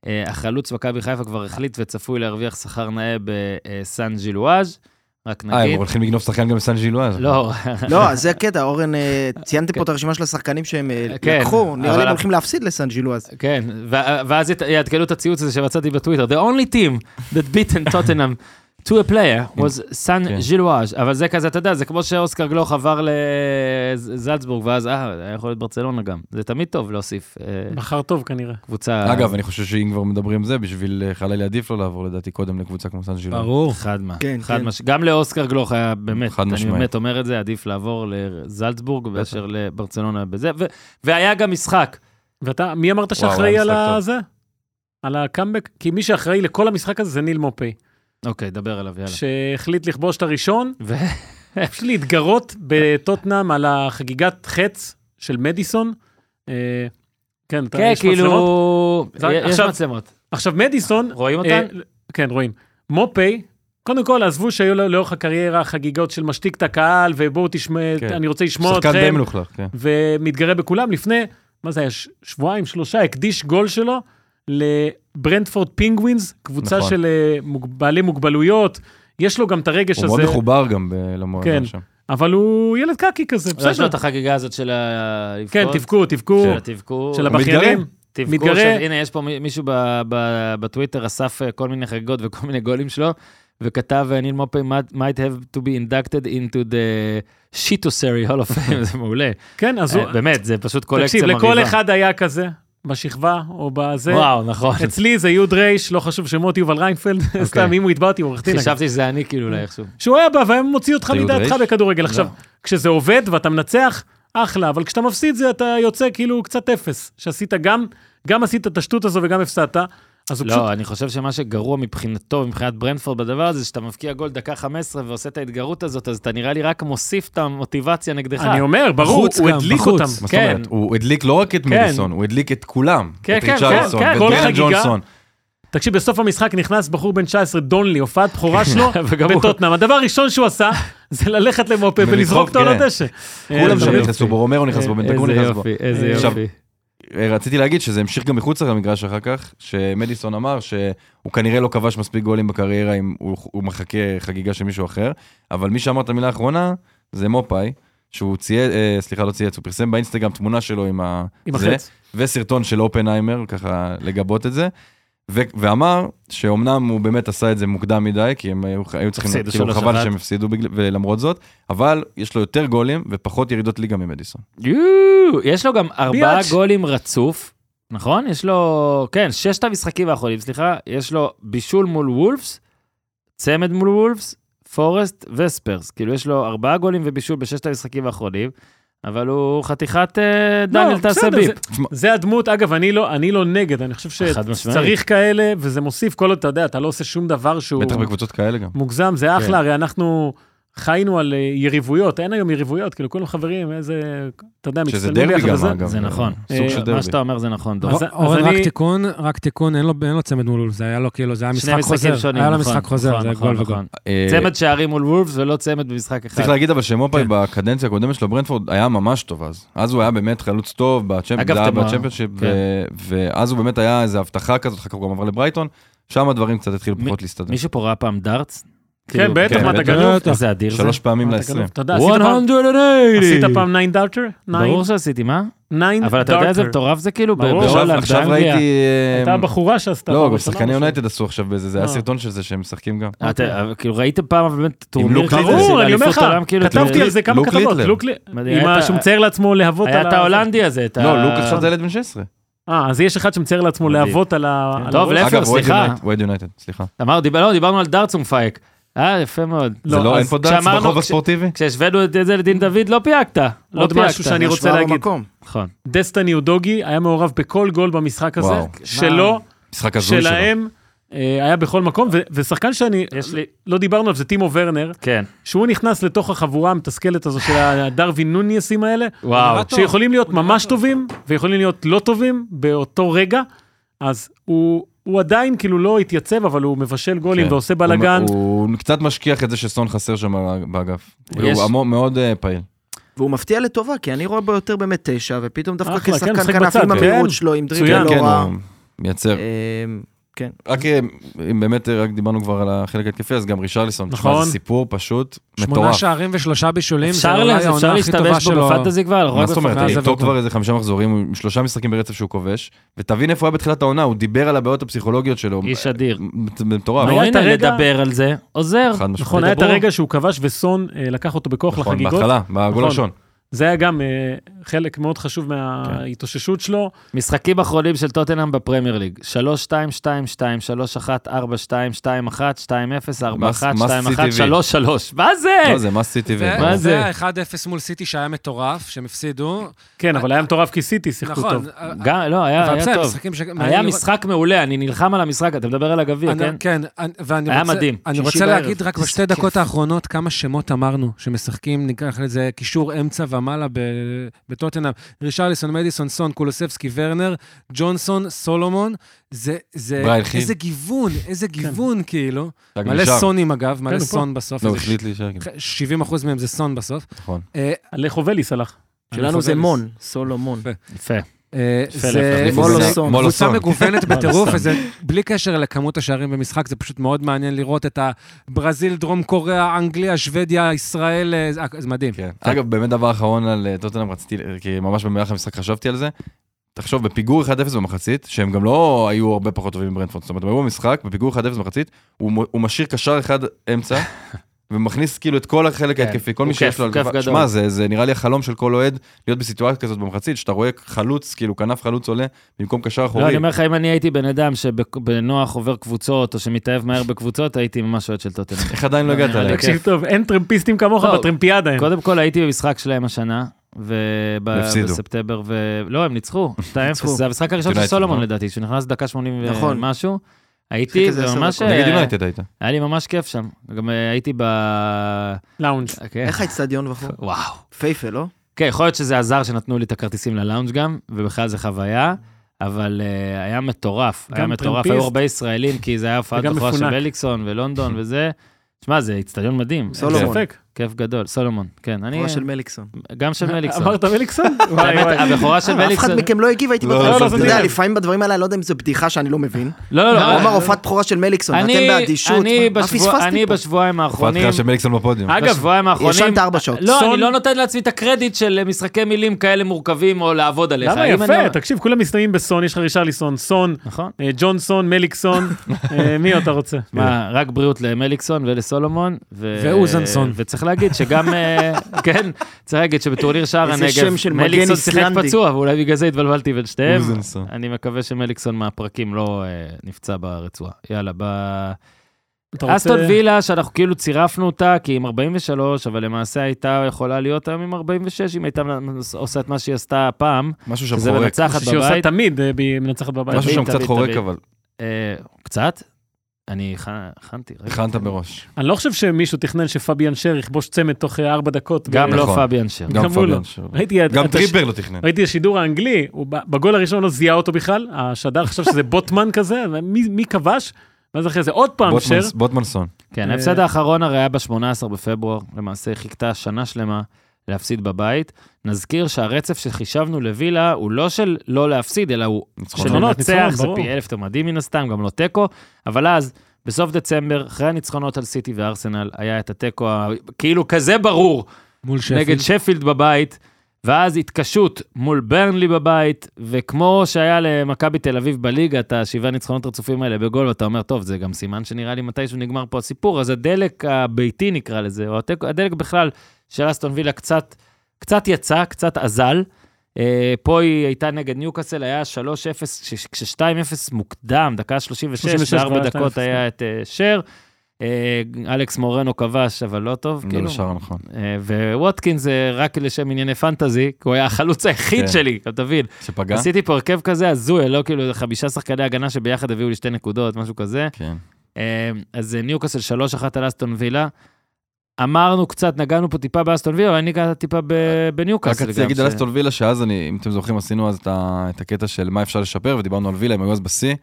A: אה, החלוץ מכבי חיפה כבר החליט וצפוי להרוויח שכר נאה בסן ז'ילואז', רק
C: אה, הם
A: נגיד.
C: הולכים לגנוב שחקן גם בסן ז'ילואז.
A: לא,
D: לא, אז זה הקטע, אורן, אה, ציינתם
B: כן.
D: פה את הרשימה של השחקנים שהם אה,
A: כן,
D: לקחו, נראה
A: אבל-
D: לי הם הולכים להפסיד לסנג'ילו אז.
A: כן, ו- ואז ית- יעדכנו את הציוץ הזה שמצאתי בטוויטר. The only team that beaten Tottenham to a player was
C: כן.
A: סן ז'ילואז'. אבל זה כזה, אתה יודע, זה כמו שאוסקר גלוך עבר לזלצבורג, ואז אה, היה יכול להיות ברצלונה גם. זה תמיד טוב להוסיף אה,
B: בחר טוב כנראה.
A: קבוצה...
C: אגב, אני חושב שאם כבר מדברים זה, בשביל אה, חללי עדיף לו לעבור לדעתי קודם לקבוצה כמו סן ז'ילואז.
E: ברור.
A: חד מה.
D: כן,
A: חד
D: כן.
A: מש... גם לאוסקר גלוך היה באמת,
C: חד
A: אני
C: משמעית.
A: באמת אומר את זה, עדיף לעבור לזלצבורג מאשר לברצלונה בזה. ו- והיה גם משחק.
B: ואתה, מי אמרת
C: היה
B: שאחראי על
C: משחק טוב.
B: הזה? על הקאמבק? כי מי שאחראי לכל המשחק הזה זה ניל מופי,
C: כן.
A: אוקיי, דבר עליו, יאללה.
B: שהחליט לכבוש את הראשון,
A: ו-
B: פשוט להתגרות בטוטנאם על החגיגת חץ של מדיסון. אה, כן, אתה-
A: כן,
B: יש מצלמות.
A: כאילו...
B: זה-
A: יש
B: עכשיו-
A: מצלמות.
B: עכשיו מדיסון,
A: רואים אותן?
B: אה, כן, רואים. מופי, קודם כל, עזבו שהיו לו לאורך הקריירה חגיגות של משתיק את הקהל, ובואו תשמע,
C: כן.
B: אני רוצה לשמוע
C: שחקן די
B: אתכם,
C: מלוכלך, כן.
B: ומתגרה בכולם. לפני, מה זה היה, ש- שבועיים, שלושה, הקדיש גול שלו לברנדפורד פינגווינס, קבוצה
C: נכון.
B: של אה, מוג- בעלי מוגבלויות. יש לו גם את הרגש
C: הוא מאוד
B: הזה,
C: מחובר גם ב- למועדון
B: כן.
C: שם.
B: אבל הוא ילד קקי כזה,
A: יש לו
B: בסדר.
A: את החגיגה הזאת של ה...
B: כן,
A: לבכות,
B: תבכו, תבכו,
A: של התבכור.
B: של
C: הוא מתגרה.
B: הבכיינים.
A: תבכור
B: מתגרה.
A: של- הנה, יש פה מי- מישהו ב- ב- בטוויטר אסף אה, כל מיני חגיגות וכל מיני גולים שלו, וכתב, אה, ניל מופי might- might have to be inducted into the שיטוסרי הול אוף פיים, זה מעולה.
B: כן, אז הוא,
A: אה, באמת, זה פשוט קולקציה
B: תקשיב,
A: מרהיבה.
B: לכל אחד היה כזה, בשכבה או בזה.
A: וואו, נכון.
B: אצלי זה יוד רייש, לא חשוב שמות יובל ריינפלד,
A: אוקיי.
B: סתם, אם הוא יתבע אותי, הוא עורך דין. אגב.
A: חשבתי שזה אני כאילו אולי איכשהו.
B: שהוא היה בא והיה מוציא אותך
C: אתה יוד
B: מדעתך
C: רייש?
A: לא.
B: בכדורגל. עכשיו, כשזה עובד ואתה מנצח, אחלה, אבל כשאתה מפסיד זה אתה יוצא כאילו קצת אפס, שעשית גם, גם עשית את השטות הזו וגם הפסדת, אז הוא פשוט...
A: לא, אני חושב שמה שגרוע מבחינתו, מבחינת ברנפורד בדבר הזה, שאתה מבקיע גול דקה 15 ועושה את ההתגרות הזאת, אז אתה נראה לי רק מוסיף את המוטיבציה נגדך.
B: אני אומר, ברור,
E: בחוץ
B: הוא
E: גם,
B: הדליק
E: בחוץ.
B: אותם.
C: מה זאת
A: כן.
C: אומרת? הוא הדליק לא רק את מדיסון, הוא הדליק את כולם.
B: כן,
C: את
B: כן,
C: ריצ'רלסון,
B: כן,
C: ואת
B: כל
C: דרן
B: חגיגה.
C: ג'ונסון.
B: תקשיב, בסוף המשחק נכנס בחור בן 19, דונלי, הופעת בכורה שלו
A: וגם הוא.
B: בטוטנאם. הדבר הראשון שהוא עשה, זה ללכת למופה
C: ולדחוף,
B: ולזרוק אותו על
C: כן.
B: הדשא.
C: כולם שם
B: אה,
C: נכנסו בו, רומרו נכנס בו, בן דקון
A: איזה
C: נכנס בו.
A: יופי, איזה
B: עכשיו,
A: יופי.
C: אה, רציתי להגיד שזה המשיך גם מחוץ למגרש אחר כך, שמדיסון אמר שהוא כנראה לא כבש מספיק גולים בקריירה אם הוא, הוא מחכה חגיגה של מישהו אחר, אבל מי שאמר את המילה האחרונה זה מופאי, שהוא צייץ, אה, סליחה, לא צייץ, הוא פרסם באינסטגרם תמונה שלו עם, ה...
B: עם
C: זה,
B: החץ.
C: וסרטון של אופנהיימר, ככה לגבות את זה. ו- ואמר שאומנם הוא באמת עשה את זה מוקדם מדי, כי הם היו, היו צריכים,
A: הפסידו
C: כאילו
A: שלוש
C: חבל
A: אחת.
C: שהם הפסידו בגלל, ולמרות זאת, אבל יש לו יותר גולים ופחות ירידות ליגה ממדיסון.
A: יואו, יש לו גם ארבעה
B: ביאץ'.
A: גולים רצוף, נכון? יש לו, כן, ששת המשחקים האחרונים, סליחה, יש לו בישול מול וולפס, צמד מול וולפס, פורסט וספרס. כאילו, יש לו ארבעה גולים ובישול בששת המשחקים האחרונים, אבל הוא חתיכת אה, דניאל
B: לא,
A: תעשה
B: בסדר,
A: ביפ.
B: זה- זה הדמות, אגב, אני לא, אני לא נגד, אני חושב
A: חד משמעית.
B: שצריך כאלה, וזה מוסיף כל עוד, אתה יודע, אתה לא עושה שום דבר שהוא
C: בטח בקבוצות כאלה גם.
B: מוגזם, זה
A: כן.
B: אחלה, הרי אנחנו חיינו על אה, יריבויות, אין היום יריבויות, כאילו כולם חברים, איזה, אתה יודע,
C: שזה
B: מצטלמים
C: דרבי
B: ביחד
C: גם,
B: וזה.
C: אגב.
A: זה נכון.
C: סוג
B: אה,
C: של
A: מה
C: דרבי.
A: שאתה אומר זה נכון, דור.
B: אז-
E: אור- אורן,
B: אני-
E: רק תיקון, רק תיקון, אין לו- אין לו צמד מול וולפס, זה היה לו כאילו, זה היה
A: שני
E: משחק
A: משחקים
E: חוזר.
A: שונים,
E: היה לו
A: נכון,
E: משחק חוזר,
A: נכון,
E: זה
A: נכון,
E: גול וגול.
A: נכון.
C: אה,
A: צמד שערים מול וולפס ולא צמד במשחק אחד.
C: צריך להגיד אבל שמופאי בקדנציה הקודמת שלו ברנדפורד היה ממש טוב אז. אז הוא היה באמת חלוץ טוב בצ'מפ-
A: אגב,
C: זה היה
A: אתם-
C: בצ'מפיונשיפ,
A: כן.
C: ו- ואז הוא באמת היה איזו הבטחה כזאת, אחר כך הוא גם עבר לברייטון, שם הדברים קצת התחילו
A: מי-
C: פחות להסתדר.
A: מישהו פה ראה פעם דארטס?
B: כן,
A: כאילו,
B: בטח,
C: כן,
B: מה אתה
C: בטח.
B: גנוב?
A: איזה אדיר זה.
C: שלוש פעמים
B: מה, אתה
C: ל-20.
B: גנוב? אתה יודע, עשית פעם-
A: 180!
B: עשית פעם 9 דארטר?
A: ברור שעשיתי, מה?
B: 9
A: אבל אתה יודע איזה מטורף זה כאילו? ב-
B: ברור.
A: בהולנד,
C: עכשיו עכשיו
A: באנגליה.
C: ראיתי... אה,
B: הייתה בחורה שעשתה...
C: לא,
B: פעם
C: גם
B: ראשונה
C: שחקני
B: משהו.
C: יונייטד עשו עכשיו באיזה, זה היה
B: אה.
C: סרטון של זה שהם משחקים גם.
A: אה, אתה- אבל כאילו ראיתם פעם באמת טורניר
C: אוקיי. לוק
A: כזה
C: ליטל.
B: ברור,
A: של
B: אני אומר
A: אליפות
B: לך,
A: עולם כאילו?
B: כתבתי
A: אתה-
B: על זה כמה
C: לוק
B: כתבות,
C: ליטל.
B: לוק ליטל,
A: מדהים,
B: עם
A: היה
B: ה-
A: את ה-
B: שהוא מצייר לעצמו להבות על
A: היה
B: ה-
A: את ההולנדי הזה, את ה...
C: לא, לוק עכשיו זה ילד בן 16.
B: אה, אז יש אחד שמצייר לעצמו
A: מדהים.
B: להבות על ה... על
A: טוב,
B: הראש.
A: להפך,
C: אגב, אוהד
A: סליחה.
C: יונייטד- אוהד יונייטד, סליחה.
A: אמר, דיבר- לא, דיברנו על דארטס ומפייק. אה, יפה מאוד.
C: זה
B: לא,
C: לא,
B: אז
C: אין פה דאנס
A: כשאמרנו-
C: ברחוב
A: כש-
C: הספורטיבי?
A: כשהשווינו את זה לדין דוד, לא פייקת. לא
B: עוד משהו
A: פייקת.
B: שאני רוצה
D: השוואה
B: להגיד.
D: במקום.
A: נכון.
B: דסטני אודוגי היה מעורב בכל גול במשחק הזה,
C: וואו.
B: שלו,
C: משחק הזוי שלו.
B: שלהם, אה, היה בכל מקום, ו- ושחקן שאני,
A: יש לי...
B: לא דיברנו עליו, זה טימו ורנר,
A: כן.
B: שהוא נכנס לתוך החבורה המתסכלת הזו של הדרווין נוניסים האלה,
A: וואו.
E: נראה טוב.
B: שיכולים להיות
E: הוא נראה
B: ממש
E: טוב.
B: טובים, ויכולים להיות לא טובים באותו רגע, אז הוא... הוא עדיין כאילו לא התייצב, אבל הוא מבשל גולים
C: כן.
B: ועושה בלאגן.
C: הוא הוא קצת משכיח את זה שסון חסר שם באגף.
A: יש-
C: הוא עמו- מאוד אה, פעיל.
D: והוא מפתיע לטובה, כי אני רואה בו יותר באמת תשע, ופתאום דווקא
B: אחלה, כן,
D: כשחקן
B: משחק
D: כנף
B: בצד,
D: עם
B: כן.
D: המהירות שלו, עם
B: מצוין,
D: דריבל לא
C: כן, כן,
D: רע.
C: הוא מייצר.
D: אמ, כן.
C: רק אה, אם באמת אה, רק דיברנו כבר על החלק ההתקפי, אז גם רישרליסון, תשמע,
B: נכון.
C: זה סיפור פשוט
E: שמונה
C: מטורף.
E: שערים ושלושה בישולים, זה
B: לא
A: אפשר
E: אולי
A: לה-
E: העונה
A: אפשר
E: הכי טובה
A: להשתמש בו
E: שלו.
A: בפנטזי כבר? לא
C: מה
A: רק
C: זאת אומרת,
E: מאז
A: בפנטזי.
C: איתו
E: אברטון.
C: כבר איזה חמישה מחזורים, הוא עם שלושה משחקים ברצף שהוא כובש, ותבין איפה הוא היה בתחילת העונה, הוא דיבר על הבעיות הפסיכולוגיות שלו.
A: איש אדיר.
C: מטורף.
B: היה
A: נו,
B: את
A: הנה,
B: הרגע-
A: לדבר על זה, עוזר.
C: חד משמעית.
B: נכון, היה את
A: תדברו.
B: הרגע שהוא כבש וסון אה, לקח אותו בכוח
C: נכון,
B: לחגיגות.
C: בהתחלה, בגול
B: נכון.
C: הראשון.
B: זה היה גם אה, חלק מאוד
C: כן.
B: חשוב מההתאוששות שלו.
A: משחקים אחרונים של טוטנאם בפרמייר ליג, 3-2, 2-2, 3-1, 4-2, 2-1, 2-0, 4-1,
C: Must-
A: 2-1,
C: must see TV.
A: 3-3. מה זה?
B: כן.
C: לא, זה מס סיטי.
E: זה-
A: מה זה?
E: זה ה-1-0 מול סיטי שהיה מטורף, שהם הפסידו.
B: כן, אבל היה מטורף כי סיטי שיחקו
E: נכון.
B: טוב.
E: אבל
A: גם, לא, היה היה
E: בסדר,
A: טוב.
E: משחקים ש-
A: היה
E: אני-
A: משחק מעולה, אני נלחם על המשחק, אתה מדבר על הגביע,
E: אני-
A: כן?
E: כן, אני- ואני
A: היה
E: רוצה-
A: מדהים.
E: אני
D: שישי
E: רוצה
D: בערב.
E: להגיד רק
D: איזה
E: בשתי דקות
D: כיף.
E: האחרונות כמה שמות אמרנו שמשחקים, ניקח את זה קישור אמצע ומעלה ב- בטוטנאם. רישרליסון, מדיסון, סון, קולוסבסקי, ורנר, ג'ונסון, סולומון. זה, זה,
C: בריין חין.
E: איזה גיוון,
A: כן.
E: איזה גיוון כאילו.
C: רק
E: מלא
C: נשאר.
E: סונים אגב,
B: כן,
E: מלא
B: הוא פה.
E: סון בסוף.
C: לא, הוא
E: איזה
C: החליט להישאר. כאילו.
E: 70 אחוז מהם זה סון בסוף.
C: נכון.
E: אה,
B: לחובלי סלח.
D: שלנו זה
E: חוזר
D: מון, סולומון.
A: יפה.
E: אה,
A: יפה,
E: זה
A: לפני
E: זה-
D: מולוסון.
E: קבוצה
C: מולוסון.
E: מגוונת בטירוף,
B: סתם.
E: וזה בלי קשר לכמות השערים במשחק, זה פשוט מאוד מעניין לראות את הברזיל, דרום קוריאה, אנגליה, שוודיה, ישראל, אה, זה- זה מדהים.
C: כן. אגב, באמת דבר אחרון על אה, טוטנאם, רציתי, אה, כי ממש במהלך המשחק חשבתי על זה. תחשוב, בפיגור 1-0 במחצית, שהם גם לא היו הרבה פחות טובים מברנדפורד, זאת אומרת, הם היו במשחק, בפיגור 1-0 במחצית, הוא מ- הוא משאיר קשר אחד אמצע, ומכניס כאילו את כל החלק
A: כן,
C: ההתקפי, כל
A: הוא
C: מי שיש
A: כיף,
C: לו...
A: הוא כיף
C: הגבה-
A: גדול.
C: שמע, זה זה נראה לי החלום של כל אוהד, להיות בסיטואציה כזאת במחצית, שאתה רואה חלוץ, כאילו כנף חלוץ עולה, במקום קשר
A: לא, אני
C: אחורי.
A: אומר לך, אם אני הייתי בן אדם שבנוח עובר קבוצות, או שמתאהב מהר בקבוצות, הייתי ממש אוהד של טוטנאם.
C: איך עדיין לא הגעת
A: לא,
C: אליי?
A: תקשיב,
B: תקשיב טוב, אין טרמפיסטים כמוך
A: לא,
B: בטרמפיאדה.
C: כן.
B: אין.
A: קודם כל הייתי במשחק שלהם השנה,
C: והפסידו.
A: ובספטמבר, ו... לא, הם ניצחו, 2-0,
D: ניצחו.
A: זה המשחק הראשון של
C: יונייטד,
A: סולומון
C: נכון?
A: לדעתי, שהוא נכנס דקה 80
D: נכון.
A: ומשהו.
D: שיחק
A: הייתי,
D: איזה עשר
A: וממש...
D: דקות.
A: אה,
C: נגד יונייטד היית.
A: היה לי ממש כיף שם. גם אה, הייתי ב...
B: לאונג'.
A: כן.
D: איך האצטדיון בחור?
B: אה.
A: וואו.
D: פייפה, לא?
A: כן, יכול להיות שזה עזר שנתנו לי את הכרטיסים ללאונג' גם, ובכלל זה חוויה, אבל אה, היה מטורף, היה
B: גם
A: מטורף,
B: טרמפיסט.
A: היו הרבה ישראלים, כי זה היה הופעת
B: וגם
A: בכורה של
B: מפונק.
A: בליקסון ולונדון וזה. שמע, זה איצטדיון מדהים, אין
D: סולומון.
A: ספק, כיף גדול, סולומון, כן,
B: אה.
A: אני,
D: תורה של מליקסון.
A: גם של מליקסון.
B: אמרת מליקסון? וואי,
A: האמת,
B: וואי.
A: הבכורה של
D: אה, אף אחד
A: מליקסון,
D: מכם לא הגיב, הייתי
C: לא,
D: בטוח.
B: לא, לא,
D: אתה
B: זה
D: יודע,
B: זה.
D: לפעמים בדברים האלה, אני לא יודע אם זו בדיחה שאני לא מבין.
A: לא, לא, לא,
D: הוא
A: אה,
D: אמר הופעת בכורה של מליקסון, אתם
A: אני-
D: באדישות.
A: אני
D: מה- מה
A: בשבוע-
D: פספסתי
A: אני
D: פה?
A: בשבועיים
C: הופעת
A: האחרונים,
C: קריאה של מליקסון בפודיום.
A: אגב, בשבועיים האחרונים...
D: ישנת ארבע שעות.
A: לא,
B: סון-
A: אני לא נותן לעצמי את הקרדיט של משחקי מילים כאלה מורכבים או לעבוד עליך.
B: למה
A: אם אני-
B: יפה? תקשיב, כולם מסתיימים בסון, יש לך רישרליסון, סון,
A: נכון.
B: אה, ג'ונסון, מליקסון, אה, מי עוד אתה רוצה?
A: מה, רק בריאות למליקסון ולסולומון. ו-
E: ואוזנסון.
A: וצריך להגיד שגם, אה, כן, צריך להגיד שבטורניר שער
D: איזה שם
A: הנגב,
D: של
A: מליקסון
D: מגן
A: שיחק
D: איסלנדי.
A: פצוע, ואולי בגלל זה התבלבלתי בין שתיהם.
C: אוזנסון.
A: אני מקווה שמליקסון מהפרקים לא אה, נפצע ברצועה. יאללה, ב...
B: אתה רוצה-
A: אסטון וילה, שאנחנו כאילו צירפנו אותה, כי היא עם 43, אבל למעשה הייתה יכולה להיות היום עם 46, אם הייתה עושה את מה שהיא עשתה הפעם,
C: משהו שם
A: שזה
C: חורק.
A: מנצחת
B: שהיא עושה
A: בבית.
B: תמיד, אה, ב- מנצחת בבית.
C: משהו שם
A: תמיד,
C: קצת
A: תמיד,
C: חורק
A: תמיד.
C: אבל.
A: אה, קצת? אני הכנ- הכנתי, רגע.
C: הכנת מראש.
B: אני לא חושב שמישהו תכנן שפביאן שר יכבוש צמד תוך אה, ארבע דקות. ב-
A: גם לא
C: נכון.
A: פאביאן שר.
C: גם
B: גם הוא לא.
C: פביאן שר.
B: ראיתי את-
C: גם
B: את הש-
C: טריפר לא תכנן.
B: ראיתי השידור האנגלי, הוא ב- בגול הראשון לא זיהה אותו בכלל, השדר חשב שזה בוטמן כזה, ומי- מי כבש? ואז אחרי זה עוד פעם שר.
C: בוטמנס- בוטמנסון.
A: כן,
B: אה,
A: ההפסד האחרון הרי היה ב-18 בפברואר, למעשה חיכתה שנה שלמה להפסיד בבית. נזכיר שהרצף שחישבנו לווילה הוא לא של לא להפסיד, אלא הוא
C: ניצחונות.
A: של
B: ניצחונות,
A: לנצח, זה
B: ברור.
A: פי אלף תומדים מן הסתם, גם לא תיקו, אבל אז, בסוף דצמבר, אחרי הניצחונות על סיטי וארסנל, היה את התיקו ה- כאילו כזה ברור
E: מול
A: נגד
E: שפילד.
A: שפילד בבית, ואז התקשות מול ברנלי בבית, וכמו שהיה למכבי תל אביב בליגה, את השבעה ניצחונות רצופים האלה בגול, ואתה אומר, טוב, זה גם סימן שנראה לי מתישהו נגמר פה הסיפור, אז הדלק הביתי נקרא לזה, או התיקו- הדלק בכלל של אסטון וילה קצת, קצת יצא, קצת אזל. אה, פה היא הייתה נגד ניוקאסל, היה 3-0, כש- כש-2-0 מוקדם, דקה 36,
B: 36,
A: ארבע
B: כבר היה
A: דקות
B: 2-0,
A: היה את אה, שר. אה, אלכס מורנו כבש, אבל לא טוב,
C: לא
A: כאילו.
C: לשער הנכון.
A: אה, וווטקינס זה רק לשם ענייני פנטזי, כי הוא היה החלוץ היחיד
C: כן.
A: שלי, אתה מבין?
C: שפגע?
A: עשיתי פה הרכב כזה הזוי, לא כאילו זה חמישה שחקני הגנה שביחד הביאו לי שתי נקודות, משהו כזה.
C: כן.
A: אה, אז אה, ניוקאסל 3-1 על אסטון וילה. אמרנו קצת, נגענו פה טיפה באסטון וילה, אבל אני נגעתי טיפה ב-
C: רק
A: בניוקאסל.
C: רציתי
A: גם,
C: להגיד על
A: ש-
C: אסטון וילה, שאז אני, אם אתם זוכרים, עשינו אז את ה- את הקטע של מה אפשר לשפר, ודיברנו על וילה, הם היו אז בשיא.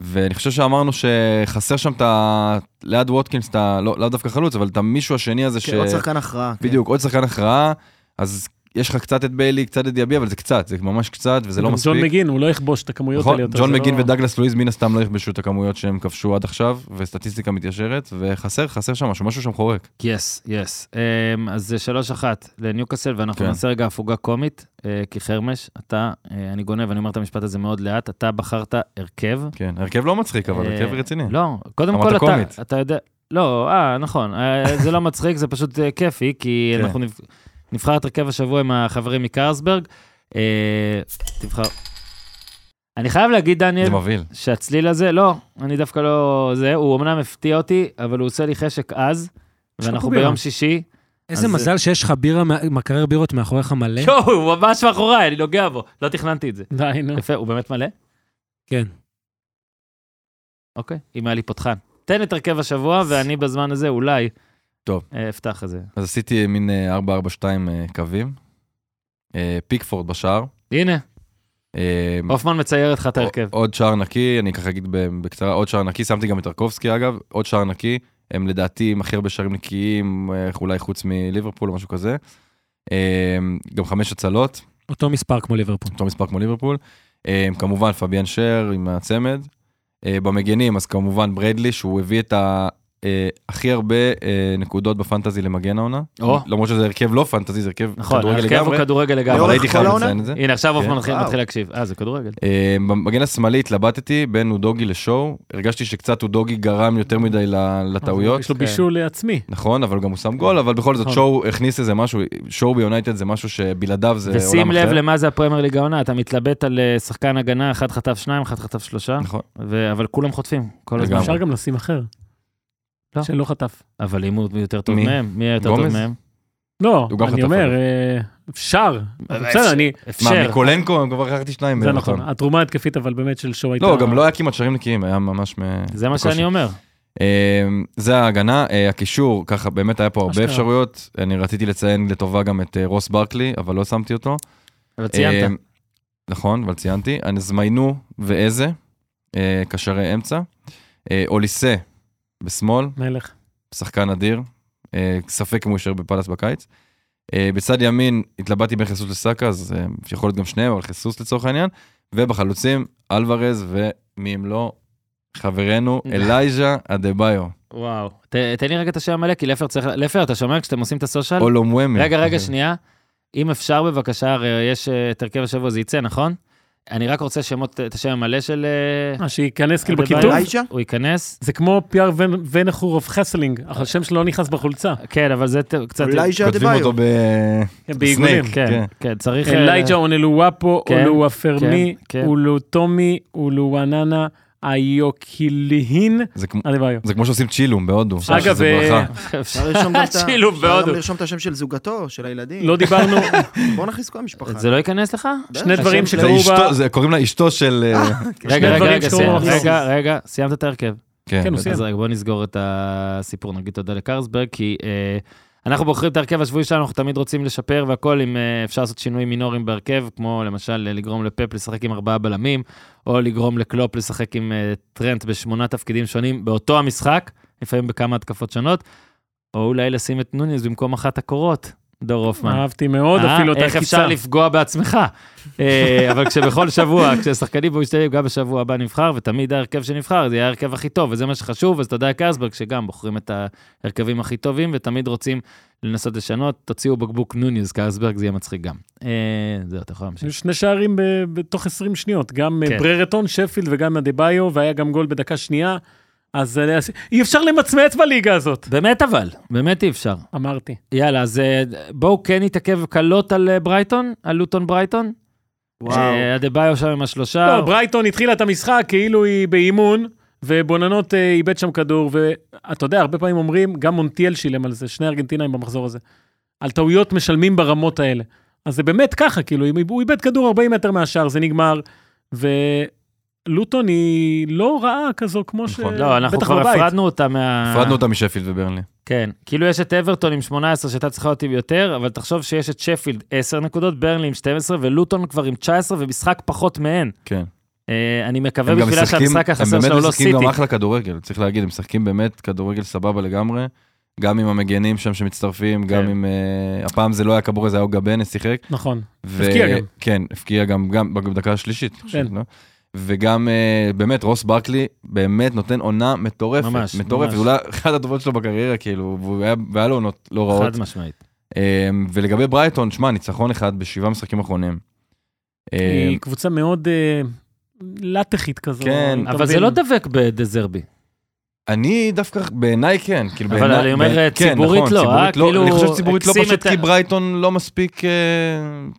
C: ואני חושב שאמרנו שחסר שם את ה... ליד ווטקינס, את ה... לא לאו דווקא חלוץ, אבל את המישהו השני הזה ש...
D: כן, עוד שחקן הכרעה. כן.
C: בדיוק, עוד שחקן הכרעה, אז יש לך קצת את ביילי, קצת את דיאבי, אבל זה קצת, זה ממש קצת, וזה לא
B: גם
C: מספיק.
B: ג'ון מגין, הוא לא יכבוש את הכמויות
C: נכון,
B: האלה יותר.
C: ג'ון
B: זה
C: מגין
B: לא-
C: ודגלס לואיז מן הסתם לא יכבשו את הכמויות שהם כבשו עד עכשיו, וסטטיסטיקה מתיישרת, וחסר, חסר שם משהו, משהו שם חורק.
A: יס, יס. אמ, אז זה 3-1 לניוקאסל, ואנחנו
C: כן.
A: נעשה רגע הפוגה קומית, אה, כי חרמש, אתה, אה, אני גונב, אני אומר את המשפט הזה מאוד לאט, אתה בחרת הרכב.
C: כן, הרכב לא מצחיק, אבל
A: אה,
C: הרכב רציני.
A: לא, קודם
C: אמרת
A: כל
C: קומית.
A: אתה, אתה יודע, לא, אה, נכון, אה, זה לא מצחיק, זה פשוט אה, כיפי, כי
C: כן.
A: אנחנו נבח- נבחר את הרכב השבוע עם החברים מקרסברג. אה, תבחר. אני חייב להגיד, דניאל,
C: זה מבהיל.
A: שהצליל הזה, לא, אני דווקא לא זה, הוא אמנם הפתיע אותי, אבל הוא עושה לי חשק אז,
B: לך
A: ואנחנו
B: קובירה.
A: ביום שישי.
E: איזה
A: אז-
E: מזל שיש לך בירה, מה- מקרר בירות מאחוריך מלא.
C: כן.
A: יואו, הוא ממש מאחוריי, אני נוגע בו, לא תכננתי את זה.
B: די, נו.
A: יפה, הוא באמת מלא?
E: כן.
A: אוקיי, אם היה לי פותחן. תן את הרכב השבוע, ואני בזמן הזה אולי...
C: טוב.
A: אה, אפתח את זה.
C: אז עשיתי מין אה, 4-4-2 אה, קווים. אה, פיקפורד בשער.
A: הנה,
C: אה,
A: הופמן מצייר לך אוקיי, את ההרכב.
C: עוד שער נקי, אני ככה אגיד ב- בקצרה, עוד שער נקי, שמתי גם את טרקובסקי אגב, עוד שער נקי, הם לדעתי עם הכי הרבה שערים נקיים, אה, אולי חוץ מליברפול או משהו כזה. אה, גם חמש הצלות,
E: אותו מספר כמו ליברפול.
C: אותו מספר כמו ליברפול. אה, כמובן פביאן שר עם הצמד. אה, במגנים, אז כמובן ברדלי, שהוא הביא את ה... אה, הכי הרבה אה, נקודות בפנטזי למגן העונה.
A: או.
C: למרות שזה הרכב לא פנטזי, זה הרכב
A: נכון,
C: כדורגל
A: ההרכב הוא
C: לגמרי.
A: כדורגל
C: אבל
A: לגמרי.
D: לאורך-
C: הייתי
D: כל
C: חייב
D: העונה?
C: לציין את זה.
A: הנה, עכשיו הופמן
C: כן.
A: מתחיל-
D: וואו.
A: מתחיל להקשיב. אה, זה כדורגל.
C: אה, במגן השמאלי התלבטתי בין אודוגי לשואו, הרגשתי שקצת אודוגי גרם יותר מדי ל- לטעויות,
B: יש לו בישול עצמי.
C: נכון, אבל גם הוא שם גול, אבל בכל זאת
B: נכון.
C: שואו הכניס איזה משהו, שואו ביונייטד זה משהו שבלעדיו זה
A: ושים
C: עולם
A: לב
C: אחר.
A: למה זה הפרמייר ליג העונה, אתה מתלבט על אה, שחקן הגנה, אחד חטף שניים, אחד חטף שלושה,
C: נכון,
A: ו- אבל כולם חוטפים, כל הזמן.
C: לגמרי.
B: אפשר גם לשים אחר.
A: לא.
B: שלא חטף.
A: אבל אם הוא יותר טוב
C: מי?
A: מהם, מי היה יותר טוב
C: גומז?
A: מהם?
B: לא,
C: הוא גם
B: אני
C: חטף,
B: אומר,
C: אבל.
B: אה, אפשר.
A: אה,
B: אבל בסדר, אני...
C: מה,
A: אפשר.
C: ניקולנקו, הם כבר לקחתי שניים,
B: זה
C: מהם,
B: נכון. התרומה ההתקפית, אבל באמת של שואו הייתה...
C: לא, גם לא היה כמעט שערים נקיים, היה ממש... מ-
A: זה מה
C: בקושי.
A: שאני אומר.
C: אה, זה ההגנה, אה, הקישור, ככה באמת היה פה הרבה
B: אשכרה.
C: אפשרויות, אני רציתי לציין לטובה גם את אה, רוס ברקלי, אבל לא שמתי אותו.
A: אבל ציינת.
C: אה, נכון, אבל ציינתי. אז זמיינו ואיזה, אה, קשרי אמצע. אה, אוליסה בשמאל,
B: מלך.
C: שחקן אדיר, אה, ספק אם הוא יישאר בפלאס בקיץ. אה, בצד ימין התלבטתי בין חיסוס לסאקה, אז אה, יכול להיות גם שניהם, אבל חיסוס לצורך העניין. ובחלוצים, אלוורז ומי אם לא, חברנו אלייז'ה אדה-ביו,
A: וואו. ת- תן לי רגע את השם המלא, כי לפר צריך... לפר, אתה שומע כשאתם עושים את הסושיאל?
C: אולומוומי.
A: רגע, רגע, שנייה. אם אפשר בבקשה, הרי יש אה, את הרכב השבוע, זה יצא, נכון? אני רק רוצה שמות, את השם המלא של... אה,
B: אה, שייכנס כאילו
A: אדבאיו.
B: בכיתוב.
D: אלייג'ה?
A: הוא ייכנס.
B: זה כמו פיאר ון- ונחורוב חסלינג, אך השם שלו לא נכנס בחולצה.
C: אה,
A: כן, אבל זה ת- קצת...
D: אלייג'ה
C: כותבים
D: דה-ביו.
C: אותו ב...
B: כן, בעיגולים.
C: סנייק.
A: כן,
C: כן.
A: כן, צריך... אה,
B: אלייג'ה אונלוואפו,
A: כן,
B: אולוואפרמי,
A: כן, כן.
B: אולוטומי, אולוואננה, איוקיליהין, אה,
C: זה כמו-
B: אדבאיו.
C: זה כמו שעושים צ'ילום בהודו.
B: אגב,
C: שזה
B: אה,
C: ברכה.
A: אפשר-
D: אפשר לרשום גם את ה-
A: שילוב
D: אפשר גם
A: בהודו.
D: לרשום את השם של זוגתו, של הילדים.
B: לא דיברנו,
D: בוא נכניס כל המשפחה.
A: זה לא ייכנס לך?
D: בטח.
B: שני דברים
C: זה
B: שקרו
C: אשתו-
B: ב...
C: זה- קוראים לה אשתו של... אה,
A: רגע, רגע,
B: דברים
A: רגע,
B: שקרו
A: סיימת-
B: במחזור.
A: רגע, רגע, סיימת את ההרכב.
C: כן,
B: כן, הוא
C: בטח.
B: סיים.
A: אז רגע, בואו נסגור את הסיפור, נגיד תודה לקרסברג, כי אה, אנחנו בוחרים את ההרכב השבועי שלנו, אנחנו תמיד רוצים לשפר והכל, אם אה, אפשר לעשות שינויים מינוריים בהרכב, כמו למשל אה, לגרום לפאפ לשחק עם ארבעה בלמים, או לגרום לקלופ לשחק עם אה, טרנט בשמונה תפקידים שונים באותו המשחק, לפעמים בכמה התקפות שונות, או אולי לשים את נוניז במקום אחת הקורות, דור הופמן.
B: אהבתי מאוד,
A: אה,
B: אפילו את
A: איך
B: הקיצה.
A: אפשר לפגוע בעצמך? אה, אבל כשבכל שבוע, כששחקנים בו משתנים, גם בשבוע הבא נבחר, ותמיד ההרכב שנבחר, זה יהיה ההרכב הכי טוב, וזה מה שחשוב, אז תודה לקרסברג, שגם בוחרים את ההרכבים הכי טובים, ותמיד רוצים לנסות לשנות, תוציאו בקבוק נוניוז קרסברג, זה יהיה מצחיק גם. אה, זהו, אתה יכול להמשיך.
B: יש שני שערים ב- בתוך 20 שניות, גם
A: כן.
B: אה, בררטון, שפילד וגם אדבאיו, והיה גם גול בדקה שנייה, אז אה, אי אפשר למצמץ בליגה הזאת,
A: באמת אבל, באמת אי אפשר.
B: אמרתי.
A: יאללה, אז אה, בואו כן נתעכב קלות על אה, ברייטון, על לוטון ברייטון.
D: וואו.
A: אה, אדה-ביו שם עם השלושה.
B: לא, ברייטון התחילה את המשחק כאילו היא באימון, ובוננות אה, איבד שם כדור, ואתה יודע, הרבה פעמים אומרים, גם מונטיאל שילם על זה, שני ארגנטינאים במחזור הזה. על טעויות משלמים ברמות האלה. אז זה באמת ככה, כאילו, אם הוא איבד כדור 40 מטר מהשער, זה נגמר, ולוטון היא לא רעה כזו כמו ש...
C: נכון.
A: לא, אנחנו
B: בטח
A: כבר
B: בבית.
A: הפרדנו אותה מה...
C: הפרדנו אותה משפילד וברנלי.
A: כן, כאילו יש את אברטון עם 18 שהייתה צריכה אותי ביותר, אבל תחשוב שיש את שפילד 10 נקודות, ברנלי עם 12 ולוטון כבר עם 19 ומשחק פחות מהן.
C: כן.
A: אה, אני מקווה
C: הם גם
A: בשבילה
C: משחקים,
A: שהמשחק
C: הם
A: החסר
C: באמת
A: שלו לא
C: משחקים
A: סיטי.
C: גם אחלה כדורגל, צריך להגיד, הם משחקים באמת כדורגל סבבה לגמרי. גם עם המגנים שם שמצטרפים, גם
A: כן.
C: עם... אה, הפעם זה לא היה כבוריה, זה היה אוגבנה, שיחק.
B: נכון.
C: ו-
B: הבקיע גם.
C: כן, הפקיע גם, גם בדקה השלישית. אני חושב,
B: כן.
C: לא? וגם אה, באמת, רוס ברקלי באמת נותן עונה מטורפת.
A: ממש,
C: מטורפת,
A: ממש.
C: אולי אחת הטובות שלו בקריירה, כאילו, והוא היה- והיה לו עונות לא רעות.
A: חד משמעית.
C: אה, ולגבי ברייטון, שמע, ניצחון אחד בשבעה משחקים אחרונים. אה,
B: היא קבוצה מאוד אה, לטחית כזו.
C: כן.
B: אתה
A: אבל זה
B: מבין?
A: לא דבק בדזרבי.
C: אני דווקא, בעיניי כן. כאילו
A: אבל
C: בעיני-
A: אני אומר,
C: בעיני- כן,
A: ציבורית
C: נכון,
A: לא, אה?
C: ציבורית
A: כאילו,
C: אני חושב שציבורית לא
A: הקסים
C: פשוט,
A: את ה-
C: כי ברייטון לא מספיק, אה,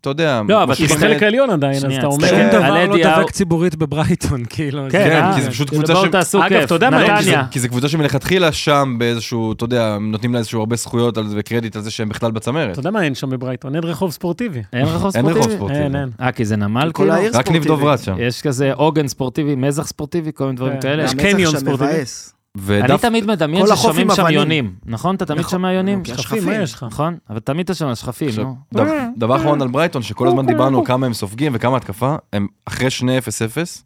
C: אתה יודע.
A: לא, אבל
C: משהו
B: היא
A: תסתכל-
C: אחר.
B: בחלק העליון עדיין, אז
A: שנייה,
B: אתה אומר...
A: תסתכל.
C: כן,
E: שום דבר
A: על
E: לא
A: אדי האו-
E: דבק ציבורית בברייטון, כאילו. זה-
A: כן,
C: כן,
A: אה,
C: כי זה פשוט
A: כאילו
C: קבוצה
A: בואו
C: ש-
A: תעשו
B: אגב,
A: כיף.
B: אתה יודע מה,
C: לא, כי זה-
A: נתניה.
C: כי זו קבוצה שמלכתחילה שם באיזשהו, אתה יודע, נותנים לה איזשהו הרבה זכויות על זה וקרדיט על זה שהם בכלל בצמרת.
B: אתה יודע מה אין שם בברייטון? אין רחוב ספורטיבי.
A: אין רחוב
C: אין רחוב
A: ספורטיבי?
C: ספורטיבי.
B: אין, אין.
A: אה, כי זה נמל
D: כל
A: כאילו?
D: העיר
C: רק ניב
D: ספורטיבית.
C: דוברת שם.
A: יש כזה עוגן ספורטיבי, מזח ספורטיבי, כל מיני דברים
B: כן.
A: כאלה.
B: יש
D: והמצח
B: קניון
D: שם
B: ספורטיבי.
D: מבאס.
A: אני
C: ודווקא
A: תמיד מדמיין
D: כל החוף
A: ששומעים
D: עם
A: שם
D: אבנים.
A: יונים. נכון? אתה תמיד
D: נכון,
A: שומע יונים?
D: כי
B: שכפים,
D: השכפים.
B: מה יש לך?
A: נכון? אבל תמיד אתה שומע שכפים,
C: עכשיו,
A: נו.
C: דבר-
A: אה.
C: דבר אחרון על ברייטון, שכל הזמן
A: אוקיי,
C: דיברנו כמה הם סופגים וכמה התקפה, הם אחרי 2-0-0,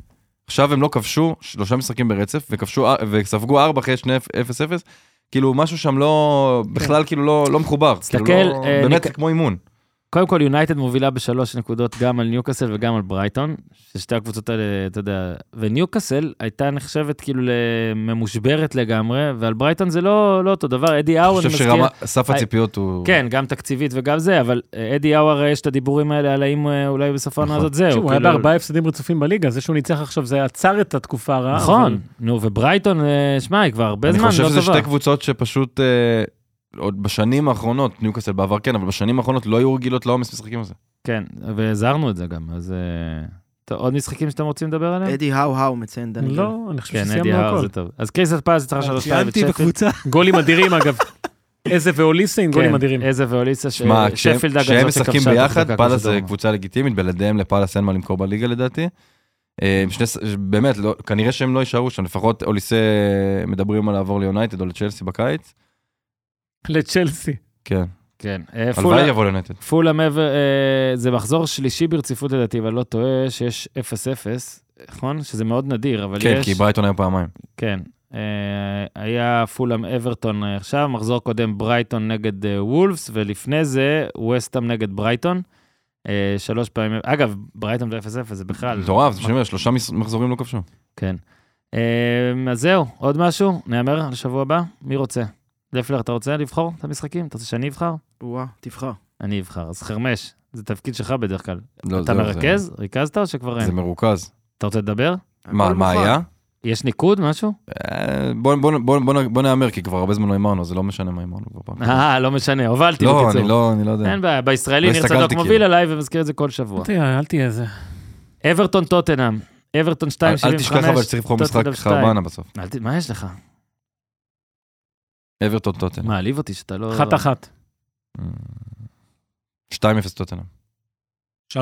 C: עכשיו הם לא כבשו שלושה משחקים ברצף, וכבשו אר- וספגו ארבע אחרי 2-0-0, כאילו משהו שם לא, בכלל כאילו לא לא מחובר. כאילו
A: כן. תסתכל,
C: לא-
A: אה,
C: באמת
A: ניק-
C: זה כמו אימון.
A: קודם כל, יונייטד מובילה בשלוש נקודות גם על ניוקאסל וגם על ברייטון, ששתי הקבוצות האלה, אתה יודע, וניוקאסל הייתה נחשבת כאילו ממושברת לגמרי, ועל ברייטון זה לא, לא אותו דבר, אדי
C: אני
A: האו, אני
C: חושב
A: מזכיר.
C: שסף
A: אה,
C: הציפיות הוא...
A: כן, גם תקציבית וגם זה, אבל אה, אדי האו הרי יש את הדיבורים האלה על האם אה, אולי בסוף העונה
C: נכון.
A: הזאת זהו.
B: הוא היה
A: כאילו-
B: בארבעה הפסדים רצופים בליגה, זה שהוא ניצח עכשיו זה עצר את התקופה הרעה. אבל-
A: נכון, נו, וברייטון, אה, שמע, היא כבר הרבה זמן
C: אני חושב
A: לא
C: שזה
A: טובה.
C: שתי קבוצות שפשוט, אה, עוד בשנים האחרונות, ניוקאסל בעבר כן, אבל בשנים האחרונות לא היו רגילות לעומס משחקים הזה.
A: כן, והזהרנו את זה גם, אז... אה, טוב, עוד משחקים שאתם רוצים לדבר עליהם?
D: אדי האו האו מציין דניאל.
B: לא, אני חושב
A: כן, אדי
B: שסיימנו
A: האו
B: הכל.
A: זה טוב. אז קריסט פאז צריכה שלוש שתיים
E: ציינתי
A: וצ'פילד.
E: בקבוצה.
B: גולים אדירים אגב. איזה ואוליסה עם גולים
A: כן,
B: אדירים.
A: איזה ואוליסה, ש-
C: שמע, כשהם-
A: אה, שפילד אגב,
C: כשהם
A: זאת
C: משחקים
A: שכבשה את
C: ביחד,
A: החזקה,
C: פאלאס
A: כמו שאתה
C: זה
A: אומר.
C: קבוצה לגיטימית, בלעדיהם לפאלאס אין מה למכור בליגה לדעתי. אה, שני ס- באמת, לא- כנראה שהם לא יישארו שם, לפחות אוליסה מדברים על לעבור ליונייטד או לצ'לסי בקיץ.
B: לצ'לסי.
C: כן.
A: כן. אה, פולה-
C: הלוואי יבוא לנטל.
A: פולאם אבר, אה, זה מחזור שלישי ברציפות לדעתי, ואני לא טועה, שיש 0-0, נכון? שזה מאוד נדיר, אבל
C: כן,
A: יש...
C: כי ברייטון היה פעמיים.
A: כן. אה, היה פולאם אברטון אה, עכשיו, מחזור קודם ברייטון נגד אה, וולפס, ולפני זה ווסטאם נגד ברייטון. אה, שלוש פעמים, אגב, ברייטון ו-0-0 זה בכלל...
C: מטורף, זה שאני אומר, שלושה מס- מחזורים לא כבשו.
A: כן. אה, אז זהו, עוד משהו? נהמר על השבוע הבא? מי רוצה? לפלר, אתה רוצה לבחור את המשחקים? אתה רוצה שאני אבחר?
D: וואה, תבחר.
A: אני אבחר. אז חרמש, זה תפקיד שלך בדרך כלל.
C: לא,
A: אתה
C: זהו, זה-
A: מרכז? ריכזת או שכבר
C: זה
A: אין?
C: מרוכז.
A: אתה רוצה לדבר?
C: מה,
D: הכל
C: מה
D: מוכן.
C: היה?
A: יש ניקוד, משהו?
C: אה, בוא- בוא- בוא- בוא נ- בוא נהמר, כי כבר הרבה זמן לא הימרנו, אז זה לא משנה מה הימרנו. כבר פעם.
A: אה, לא משנה, הובלתי
C: לא,
A: בקיצור.
C: אני לא, אני לא יודע.
A: אין בעיה, בישראלי
C: לא
A: ניר
C: הסתכלתי
A: צדוק
C: כאילו.
A: מוביל עליי ומזכיר את זה כל שבוע.
B: אל תהיה איזה...
A: אברטון טוטנאם, אברטון 2.75.
C: אל אל תשכח אבל שצריך לבחור משחק
A: טוטנהאם שתיים.
C: חרבנה בסוף.
A: אל ת- מה יש לך?
C: אברטון טוטן.
A: מעליב אותי שאתה לא...
B: אחת-אחת.
C: 2-0 טוטנאם.
E: 3-0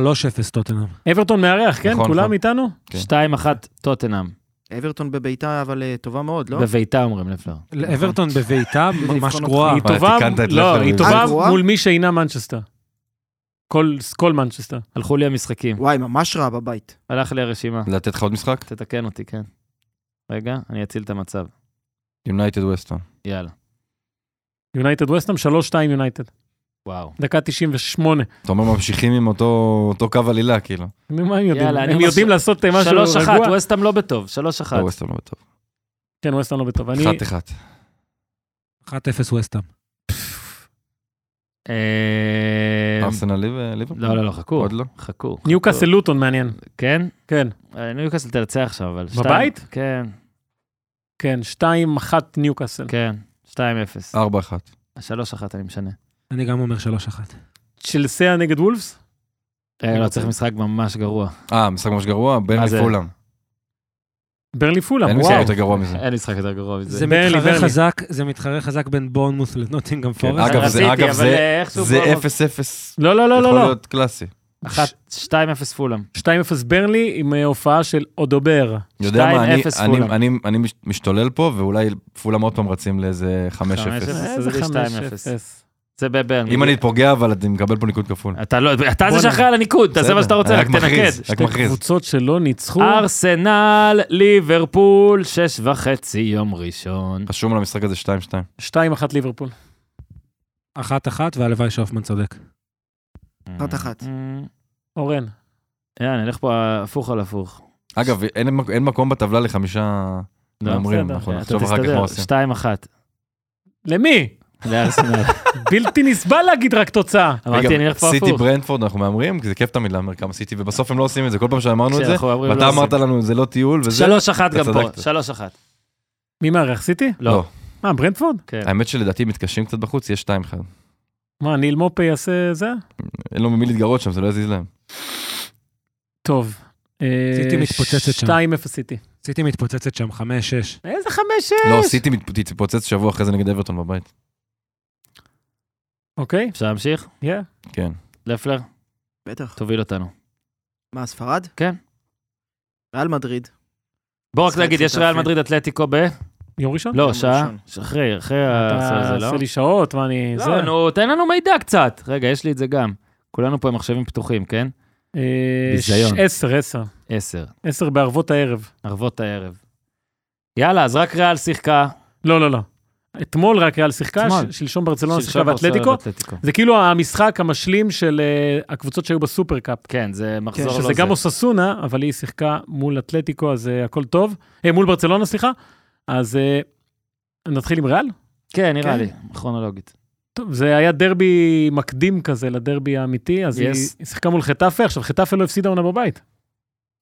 E: טוטנאם.
B: אברטון מארח, כן?
C: נכון,
B: כולם
C: נכון.
B: איתנו?
A: 2-1 טוטנאם.
D: אברטון בביתה, אבל אה, טובה מאוד, לא?
A: בביתה אומרים לפלר.
E: אברטון בביתה ממש
D: לבחון
E: גרועה.
B: היא
C: אבל
B: טובה,
C: תיקנת את
B: לא,
C: לפלר.
B: היא
C: אה,
B: טובה
D: גרועה?
B: מול מי שאינה מנצ'סטר. כל- כל מנצ'סטר.
A: הלכו לי המשחקים.
D: וואי, ממש רע בבית.
A: הלך לי הרשימה.
C: לתת לך עוד משחק?
A: תתקן אותי, כן. רגע, אני אציל את המצב.
C: יונייטד ווסטון.
A: יאללה.
B: יונייטד ווסטהאם, 3-2 יונייטד.
A: וואו.
B: דקה 98.
C: אתה אומר ממשיכים עם אותו אותו קו עלילה, כאילו.
B: ממה הם יודעים?
A: יאללה, אני
B: הם
A: מס-
B: יודעים לעשות אה, משהו
A: 3-1,
B: רגוע?
A: ווסטאם לא בטוב, 3-1.
C: לא, ווסטון לא בטוב.
B: כן, ווסטהאם לא בטוב. אני
C: 1-1.
E: 1-0 וסטאם.
A: אה,
C: ארסנל ליב- ליברפול?
A: לא, לא, לא, חכו.
C: עוד לא?
A: חכו. חכו.
B: ניוקאסל לוטון מעניין.
A: כן?
B: כן,
A: אה, ניוקאסל תרצה עכשיו, אבל... שתיים-
B: בבית?
A: כן,
B: כן, 2-1 ניוקאסל.
A: כן. 2-0.
C: 4-1.
A: 3-1 אני משנה.
E: אני גם אומר 3-1.
B: צ'לסיה נגד וולפס?
A: אה,
B: אוקיי.
A: לא, צריך משחק ממש גרוע.
C: אה, משחק ממש גרוע? ברני
A: זה?
C: פולאם.
B: ברלי פולאם,
C: אין
B: וואו.
C: משחק יותר גרוע מזה.
A: אין משחק יותר גרוע מזה.
E: זה
B: ברלי,
E: מתחרה
B: ברלי.
E: חזק, זה מתחרה חזק בין בורנמוס לנוטינגאם פורסט.
C: אגב, זה-
A: רציתי,
C: אגב,
A: אבל,
C: זה-
A: אה, איכשהו
C: זה
A: בורנמוט-
C: 0-0.
B: לא, לא, לא, לא,
C: יכול
B: לא.
C: להיות קלאסי.
A: אחת, 2-0 פולאם.
B: 2-0 ברלי עם אה, הופעה של אודובר.
C: יודע מה, אני-
A: 2-0
C: אני-
A: פולאם.
C: אני- אני מש- משתולל פה, ואולי פולאם עוד פעם רצים לאיזה
A: 5-0.
C: 5-0.
A: זה
B: איזה
A: 2-0.
B: 5-0.
A: זה בברן.
C: אם אני פוגע, אבל אני מקבל פה ניקוד כפול.
A: אתה לא, אתה
B: בוא
A: זה שאחראי על הניקוד, תעשה מה
C: בסדר,
A: שאתה רוצה,
C: אני
A: רק
C: מכריז,
A: תנקד.
C: רק מכריז.
B: קבוצות שלא ניצחו.
A: ארסנל, ליברפול, שש וחצי יום ראשון.
C: רשום על המשחק הזה 2-2.
B: 2-1 ליברפול.
E: 1-1 והלוואי שהופמן צודק.
D: אחת אחת.
B: אורן.
A: Mm, יאללה, נלך פה הפוך על הפוך.
C: אגב, אין מק- אין מקום בטבלה לחמישה
A: לא,
C: מהמרים,
B: בסדר.
C: אנחנו
A: אתה
C: נכון, נחשוב אחר כך מה
A: תסתדר,
C: עושים.
A: שתיים אחת.
B: למי?
A: לארסנל.
B: בלתי נסבל להגיד רק תוצאה.
A: אמרתי, אני אלך פה
C: סיטי
A: הפוך.
C: ברנדפורד, אנחנו מהמרים, כי זה כיף תמיד להמר כמה סיטי, ובסוף הם לא עושים את זה, כל פעם שאמרנו את זה,
A: כשאנחנו אומרים
C: ואתה
A: לא, זה-
C: אמרת לנו, זה לא טיול, וזה...
A: שלוש אחת
C: אתה
A: גם פה,
C: צדקת.
A: שלוש אחת.
B: מי מארח? סיטי?
A: לא.
C: לא.
B: מה, ברנדפורד?
A: כן.
C: האמת שלדעתי מתקשים קצת בחוץ, יש 2-1.
B: מה, ניל מופי יעשה זה?
C: אין לו ממי להתגרות שם, זה לא יזיז להם.
B: טוב. אה,
E: סיטי מתפוצצת שם.
B: 2-0 סיטי.
E: סיטי מתפוצצת שם 5-6.
B: איזה אה? 5-6?
C: לא, סיטי מת- תתפוצץ שבוע אחרי זה נגד אברטון בבית.
B: אוקיי,
A: אפשר להמשיך?
B: כן.
C: כן.
A: לפלר,
D: בטח.
A: תוביל אותנו.
D: מה, ספרד?
A: כן.
D: ריאל מדריד.
A: בוא רק
D: משחק
A: נגיד, יש
D: שותפים.
A: ריאל מדריד אטלטיקו ב...
B: יום ראשון?
A: לא,
D: יום
A: שעה.
D: ראשון.
A: אחרי, אחרי
B: אתה
A: ה... זה,
B: עושה
A: לא?
B: לי שעות, מה אני...
A: לא,
B: זה.
A: נו, תן לנו מידע קצת. רגע, יש לי את זה גם. כולנו פה עם מחשבים פתוחים, כן?
B: אה,
A: ביזיון.
B: ש- 10, 10.
A: עשר.
B: 10 בערבות הערב.
A: ערבות הערב. יאללה, אז רק ריאל שיחקה.
B: לא, לא, לא. אתמול רק ריאל שיחקה,
A: אתמול.
B: ש- שלשום ברצלונה שיחקה
A: שלשום
B: ואתלטיקו.
A: ברצלונה ואתלטיקו.
B: זה כאילו המשחק המשלים של אה, הקבוצות שהיו בסופרקאפ.
A: כן, זה מחזור
D: כן,
A: לא
B: שזה גם אוססונה, אבל היא שיחקה מול אתלטיקו, אז אה, הכל טוב. אה, מול ברצלונה, סליחה. אז אה, נתחיל עם ריאל?
A: כן, נראה
D: כן.
A: לי, כרונולוגית.
B: טוב, זה היה דרבי מקדים כזה לדרבי האמיתי, אז yes. היא,
A: Yes.
B: היא שיחקה מול חטאפה, עכשיו חטאפה לא הפסידה עונה בבית.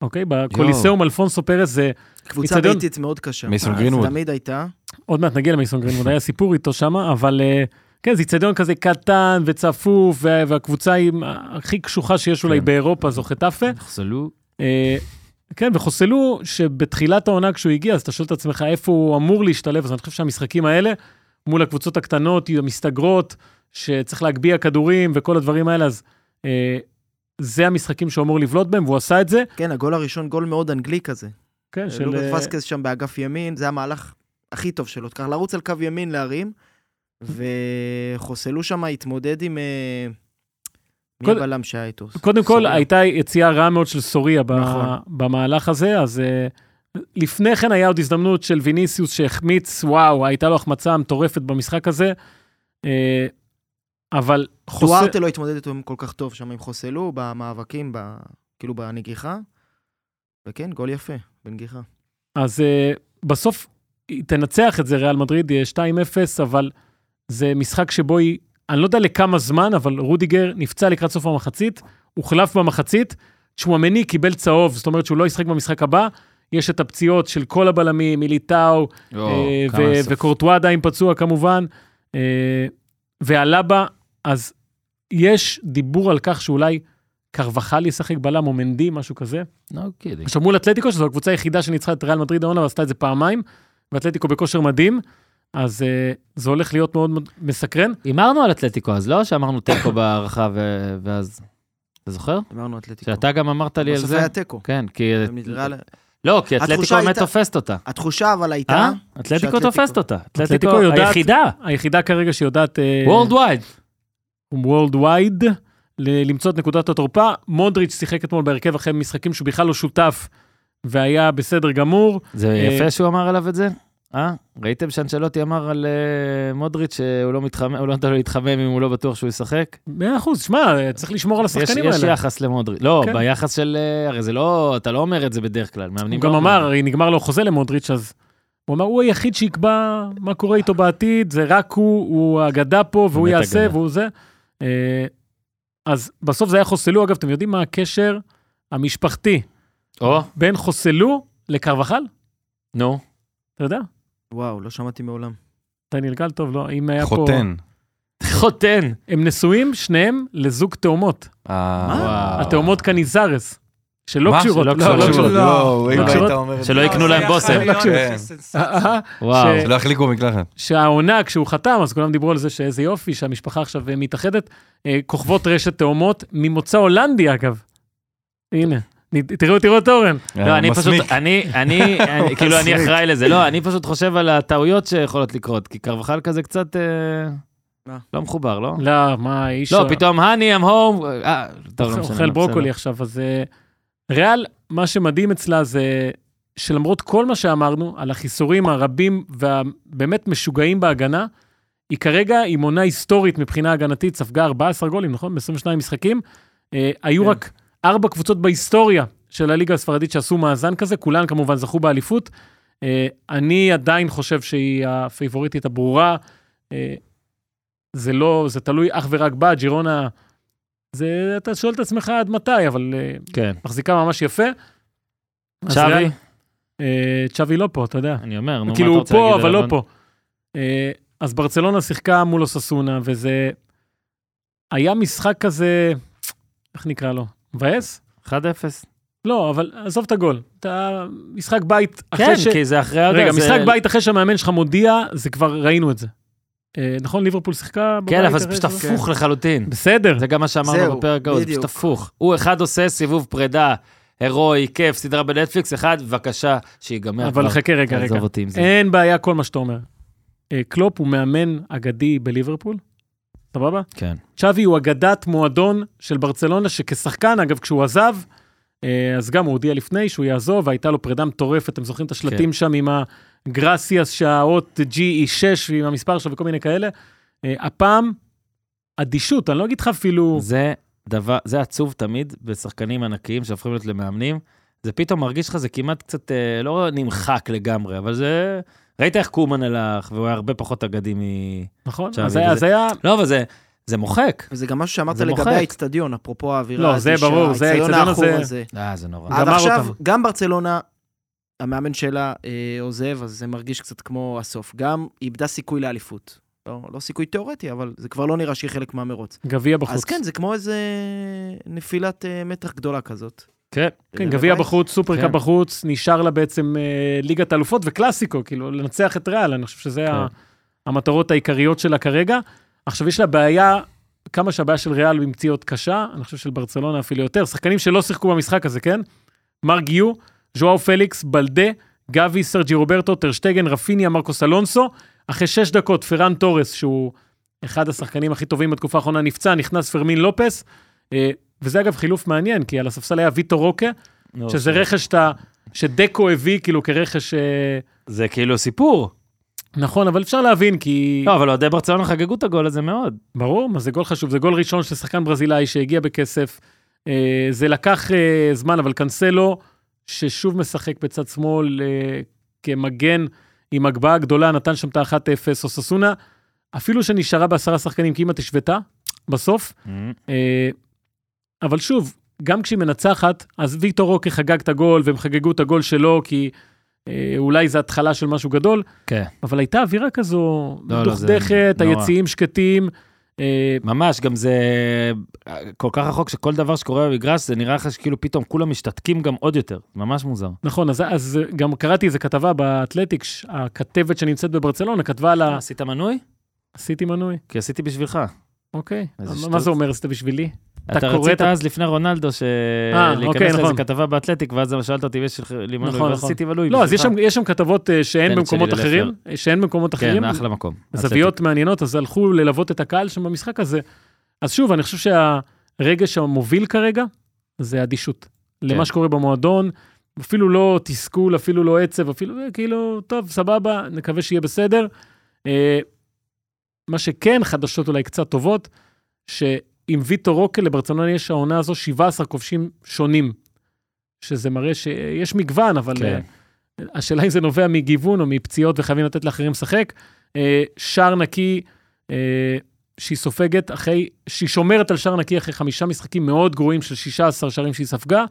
B: אוקיי? בקוליסאום אלפונסו פרס זה,
D: קבוצה
B: אצטדיון.
D: ביתית מאוד קשה.
C: מייסון
D: אה,
C: גרינווד.
D: תמיד הייתה.
B: עוד מעט נגיע למייסון גרינווד, היה סיפור איתו שמה, אבל אה, כן, זה איצטדיון כזה קטן וצפוף, וה, והקבוצה היא הכי קשוחה שיש אולי
A: כן.
B: באירופה, זו חטאפה.
A: נחסלו.
B: אה, כן, וחוסלו שבתחילת העונה כשהוא הגיע, אז אתה שואל את עצמך איפה הוא אמור להשתלב, אז אני חושב שהמשחקים האלה, מול הקבוצות הקטנות, המסתגרות, שצריך להגביה כדורים וכל הדברים האלה, אז אה, זה המשחקים שהוא אמור לבלוט בהם, והוא עשה את זה.
D: כן, הגול הראשון, גול מאוד אנגלי כזה.
B: כן, של...
D: לורס
B: אה,
D: פסקס שם באגף ימין, זה המהלך הכי טוב שלו. ככה לרוץ על קו ימין להרים, וחוסלו שם התמודד עם... אה, מי
B: קודם-
D: הבלם שהיה איתו?
B: קודם כל,
D: סוריה.
B: הייתה יציאה רעה מאוד של סוריה ב-
D: נכון.
B: במהלך הזה, אז אה, לפני כן היה עוד הזדמנות של ויניסיוס שהחמיץ, וואו, הייתה לו החמצה מטורפת במשחק הזה, אה, אבל חוסר...
D: דוארטה לא התמודד איתו כל כך טוב שם, הם חוסלו במאבקים, ב... כאילו בנגיחה. וכן, גול יפה, בנגיחה.
B: אז אה, בסוף היא תנצח את זה, ריאל מדריד, אה, 2-0, אבל זה משחק שבו היא, אני לא יודע לכמה זמן, אבל רודיגר נפצע לקראת סוף המחצית, הוחלף במחצית, צ'ואמני קיבל צהוב, זאת אומרת שהוא לא ישחק במשחק הבא. יש את הפציעות של כל הבלמים, מיליטאו, אה,
A: כמה
B: ו-
A: סוף.
B: וקורטואה עדיין פצוע כמובן, אה, והלבה, אז יש דיבור על כך שאולי קרבחל ישחק בלם או מנדי, משהו כזה.
A: No kidding.
B: עכשיו מול אתלטיקו, שזו הקבוצה היחידה שניצחה את ריאל מדריד העונה ועשתה את זה פעמיים, ואתלטיקו בכושר מדהים, אז אה, זה הולך להיות מאוד מאוד מסקרן.
A: הימרנו על אתלטיקו אז, לא? שאמרנו תיקו בהערכה ו- ואז... אתה זוכר?
D: אמרנו אתלטיקו.
A: שאתה גם אמרת לי על
D: בסוף
A: זה?
D: לא היה תיקו.
A: כן, כי...
D: הם נראה ל-
A: לא, כי אתלטיקו
D: התחושה
A: באמת
D: הייתה-
A: תופסת אותה.
D: התחושה אבל
A: אה?
D: הייתה,
A: אתלטיקו
D: שאתלטיקו-
A: תופסת אותה. אתלטיקו אה.
B: אתלטיקו יודעת-
A: היחידה.
B: היחידה כרגע שיודעת... אה,
A: World wide.
B: World Wide, ל- למצוא את נקודת התורפה. מודריץ' שיחק אתמול בהרכב אחרי משחקים שהוא בכלל לא שותף, והיה בסדר גמור.
A: זה
B: אה,
A: יפה שהוא אמר עליו את זה? אה? ראיתם שאנשלוטי אמר על אה, מודריץ' שהוא לא מתחמם, הוא לא נותן לו להתחמם אם הוא לא בטוח שהוא ישחק?
B: מאה אחוז, שמע, צריך לשמור על
A: יש,
B: השחקנים
A: יש
B: האלה.
A: יחס למודריץ'. לא,
B: כן.
A: ביחס של... אה, הרי זה לא... אתה לא אומר את זה בדרך כלל. מאמנים
B: הוא גם
A: לא אומרים.
B: אמר, הרי נגמר לו חוזה למודריץ', אז הוא אמר, הוא היחיד שיקבע מה קורה איתו בעתיד, זה רק הוא, הוא האגדה פה, והוא
A: באמת
B: יעשה,
A: אגדה.
B: והוא זה. אה, אז בסוף זה היה חוסלו, אגב, אתם יודעים מה הקשר המשפחתי
A: או,
B: בין חוסלו לקרבחל?
A: נו.
B: אתה יודע?
D: וואו, לא שמעתי מעולם.
B: אתה נרגל טוב, לא? אם היה פה...
C: חותן.
A: חותן.
B: הם נשואים, שניהם, לזוג תאומות.
A: וואו.
B: התאומות קניזרס, שלא
C: מה?
B: קשורות.
A: אה. שלא
B: לא,
A: קשורות.
B: לא
A: קשורות.
C: לא, אם
B: לא
C: היית
B: קשורות.
C: אומר... את
A: שלא
C: זה.
A: יקנו להם בושם.
B: אה,
A: וואו.
B: ש-
C: שלא יחליקו מקלחת.
B: שהעונה, כשהוא חתם, אז כולם דיברו על זה שאיזה יופי, שהמשפחה עכשיו אה, מתאחדת. אה, כוכבות רשת תאומות, ממוצא הולנדי אגב. הנה, נ- תראו, תראו את אורן.
A: לא, אני פשוט, אני, אני, אני- כאילו, אני
D: מסמיק.
A: אחראי לזה. לא, אני פשוט חושב על הטעויות שיכולות לקרות, כי קרבחל כזה קצת אה,
D: מה?
A: לא מחובר, לא?
B: לא, מה, האיש...
A: לא,
B: ה-
A: פתאום, הני, I'm home. אה, טוב, לא משנה,
B: אוכל
A: לא,
B: ברוקולי
A: בסדר.
B: עכשיו, אז אה, ריאל, מה שמדהים אצלה זה שלמרות כל מה שאמרנו על החיסורים הרבים והבאמת משוגעים בהגנה, היא כרגע עם עונה היסטורית מבחינה הגנתית, ספגה 14 גולים, נכון? ב-22 משחקים. אה, היו
D: כן.
B: רק ארבע קבוצות בהיסטוריה של הליגה הספרדית שעשו מאזן כזה, כולן כמובן זכו באליפות. אה, אני עדיין חושב שהיא הפייבוריטית הברורה. אה, זה לא, זה תלוי אך ורק בה, ג'ירונה, זה, אתה שואל את עצמך עד מתי, אבל אה,
A: כן.
B: מחזיקה ממש יפה. אז
A: צ'אבי,
B: ריאל- אה, צ'אבי לא פה, אתה יודע.
A: אני אומר, נו, מה אתה
B: כאילו הוא
A: רוצה להגיד
B: פה,
A: עליו?
B: אבל לא פה. אה, אז ברצלונה שיחקה מול אוססונה, וזה... היה משחק כזה, איך נקרא לו? מבאס?
A: 1-0.
B: לא, אבל עזוב את הגול. אתה משחק בית
A: כן,
B: אחרי ש...
A: כי זה אחרי...
B: רגע,
A: זה-
B: משחק בית אחרי שהמאמן שלך מודיע, זה כבר ראינו את זה. אה, נכון, ליברפול שיחקה בבית?
A: כן, אבל זה
B: אחרי
A: פשוט
B: זה? כן.
A: הפוך לחלוטין.
B: בסדר.
A: זה גם מה
D: זהו,
A: שאמרנו בפרק ההוא, זה פשוט
D: בדיוק.
A: הפוך. הוא אחד עושה סיבוב פרידה, הירואי, כיף, סדרה בנטפליקס, אחד, בבקשה, שיגמר כבר.
B: אבל חכה רגע, רגע.
A: תעזוב אותי עם לא. כן, זה.
B: אין בעיה כל מה שאתה אומר. אה, קלופ הוא מאמן אגדי בליברפול, סבבה?
A: כן.
B: צ'אבי הוא אגדת מועדון של ברצלונה, שכשחקן, אגב, כשהוא עזב, אה, אז גם הוא הודיע לפני שהוא יעזוב, והייתה לו פרידה מטורפת, אתם זוכרים את
A: כן.
B: השלטים שם עם הגרסיאס, שהאות G היא 6 ועם המספר שלו וכל מיני כאלה? אה, הפעם, אדישות, אני לא אגיד לך אפילו...
A: זה דבר, זה עצוב תמיד בשחקנים ענקיים שהופכים להיות למאמנים. זה פתאום מרגיש לך, זה כמעט קצת, אה, לא נמחק לגמרי, אבל זה... ראית איך קומן הלך, והוא היה הרבה פחות אגדי מ...
B: נכון?
A: צ'אבי
B: אז היה-
A: וזה-
B: אז היה...
A: לא, אבל זה, זה מוחק.
D: וזה גם משהו שאמרת
A: זה מוחק.
D: לגבי האיצטדיון, אפרופו האווירה.
B: לא,
D: הזו
B: זה ברור, זה
D: שהאיצטדיון
B: האיצטדיון
D: העכור
B: הזה-
A: אה, זה נורא.
B: אה,
D: עד
B: גמר
D: עכשיו,
B: אותם.
D: גם ברצלונה, המאמן שלה אה, עוזב, אז זה מרגיש קצת כמו הסוף. גם היא איבדה סיכוי לאליפות. לא, לא סיכוי תיאורטי, אבל זה כבר לא נראה שהיא חלק מהמרוץ.
B: גביע בחוץ.
D: אז כן, זה כמו איזה נפילת אה, מתח גדולה כזאת.
A: כן.
B: כן, גביע
D: בבית.
B: בחוץ, סופרקאפ
A: כן.
B: בחוץ, נשאר לה בעצם אה, ליגת אלופות וקלאסיקו, כאילו, לנצח את ריאל, אני חושב שזה ה- המטרות העיקריות שלה כרגע. עכשיו, יש לה בעיה, כמה שהבעיה של ריאל היא מציאות קשה, אני חושב של ברצלונה אפילו יותר, שחקנים שלא שיחקו במשחק הזה, כן? מר גיו, ז'ואאו פליקס, בלדה, גבי, סרג'י רוברטו, טרשטגן, רפיניה, מרקוס אלונסו, אחרי שש דקות, פרן תורס, שהוא אחד השחקנים הכי טובים בתקופה האחרונה, נפצע, נכנס פרמין לופס. אה, וזה אגב חילוף מעניין, כי על הספסל היה ויטו רוקה,
A: נו, אוקיי.
B: שזה רכש שאתה- שדקו הביא כאילו כרכש... אה,
A: זה כאילו סיפור.
B: נכון, אבל אפשר להבין, כי...
A: לא, אבל אוהדי ברצלונה חגגו את הגול הזה מאוד.
B: ברור, מה זה גול חשוב, זה גול ראשון של שחקן ברזילאי שהגיע בכסף. אה, זה לקח אה, זמן, אבל קנסלו, ששוב משחק בצד שמאל אה, כמגן עם הגבהה גדולה, נתן שם את ה-1-0 אוססונה, אפילו שנשארה בעשרה שחקנים, כי אמא תשבתה בסוף. אה, אבל שוב, גם כשהיא מנצחת, אז ויקטור רוקה חגג את הגול, והם חגגו את הגול שלו, כי אה, אולי זו התחלה של משהו גדול,
A: כן.
B: אבל הייתה אווירה כזו
A: לא, לא, זה
B: מדוכדכת,
A: נורא.
B: היציעים שקטים. אה,
A: ממש, גם זה כל כך רחוק שכל דבר שקורה במגרש, זה נראה לך שכאילו פתאום כולם משתתקים גם עוד יותר. ממש מוזר.
B: נכון, אז, אז גם קראתי איזה כתבה באתלטיק, ש- הכתבת שנמצאת בברצלונה כתבה על ה...
A: עשית מנוי?
B: עשיתי מנוי,
A: כי עשיתי בשבילך.
B: אוקיי.
A: איזה
B: מה-
A: שטות.
B: מה זה אומר, זה בשבילי?
A: אתה
B: קורא
A: רצית
B: את ה-
A: אז לפני רונלדו, ש-
B: אה, אוקיי,
A: להיכנס לאיזה
B: נכון.
A: כתבה באתלטיק, ואז שאלת אותי אם יש לך- לי מנוי,
B: נכון,
A: ואז
B: נכון.
A: עשיתי מנוי
B: לא, אז יש
A: בשבילך.
B: שם, יש שם כתבות אה, שאין
A: כן,
B: במקומות
A: שלי
B: אחרים, אה, שאין במקומות אחרים.
A: כן, אחלה מקום.
B: זוויות מעניינות, אז הלכו ללוות את הקהל שם במשחק הזה. אז שוב, אני חושב שהרגש המוביל כרגע זה אדישות.
A: כן.
B: למה שקורה במועדון, אפילו לא תסכול, אפילו לא עצב, אפילו אה, כאילו, טוב, סבבה, נקווה שיהיה בסדר. אה, מה שכן, חדשות אולי קצת טובות, שעם ויטו רוקל לברצלונה יש העונה הזו 17 כובשים שונים, שזה מראה שיש מגוון, אבל...
A: כן.
B: כן. השאלה אם זה נובע מגיוון או מפציעות וחייבים לתת לאחרים לשחק. אה, שער נקי אה, שהיא סופגת אחרי, שהיא שומרת על שער נקי אחרי חמישה משחקים מאוד גרועים של 16 שערים שהיא ספגה.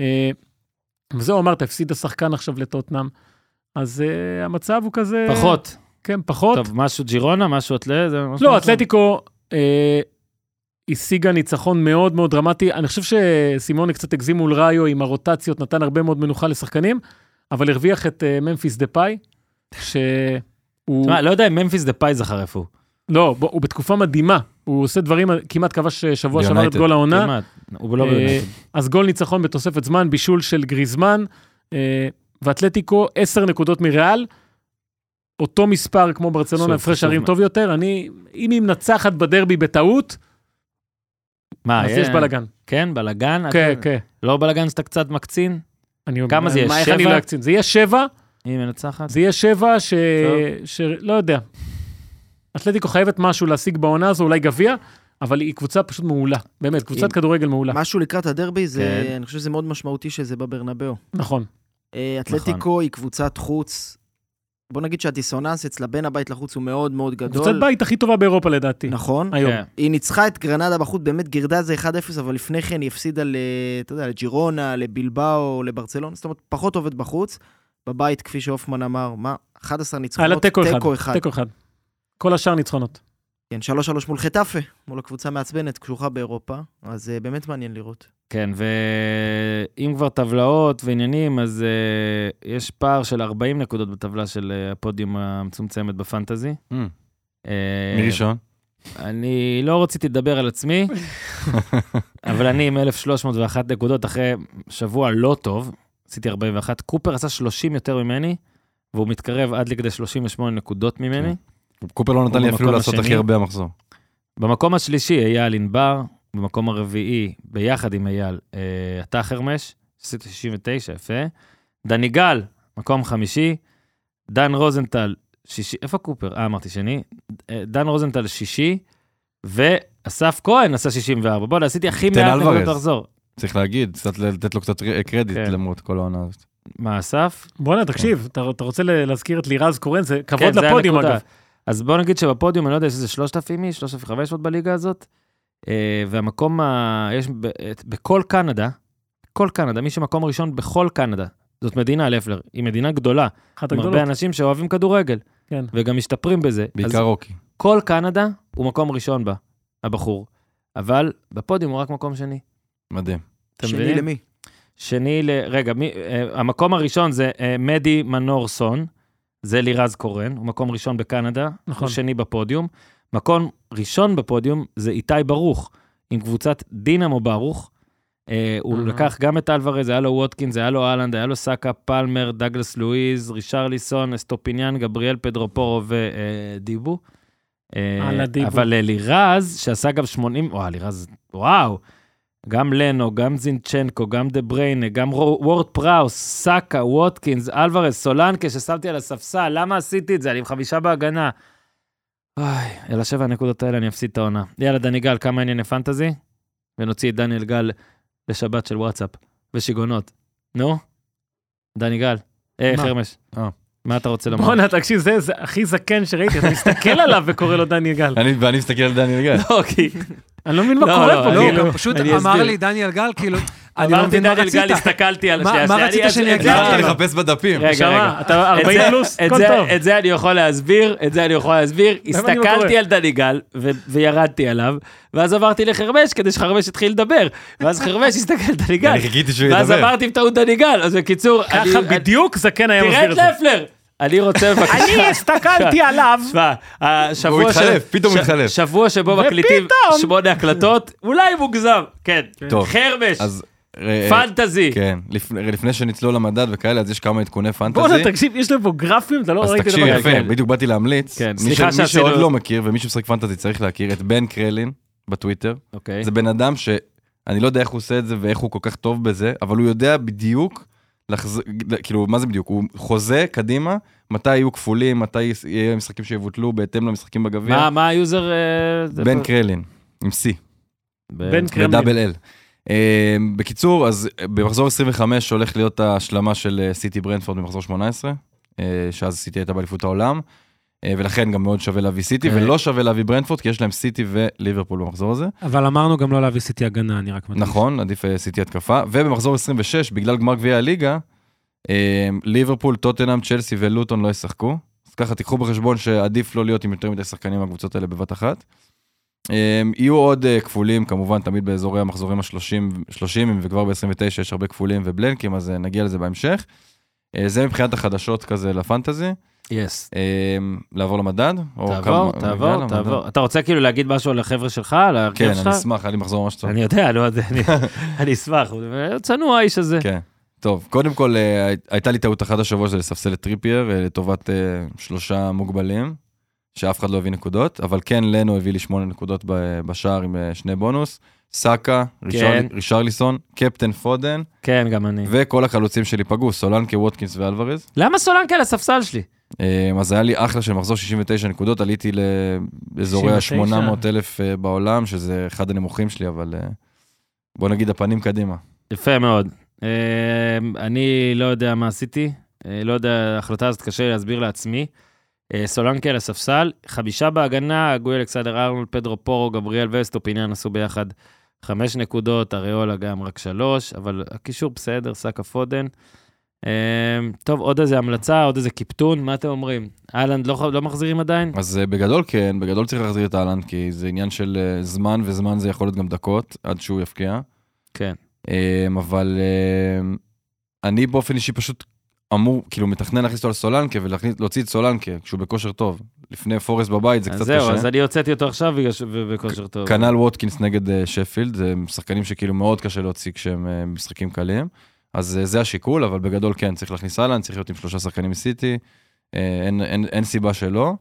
B: אה, וזהו, אמרת, הפסיד השחקן עכשיו לטוטנאם. אז אה, המצב הוא כזה...
A: פחות.
B: כן, פחות.
A: טוב, משהו ג'ירונה, משהו אתלה, זה משהו...
B: לא, אתלטיקו אה, השיגה ניצחון מאוד מאוד דרמטי. אני חושב שסימוני קצת הגזים מול ראיו עם הרוטציות, נתן הרבה מאוד מנוחה לשחקנים, אבל הרוויח את אה, ממפיס דה פאי, שהוא...
A: תשמע, לא יודע אם ממפיס דה פאי זכר איפה הוא.
B: לא, בוא, הוא בתקופה מדהימה. הוא עושה דברים, כמעט כבש אה, שבוע שעבר את
C: ביונייטד.
B: גול העונה.
A: כמעט. הוא לא
B: אה,
A: ביונייטד.
B: אז גול ניצחון בתוספת זמן, בישול של גריזמן, אה, ואתלטיקו 10 נקודות מריאל. אותו מספר כמו
A: שוב,
B: ברצלונה, הפרש
A: חשוב
B: שערים
A: מאוד.
B: טוב יותר. אני, אם היא מנצחת בדרבי בטעות,
A: מה,
B: אז
A: אה,
B: יש בלאגן.
A: כן, בלאגן?
B: כן,
A: אתה-
B: כן.
A: לא בלאגן שאתה קצת מקצין?
B: אני אומר,
A: כמה זה יהיה,
B: מה, איך אני
A: שבע?
B: לא אקצין? זה יהיה שבע,
A: היא מנצחת?
B: זה יהיה שבע ש...
A: טוב.
B: ש... לא יודע. אתלטיקו חייבת משהו להשיג בעונה הזו, אולי גביע, אבל היא קבוצה פשוט מעולה. באמת,
D: אם-
B: קבוצת כדורגל מעולה.
D: משהו לקראת הדרבי, זה,
A: כן.
D: אני חושב שזה מאוד משמעותי שזה בברנבאו.
B: נכון.
D: אה, אתלטיקו היא קבוצת חוץ, בוא נגיד שהדיסוננס אצלה בין הבית לחוץ הוא מאוד מאוד גדול.
B: קבוצת בית הכי טובה באירופה לדעתי.
D: נכון.
B: היום.
A: כן.
D: היא ניצחה את גרנדה בחוץ, באמת גירדה איזה 1-0, אבל לפני כן היא הפסידה, ל- אתה יודע, לג'ירונה, לבילבאו, לברצלונה, זאת אומרת, פחות עובד בחוץ. בבית, כפי שהופמן אמר, מה?
B: היה
D: 11
B: לה
D: ניצחונות,
B: תיקו אחד. תיקו אחד. כל השאר ניצחונות.
D: כן, 3-3 מול חטאפה, מול הקבוצה המעצבנת, קשוחה באירופה, אז אה, באמת מעניין לראות.
A: כן, ואם כבר טבלאות ועניינים, אז uh, יש פער של 40 נקודות בטבלה של אה, הפודיום המצומצמת בפנטזי. אה,
C: מי ראשון?
A: אני לא רציתי לדבר על עצמי, אבל אני עם 1,301 נקודות אחרי שבוע לא טוב, עשיתי 41. קופר עשה 30 יותר ממני, והוא מתקרב עד לכדי 38 נקודות ממני.
C: קופר לא נתן לי
A: הוא
C: אפילו
A: במקום
C: לעשות הכי
A: השני.
C: הרבה המחזור.
A: במקום השלישי, אייל ענבר, במקום הרביעי, ביחד עם אייל, אה, אתה חרמש, עשיתי 69, יפה. דני גל, מקום חמישי. דן רוזנטל, שישי, איפה קופר? אה, אמרתי שני. אה, דן רוזנטל, שישי. ואסף כהן עשה 64. בוא'נה, עשיתי הכי
C: תן
A: מעט
C: אלוורז.
A: נקודות לחזור.
C: צריך להגיד, קצת לתת לו קצת קרדיט
A: כן.
C: למרות כל העונה הזאת.
A: מה, אסף?
B: בואנה, תקשיב, אתה אתה רוצה ל- להזכיר את לירז קורן? זה
A: נכון. כן,
B: כבוד
A: זה
B: לפודיום,
A: הנקודה.
B: אגב.
A: אז בוא נגיד שבפודיום, אני לא יודע, יש איזה 3,000 איש, 3,500 בליגה הזאת, אה, והמקום, ה... יש ב... את- בכל קנדה, בכל קנדה, מי שמקום ראשון בכל קנדה, זאת מדינה, לפלר, היא מדינה גדולה,
B: אחת
A: עם הרבה
B: הגדולות.
A: אנשים שאוהבים כדורגל,
B: כן.
A: וגם משתפרים בזה.
C: בעיקר
A: אז
C: רוקי.
A: כל קנדה הוא מקום ראשון בה, הבחור, אבל בפודיום הוא רק מקום שני.
C: מדהים.
A: אתם
D: שני
A: מבינים?
D: למי?
A: שני ל... רגע, מי... אה, המקום הראשון זה אה, מדי מנורסון, זה לירז קורן, הוא מקום ראשון בקנדה,
B: נכון.
A: הוא שני בפודיום. מקום ראשון בפודיום זה איתי ברוך, עם קבוצת דינמו ברוך. אה, אה, הוא
E: Mhm.
A: לקח גם את אלוורז, היה לו ווטקינס, היה לו אהלנד, היה לו סאקה, פלמר, דגלס לואיז, רישרליסון, אסטופיניאן, גבריאל, פדרופורו אה, ודיבו.
B: אהלן, דיבו.
A: אבל אה, לירז, שעשה גם 80, וואו, לירז, וואו. גם לנו, גם זינצ'נקו, גם דה בריינה, גם רו- וורד פראוס, סאקה, ווטקינס, אלוורז, סולנקה, ששמתי על הספסל, למה עשיתי את זה? אני עם חמישה בהגנה. אוי, אל השבע הנקודות האלה אני אפסיד את העונה. יאללה, דני גל, כמה ענייני פנטזי? ונוציא את דניאל גל לשבת של וואטסאפ, ושיגעונות. נו? דני גל. אה,
B: מה?
A: חרמש.
C: אה.
A: מה אתה רוצה לומר?
B: בואנה, תקשיב, זה זה הכי זקן שראיתי, אתה מסתכל עליו וקורא לו דניאל גל.
C: אני- ואני מסתכל על דניאל גל.
A: לא, כי...
B: אני לא מבין מה
A: לא,
B: קורה
A: לא,
B: פה,
A: אני
E: לא,
B: כאילו.
E: הוא גם פשוט
A: אני
E: אמר
A: אסביר.
E: לי דניאל גל, כאילו, אני לא
A: אמרתי
E: מבין מה
A: דניאל גל,
E: רצית.
A: הסתכלתי על
E: מה-
A: השנייה.
E: מה
A: שאני-
E: רצית
A: אני-
E: שאני
A: את-
E: אגיד?
A: למה?
C: למה
E: רגע.
C: אתה מחפש בדפים?
A: רגע, רגע.
B: נשמה, אתה
A: את
B: 40
A: זה-
B: פלוס,
A: את
B: הכל
A: זה-
B: טוב.
A: את זה אני יכול להסביר, את זה אני יכול להסביר.
B: למה אני לא
A: הסתכלתי
B: קורא?
A: על דני גל ו- וירדתי עליו, ואז עברתי לחרמש כדי שחרמש יתחיל לדבר. ואז חרמש הסתכל על דני גל.
C: אני חיכיתי שהוא
A: ואז
C: ידבר.
A: עברתי עם טעות דני גל. אז בקיצור, אני-
B: ככה
A: אני-
B: בדיוק זקן היה
A: תראה
B: מסביר
A: את
B: את זה.
A: לפלר. אני רוצה בבקשה.
B: אני הסתכלתי
A: כן.
B: עליו.
A: תשמע, השבוע...
C: הוא התחלף,
A: ש-
C: פתאום
A: ש-
C: התחלף.
A: שבוע שבו מקליטים
B: ופתאום.
A: שמונה הקלטות, אולי מוגזם, כן.
C: טוב,
A: חרמש,
C: אז... אה,
A: פנטזי.
C: כן, לפני- לפני שנצלול למדד וכאלה, אז יש כמה עדכוני פנטזי.
B: בואנה, תקשיב, יש להם פה גרפים, אתה לא
C: אז
B: ראית
C: תקשיב,
B: דבר כזה.
C: יפה,
A: כן.
C: בדיוק באתי להמליץ.
A: כן,
C: מי ש-
A: סליחה
C: מי
A: שעשינו-
C: שעוד לא מכיר ומי שמשחק פנטזי צריך להכיר את בן קרלין בטוויטר.
A: אוקיי.
C: זה בן אדם שאני לא יודע איך הוא עושה את זה ואיך הוא כל כך טוב בזה, אבל הוא יודע בדיוק, לחז... כאילו, מה זה בדיוק? הוא חוזה קדימה, מתי יהיו כפולים, מתי יס- יהיו משחקים שיבוטלו בהתאם למשחקים בגביע.
A: מה- מה היוזר... אה, זה
C: בן
A: פה?
C: קרלין, עם C,
A: ב-
B: בן קרמלין.
C: ודאבל אל. אה, בקיצור, אז במחזור 25 הולך להיות ההשלמה של אה, סיטי ברנפורד במחזור 18, אה, שאז סיטי הייתה באליפות העולם, אה, ולכן גם מאוד שווה להביא סיטי,
A: אה.
C: ולא שווה להביא ברנפורד, כי יש להם סיטי וליברפול במחזור הזה.
E: אבל אמרנו גם לא להביא סיטי הגנה, אני רק מדגיש.
C: נכון, עדיף אה, סיטי התקפה. ובמחזור 26, בגלל גמר גביע הליגה, אה, ליברפול, טוטנאם, צ'לסי ולוטון לא ישחקו. אז ככה, תיקחו בחשבון שעדיף לא להיות עם יותר מדי שחקנים מהקבוצות האלה בבת אחת. אה, יהיו עוד אה, כפולים, כמובן, תמיד באזורי המחזורים ה-30, וכבר ב-29 יש הרבה כפולים ובלנקים, אז אה, נגיע לזה בהמשך. אה, זה מבחינת החדשות כזה לפנטזי.
A: יס.
C: אה, לעבור למדד? או
A: תעבור,
C: כמה-
A: תעבור,
C: יאללה, מדד.
A: תעבור. אתה רוצה כאילו להגיד משהו על החבר'ה שלך, על
C: כן,
A: ההרכב שלך?
C: אני אשמח, היה לי מחזור ממש טוב.
A: אני יודע, לא, אז אני- אני אשמח. הוא צנוע האיש הזה.
C: כן. טוב, קודם כל, אה, הי- הייתה לי טעות אחת השבוע שזה לספסל את טריפייר אה, לטובת אה, שלושה מוגבלים, שאף אחד לא הביא נקודות, אבל כן, לנו הביא לי שמונה נקודות ב- בשער עם אה, שני בונוס. סאקה,
A: כן.
C: רישר- רישרליסון, קפטן פודן,
A: כן, גם אני.
C: וכל החלוצים שלי פגעו, סולנקה, ווטקינס ואלוורז.
A: למה סולנקה על הספסל שלי?
C: אה, אז היה לי אחלה של מחזור 69 נקודות, עליתי לאזורי
B: 69.
C: ה-800 אלף אה, בעולם, שזה אחד הנמוכים שלי, אבל אה, בוא נגיד הפנים קדימה.
A: יפה מאוד. אמ, אני לא יודע מה עשיתי, אה, לא יודע, ההחלטה הזאת קשה לי להסביר לעצמי. אה, סולנקה על הספסל, חמישה בהגנה, גוי אלכסנדר ארנולד, פדרו פורו, גבריאל וסטופיניאן עשו ביחד חמש נקודות, אריולה גם רק שלוש, אבל הקישור בסדר, סאקה פודן. אמ, טוב, עוד איזה המלצה, עוד איזה קיפטון, מה אתם אומרים? אהלנד לא, ח- לא מחזירים עדיין?
C: אז אה, בגדול כן, בגדול צריך להחזיר את אהלן, כי זה עניין של אה, זמן, וזמן זה יכול להיות גם דקות, עד שהוא יפקיע.
A: כן.
C: אה, אבל אה, אני באופן אישי פשוט אמור, כאילו, מתכנן להכניס אותו על סולנקה ולהוציא את סולנקה, כשהוא בכושר טוב. לפני פורס בבית זה
A: אז
C: קצת
A: זהו, אז
C: קשה.
A: אני הוצאתי אותו עכשיו בגלל ש- ו- וכושר טוב.
C: כנ"ל ווטקינס נגד אה, שפילד, זה שחקנים שכאילו מאוד קשה להוציא כשהם אה, משחקים קלים. אז אה, זה השיקול, אבל בגדול כן, צריך להכניס אהלן, צריך להיות עם שלושה שחקנים מסיטי, אה, אין, אין, אין סיבה שלא.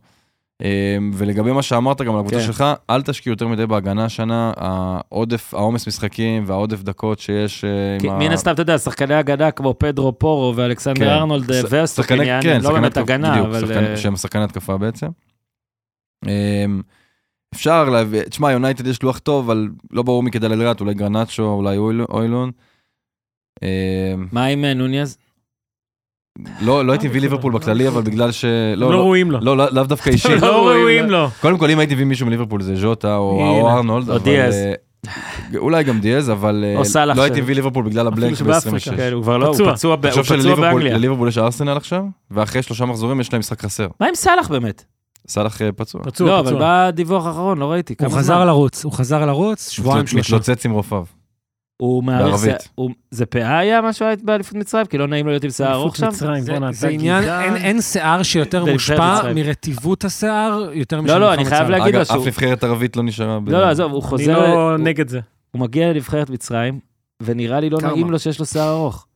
C: אה, ולגבי מה שאמרת גם על הקבוצה
A: כן.
C: שלך, אל תשקיעו יותר מדי בהגנה השנה, העודף, העומס משחקים והעודף דקות שיש אה,
A: כי
C: עם
A: מן הסתם, אתה יודע, שחקני הגנה כמו פדרו פורו
C: כן.
A: ואלכסנדר ארנולד
C: ש- שחקני-
A: וסטופיניאן,
C: כן,
A: הם לא
C: שחקני
A: באמת
C: התקפ-
A: הגנה,
C: בדיוק,
A: אבל...
C: שחקן-
A: אה,
C: שהם שחקני התקפה בעצם. אמ, אפשר להביא, תשמע, יונייטד יש לוח טוב, אבל לא ברור מי כדאי לדעת, אולי גרנצ'ו, אולי אויל- אוילון. אמ,
A: מה עם אה, נוניז?
C: לא, לא הייתי
B: אה,
C: מביא ליברפול בכללי, אבל בגלל ש... לא,
B: לא
C: לא,
B: ראויים לו.
C: לא, לא- לאו דווקא אישי.
A: לא
B: לא
A: ראויים
B: ראויים
A: לו.
B: לו.
C: קודם כל, אם הייתי מביא מישהו מליברפול זה ז'וטה או
B: הנה.
C: או ארנולד,
A: או
C: אבל,
A: דיאז.
C: אה, אולי גם דיאז, אבל אה,
A: או סאלח
C: לא הייתי
A: ש-
C: מביא ליברפול בגלל הבלנק
B: אפילו שבאפריקה,
C: ב-26.
A: כן, הוא כבר לא, הוא
B: פצוע.
A: פצוע ב- הוא
C: תחשוב
A: פצוע באנגליה.
C: שלליברפול יש ארסנל עכשיו, ואחרי שלושה מחזורים יש להם משחק חסר.
A: מה עם סאלח באמת?
C: סאלח אה, פצוע.
B: פצוע,
A: לא, אבל
B: פצוע.
A: בא הדיווח האחרון, לא ראיתי. כמה
E: הוא חזר
A: זמן?
E: לרוץ, הוא חזר לרוץ, שבועיים
A: לא-
C: מתלוצ-
E: שלושה.
C: מתלוצץ עם רופאיו.
A: הוא מעריך...
C: בערבית.
A: זה- הוא- זה פאה היה מה שהוא היה באליפות מצרים? כי לא נעים לו להיות עם שיער ארוך שם?
B: אליפות מצרים,
E: זה-
A: לא-
B: בואנה,
E: זה
B: אתה
E: עניין,
B: גזען.
E: אין- אין שיער שיותר
A: בנבחרת
E: מושפע
A: ישראל.
E: מרטיבות השיער יותר משל
A: לא, לא,
E: מוחמד
A: אני חייב
E: סאלח.
A: להגיד לו
C: אגב,
A: שהוא...
C: אף נבחרת ערבית לא נשארה ב...
A: לא, לא, עזוב, הוא
B: אני
A: חוזר...
B: לא
A: הוא-
B: נגד זה.
A: הוא מגיע לנבחרת מצרים, ונראה לי לא
D: קרמה.
A: נעים לו שיש לו שיער ארוך.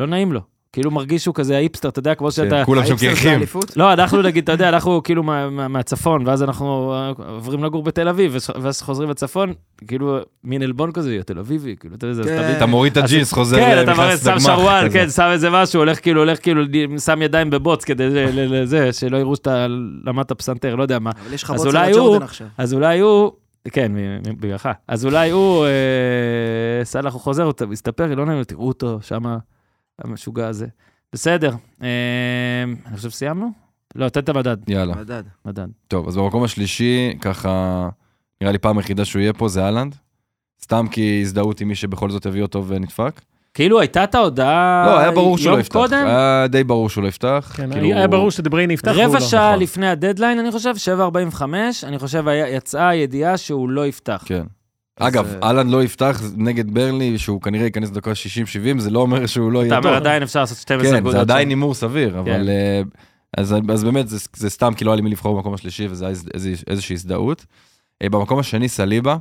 A: לא נעים לו. כאילו מרגיש שהוא כזה האיפסטר, אתה יודע,
C: כן,
A: כמו שאתה...
C: שכולם שם
D: האיפסר זה
C: קרחים.
D: אליפות?
A: לא, אנחנו נגיד, אתה יודע, אנחנו כאילו מה- מה- מהצפון, ואז אנחנו אה, עוברים לגור בתל אביב, וש- ואז חוזרים לצפון, כאילו מין עלבון כזה, יא תל אביבי, כאילו, אתה יודע, אז
D: כן.
A: תמיד...
C: אתה מוריד את
A: אז-
C: הג'ינס, חוזר,
A: כן, אתה
C: נכנס
A: מראה, שם
C: לגמ"ח
A: שרוואל,
C: כזה.
A: כן, שם איזה משהו, הולך כאילו, הולך כאילו, שם ידיים בבוץ כדי ל- ל- לזה, שלא יראו שאתה למדת פסנתר, לא יודע מה.
D: אבל יש לך
A: אז
D: בוצר
A: אולי
D: לג'ורדן
A: הוא-
D: עכשיו.
A: אז אולי הוא, כן, מ- מ- בגללך, אז אולי הוא, אה, סאלח הוא חוזר, הוא ת- מסתפר, לא נעים, לו, תראו אותו, שמה, המשוגע הזה. בסדר, אה, אני חושב שסיימנו? לא, תן את המדד,
C: יאללה.
D: מדד.
A: מדד.
C: טוב, אז במקום השלישי, ככה, נראה לי פעם היחידה שהוא יהיה פה זה אהלנד. סתם כי הזדהות עם מי שבכל זאת הביא אותו ונדפק.
A: כאילו הייתה את ההודעה
C: לא, היה ברור שהוא לא
A: אה, יום
C: יפתח.
A: קודם?
C: היה די ברור שהוא לא יפתח.
B: כן,
C: כאילו,
B: היה ברור שדבריין יפתח. והוא
A: רבע
B: לא.
A: שעה
C: נכון.
A: לפני הדדליין, אני חושב, 7.45, אני חושב, היה- יצאה הידיעה שהוא לא יפתח.
C: כן.
A: אז,
C: אגב,
A: אה,
C: אהלן לא יפתח נגד ברנלי, שהוא כנראה ייכנס לדקה 60-70, זה לא אומר שהוא לא
A: אתה
C: יהיה טוב.
A: אומר, עדיין אפשר לעשות 12
C: כן,
A: נקודות.
C: זה עדיין
A: שם.
C: הימור סביר,
A: כן.
C: אבל... אה, אז, אז באמת, זה, זה סתם כי לא היה לי מי לבחור במקום השלישי, וזה היה איז- איז, איזושהי הזדהות. אה, במקום השני, סליבה.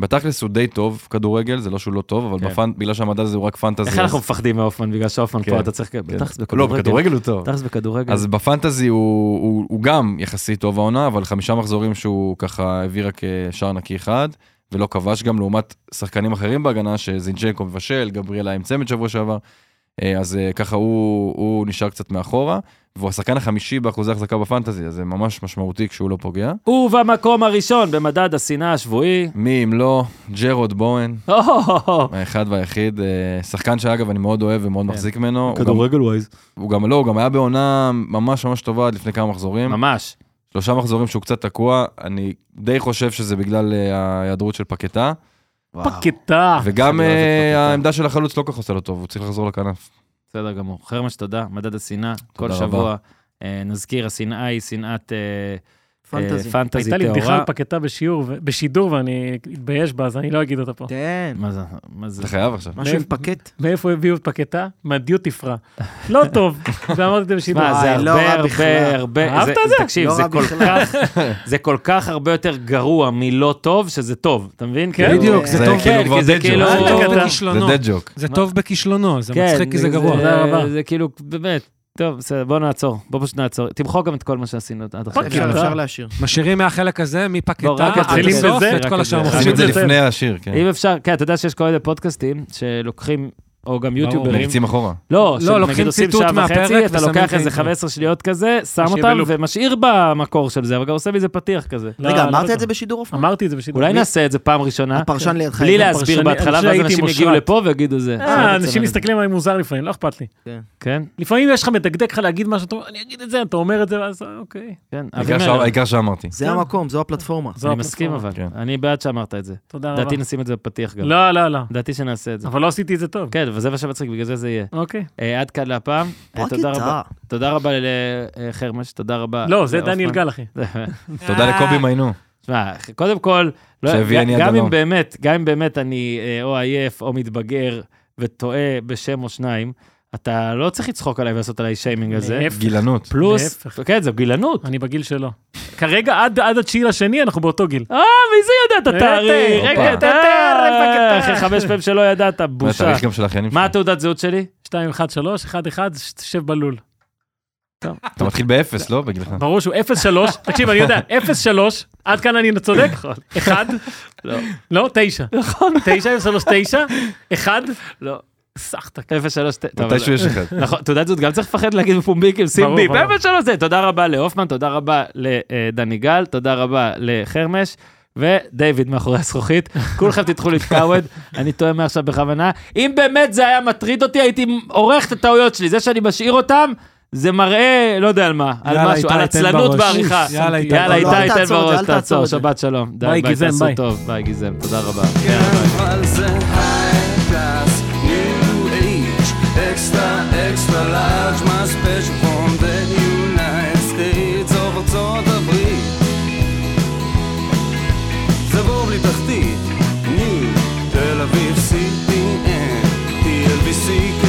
C: בתכלס הוא די טוב כדורגל, זה לא שהוא לא טוב, אבל
A: כן.
C: בפנ... בגלל שהמדע הזה הוא רק פנטזי.
A: איך
C: אז-
A: אנחנו מפחדים מהופמן, בגלל שהופמן
C: כן,
A: פה, אתה צריך...
C: כן.
A: בטח זה
C: לא,
A: בכדורגל.
C: בכדורגל הוא טוב.
A: בטח זה בכדורגל.
C: אז בפנטזי הוא, הוא, הוא גם יחסית טוב העונה, אבל חמישה מחזורים שהוא ככה הביא רק אה, שער נקי אחד, ולא כבש גם לעומת שחקנים אחרים בהגנה, שזינצ'נקו מבשל, גבריאלה עם צמד שבוע שעבר, אה, אז אה, ככה הוא, הוא נשאר קצת מאחורה, והוא השחקן החמישי באחוזי החזקה בפנטזי, אז זה ממש משמעותי כשהוא לא פוגע.
A: הוא במקום הראשון במדד השנאה השבועי.
C: מי אם לא, ג'רוד בואן, אה,
A: או-הו-הו-הו.
C: האחד והיחיד, אה, שחקן שאגב אני מאוד אוהב ומאוד
A: כן.
C: מחזיק ממנו. הוא גם-
B: ווייז.
C: הוא גם לא, הוא גם היה בעונה ממש ממש טובה עד לפני כמה מחזורים.
A: ממש.
C: שלושה מחזורים שהוא קצת תקוע, אני די חושב שזה בגלל אה, ההיעדרות של פקטה,
B: פקטה.
C: וגם
A: אה, אני אוהב את
C: אה,
A: פקטה.
C: העמדה של החלוץ לא כל כך עושה לו טוב, הוא צריך לחזור לכנף.
A: בסדר גמור. חרמש, תודה. מדד השנאה, כל
C: תודה
A: שבוע.
C: רבה.
A: אה, נזכיר, השנאה היא שנאת אה,
D: פנטזי.
A: אה, פנטזי
B: הייתה לי בדיחה
A: טהורה.
B: על פקטה בשיעור, ו- בשידור, ואני אתבייש בה, אז אני לא אגיד אותה פה.
D: כן,
A: מה זה? מה זה?
C: אתה חייב עכשיו.
D: משהו עם
B: מאיפה-
D: פקט.
B: מאיפה הביאו את פקטה? מהדיוטי פרה. לא טוב, ואמרתי את זה בשידור.
A: מה, זה
D: וואי, לא
A: הרבה
D: רע בכלל.
A: הרבה הרבה...
B: אהבת את זה?
A: תקשיב,
D: לא
A: זה
D: רע
A: כל
D: בכלל.
A: כך... זה כל כך הרבה יותר גרוע מלא טוב, שזה טוב, אתה מבין?
B: כן.
A: כאילו-
B: בדיוק,
C: זה
A: טוב. כן,
C: כאילו כבר
A: כי זה
C: dead
A: כאילו-
B: אה,
C: joke.
B: לא,
E: טוב
B: לא.
C: זה
E: בכישלונו.
C: dead joke.
E: זה טוב בכישלונו, זה
A: כן,
E: מצחיק כי זה גרוע.
B: תודה רבה.
A: זה כאילו, באמת, טוב, בסדר, בוא נעצור, בוא פשוט נעצור. תמחוק גם את כל מה שעשינו עד עכשיו.
B: פאק
D: אפשר
B: יואו.
D: אפשר להשאיר.
E: משאירים מהחלק הזה,
A: לא, רק
E: מפקטה,
A: את זה.
E: עד
B: מתחילים
E: הסוף,
B: בזה,
E: אה, את
A: רק
E: כל
A: את
E: השאר
A: זה.
C: עושים
E: מוחקים.
C: את זה
B: זה יותר.
C: לפני השיר, כן.
A: אם אפשר, כן, אתה יודע שיש כל מיני פודקאסטים שלוקחים, או גם יוטיוברים.
C: מריצים אחורה.
A: לא,
E: לא,
A: שנגיד
E: לוקחים
A: עושים
E: ציטוט
A: שעה
E: מהפרק
A: וחצי, אתה
E: ושמים
A: לוקח
E: את
A: איזה
E: האינטרו.
A: 15 שניות כזה, שם
B: משאיר
A: אותם
B: בלופ.
A: ומשאיר במקור של זה, אבל גם עושה מזה פתיח כזה.
B: לא,
D: רגע,
B: לא
D: אמרת
B: טוב.
D: את זה בשידור אופן?
B: אמרתי את זה בשידור.
A: אולי
B: מי-
A: נעשה את זה פעם ראשונה,
D: הפרשן לידך.
A: אה, כן.
D: כן.
A: בלי
D: ידע.
A: להסביר
B: פרשני-
A: בהתחלה,
B: אנשי
A: ואז
B: הייתי
A: אנשים
B: מושרת.
A: יגיעו לפה ויגידו זה.
B: אה, אנשים
A: בסדר,
B: מסתכלים עליי מוזר לפעמים, לא אכפת לי.
A: כן,
B: לפעמים יש לך מדקדק לך להגיד משהו טוב, אני אגיד את זה, אתה אומר את זה, ואז אה, אוקיי.
A: כן. אבי
C: העיקר
A: מלר,
C: שה- העיקר שאמרתי.
D: זה המקום, זו הפלטפורמה.
B: זו
A: אני
B: הפלטפורמה.
A: מסכים אבל,
C: כן.
A: אני בעד שאמרת את זה.
B: תודה רבה.
A: לדעתי נשים את זה בפתיח גם.
B: אה. לא, לא, לא.
A: לדעתי שנעשה את זה.
B: אבל לא עשיתי את זה טוב.
A: כן, וזה מה שמצחיק, בגלל זה זה יהיה.
B: אוקיי.
A: אה, עד כאן להפעם. אה, תודה רבה.
D: פקטה.
A: תודה רבה לחרמש, תודה רבה.
B: לא, זה
A: להופמן.
B: דניאל גל, אחי.
C: תודה לקובי מיינו.
A: שמע, קודם כל, לא,
C: שהביא אני עד
A: גם אם
C: הלום.
A: באמת, גם אם באמת אני אה, או עייף או מתבגר וטועה בשם או שניים, אתה לא צריך לצחוק עליי ולעשות עליי שיימינג על זה.
B: להפך.
C: גילנות.
A: פלוס,
B: להפך.
A: כן, זו גילנות.
B: אני בגיל שלו. כרגע, עד- עד התשיעי לשני, אנחנו באותו גיל.
A: אה, מי זה יודע את התאריך?
C: הופה.
A: רגע, את התאריך, אחרי חמש פעמים שלא ידעת, בושה.
C: והתאריך גם של האחיינים שלך.
A: מה התעודת זהות שלי?
B: 2, 1, 3, 1, 1, שב בלול.
C: אתה מתחיל באפס, לא? בגילך.
B: ברור שהוא 0, 3, תקשיב, אני יודע, 0, 3, עד כאן אני צודק? 1, נכון. לא, 9. נכון. 9, 0, 3, 9, 1,
A: לא.
B: סחטה.
A: 03... טוב,
C: מתישהו
A: לא.
C: יש אחד.
A: נכון, תעודת זהות גם צריך לפחד להגיד בפומבי, כאילו שים
B: ברור,
A: ביפ,
B: ברור.
A: באמת שלא זה. תודה רבה להופמן, תודה רבה לדני גל, תודה רבה לחרמש. ודייוויד מאחורי הזכוכית, כולכם תדחו לי את קאווד, אני טועה מעכשיו בכוונה. אם באמת זה היה מטריד אותי, הייתי עורך את הטעויות שלי. זה שאני משאיר אותם, זה מראה, לא יודע על מה, על
E: יאללה,
A: משהו,
E: איתי,
A: על
E: תן
A: עצלנות
E: בראש.
A: בעריכה.
E: יאללה, איתי,
A: יאללה,
D: לא, אל
A: איתי, תן
D: תעצור את זה,
A: בראש,
D: אל תעצור
A: תעצור,
D: את זה.
A: שבת שלום. די,
B: ביי, גיזם,
A: תעשו
B: ביי.
A: טוב, ביי, גיזם, תודה רבה.
F: Carnival is a high class, new age, extra, extra large, my special from the United States of ארצות הברית. זה בור בלי תחתית, ניו, תל אביב, CPN, TLVC,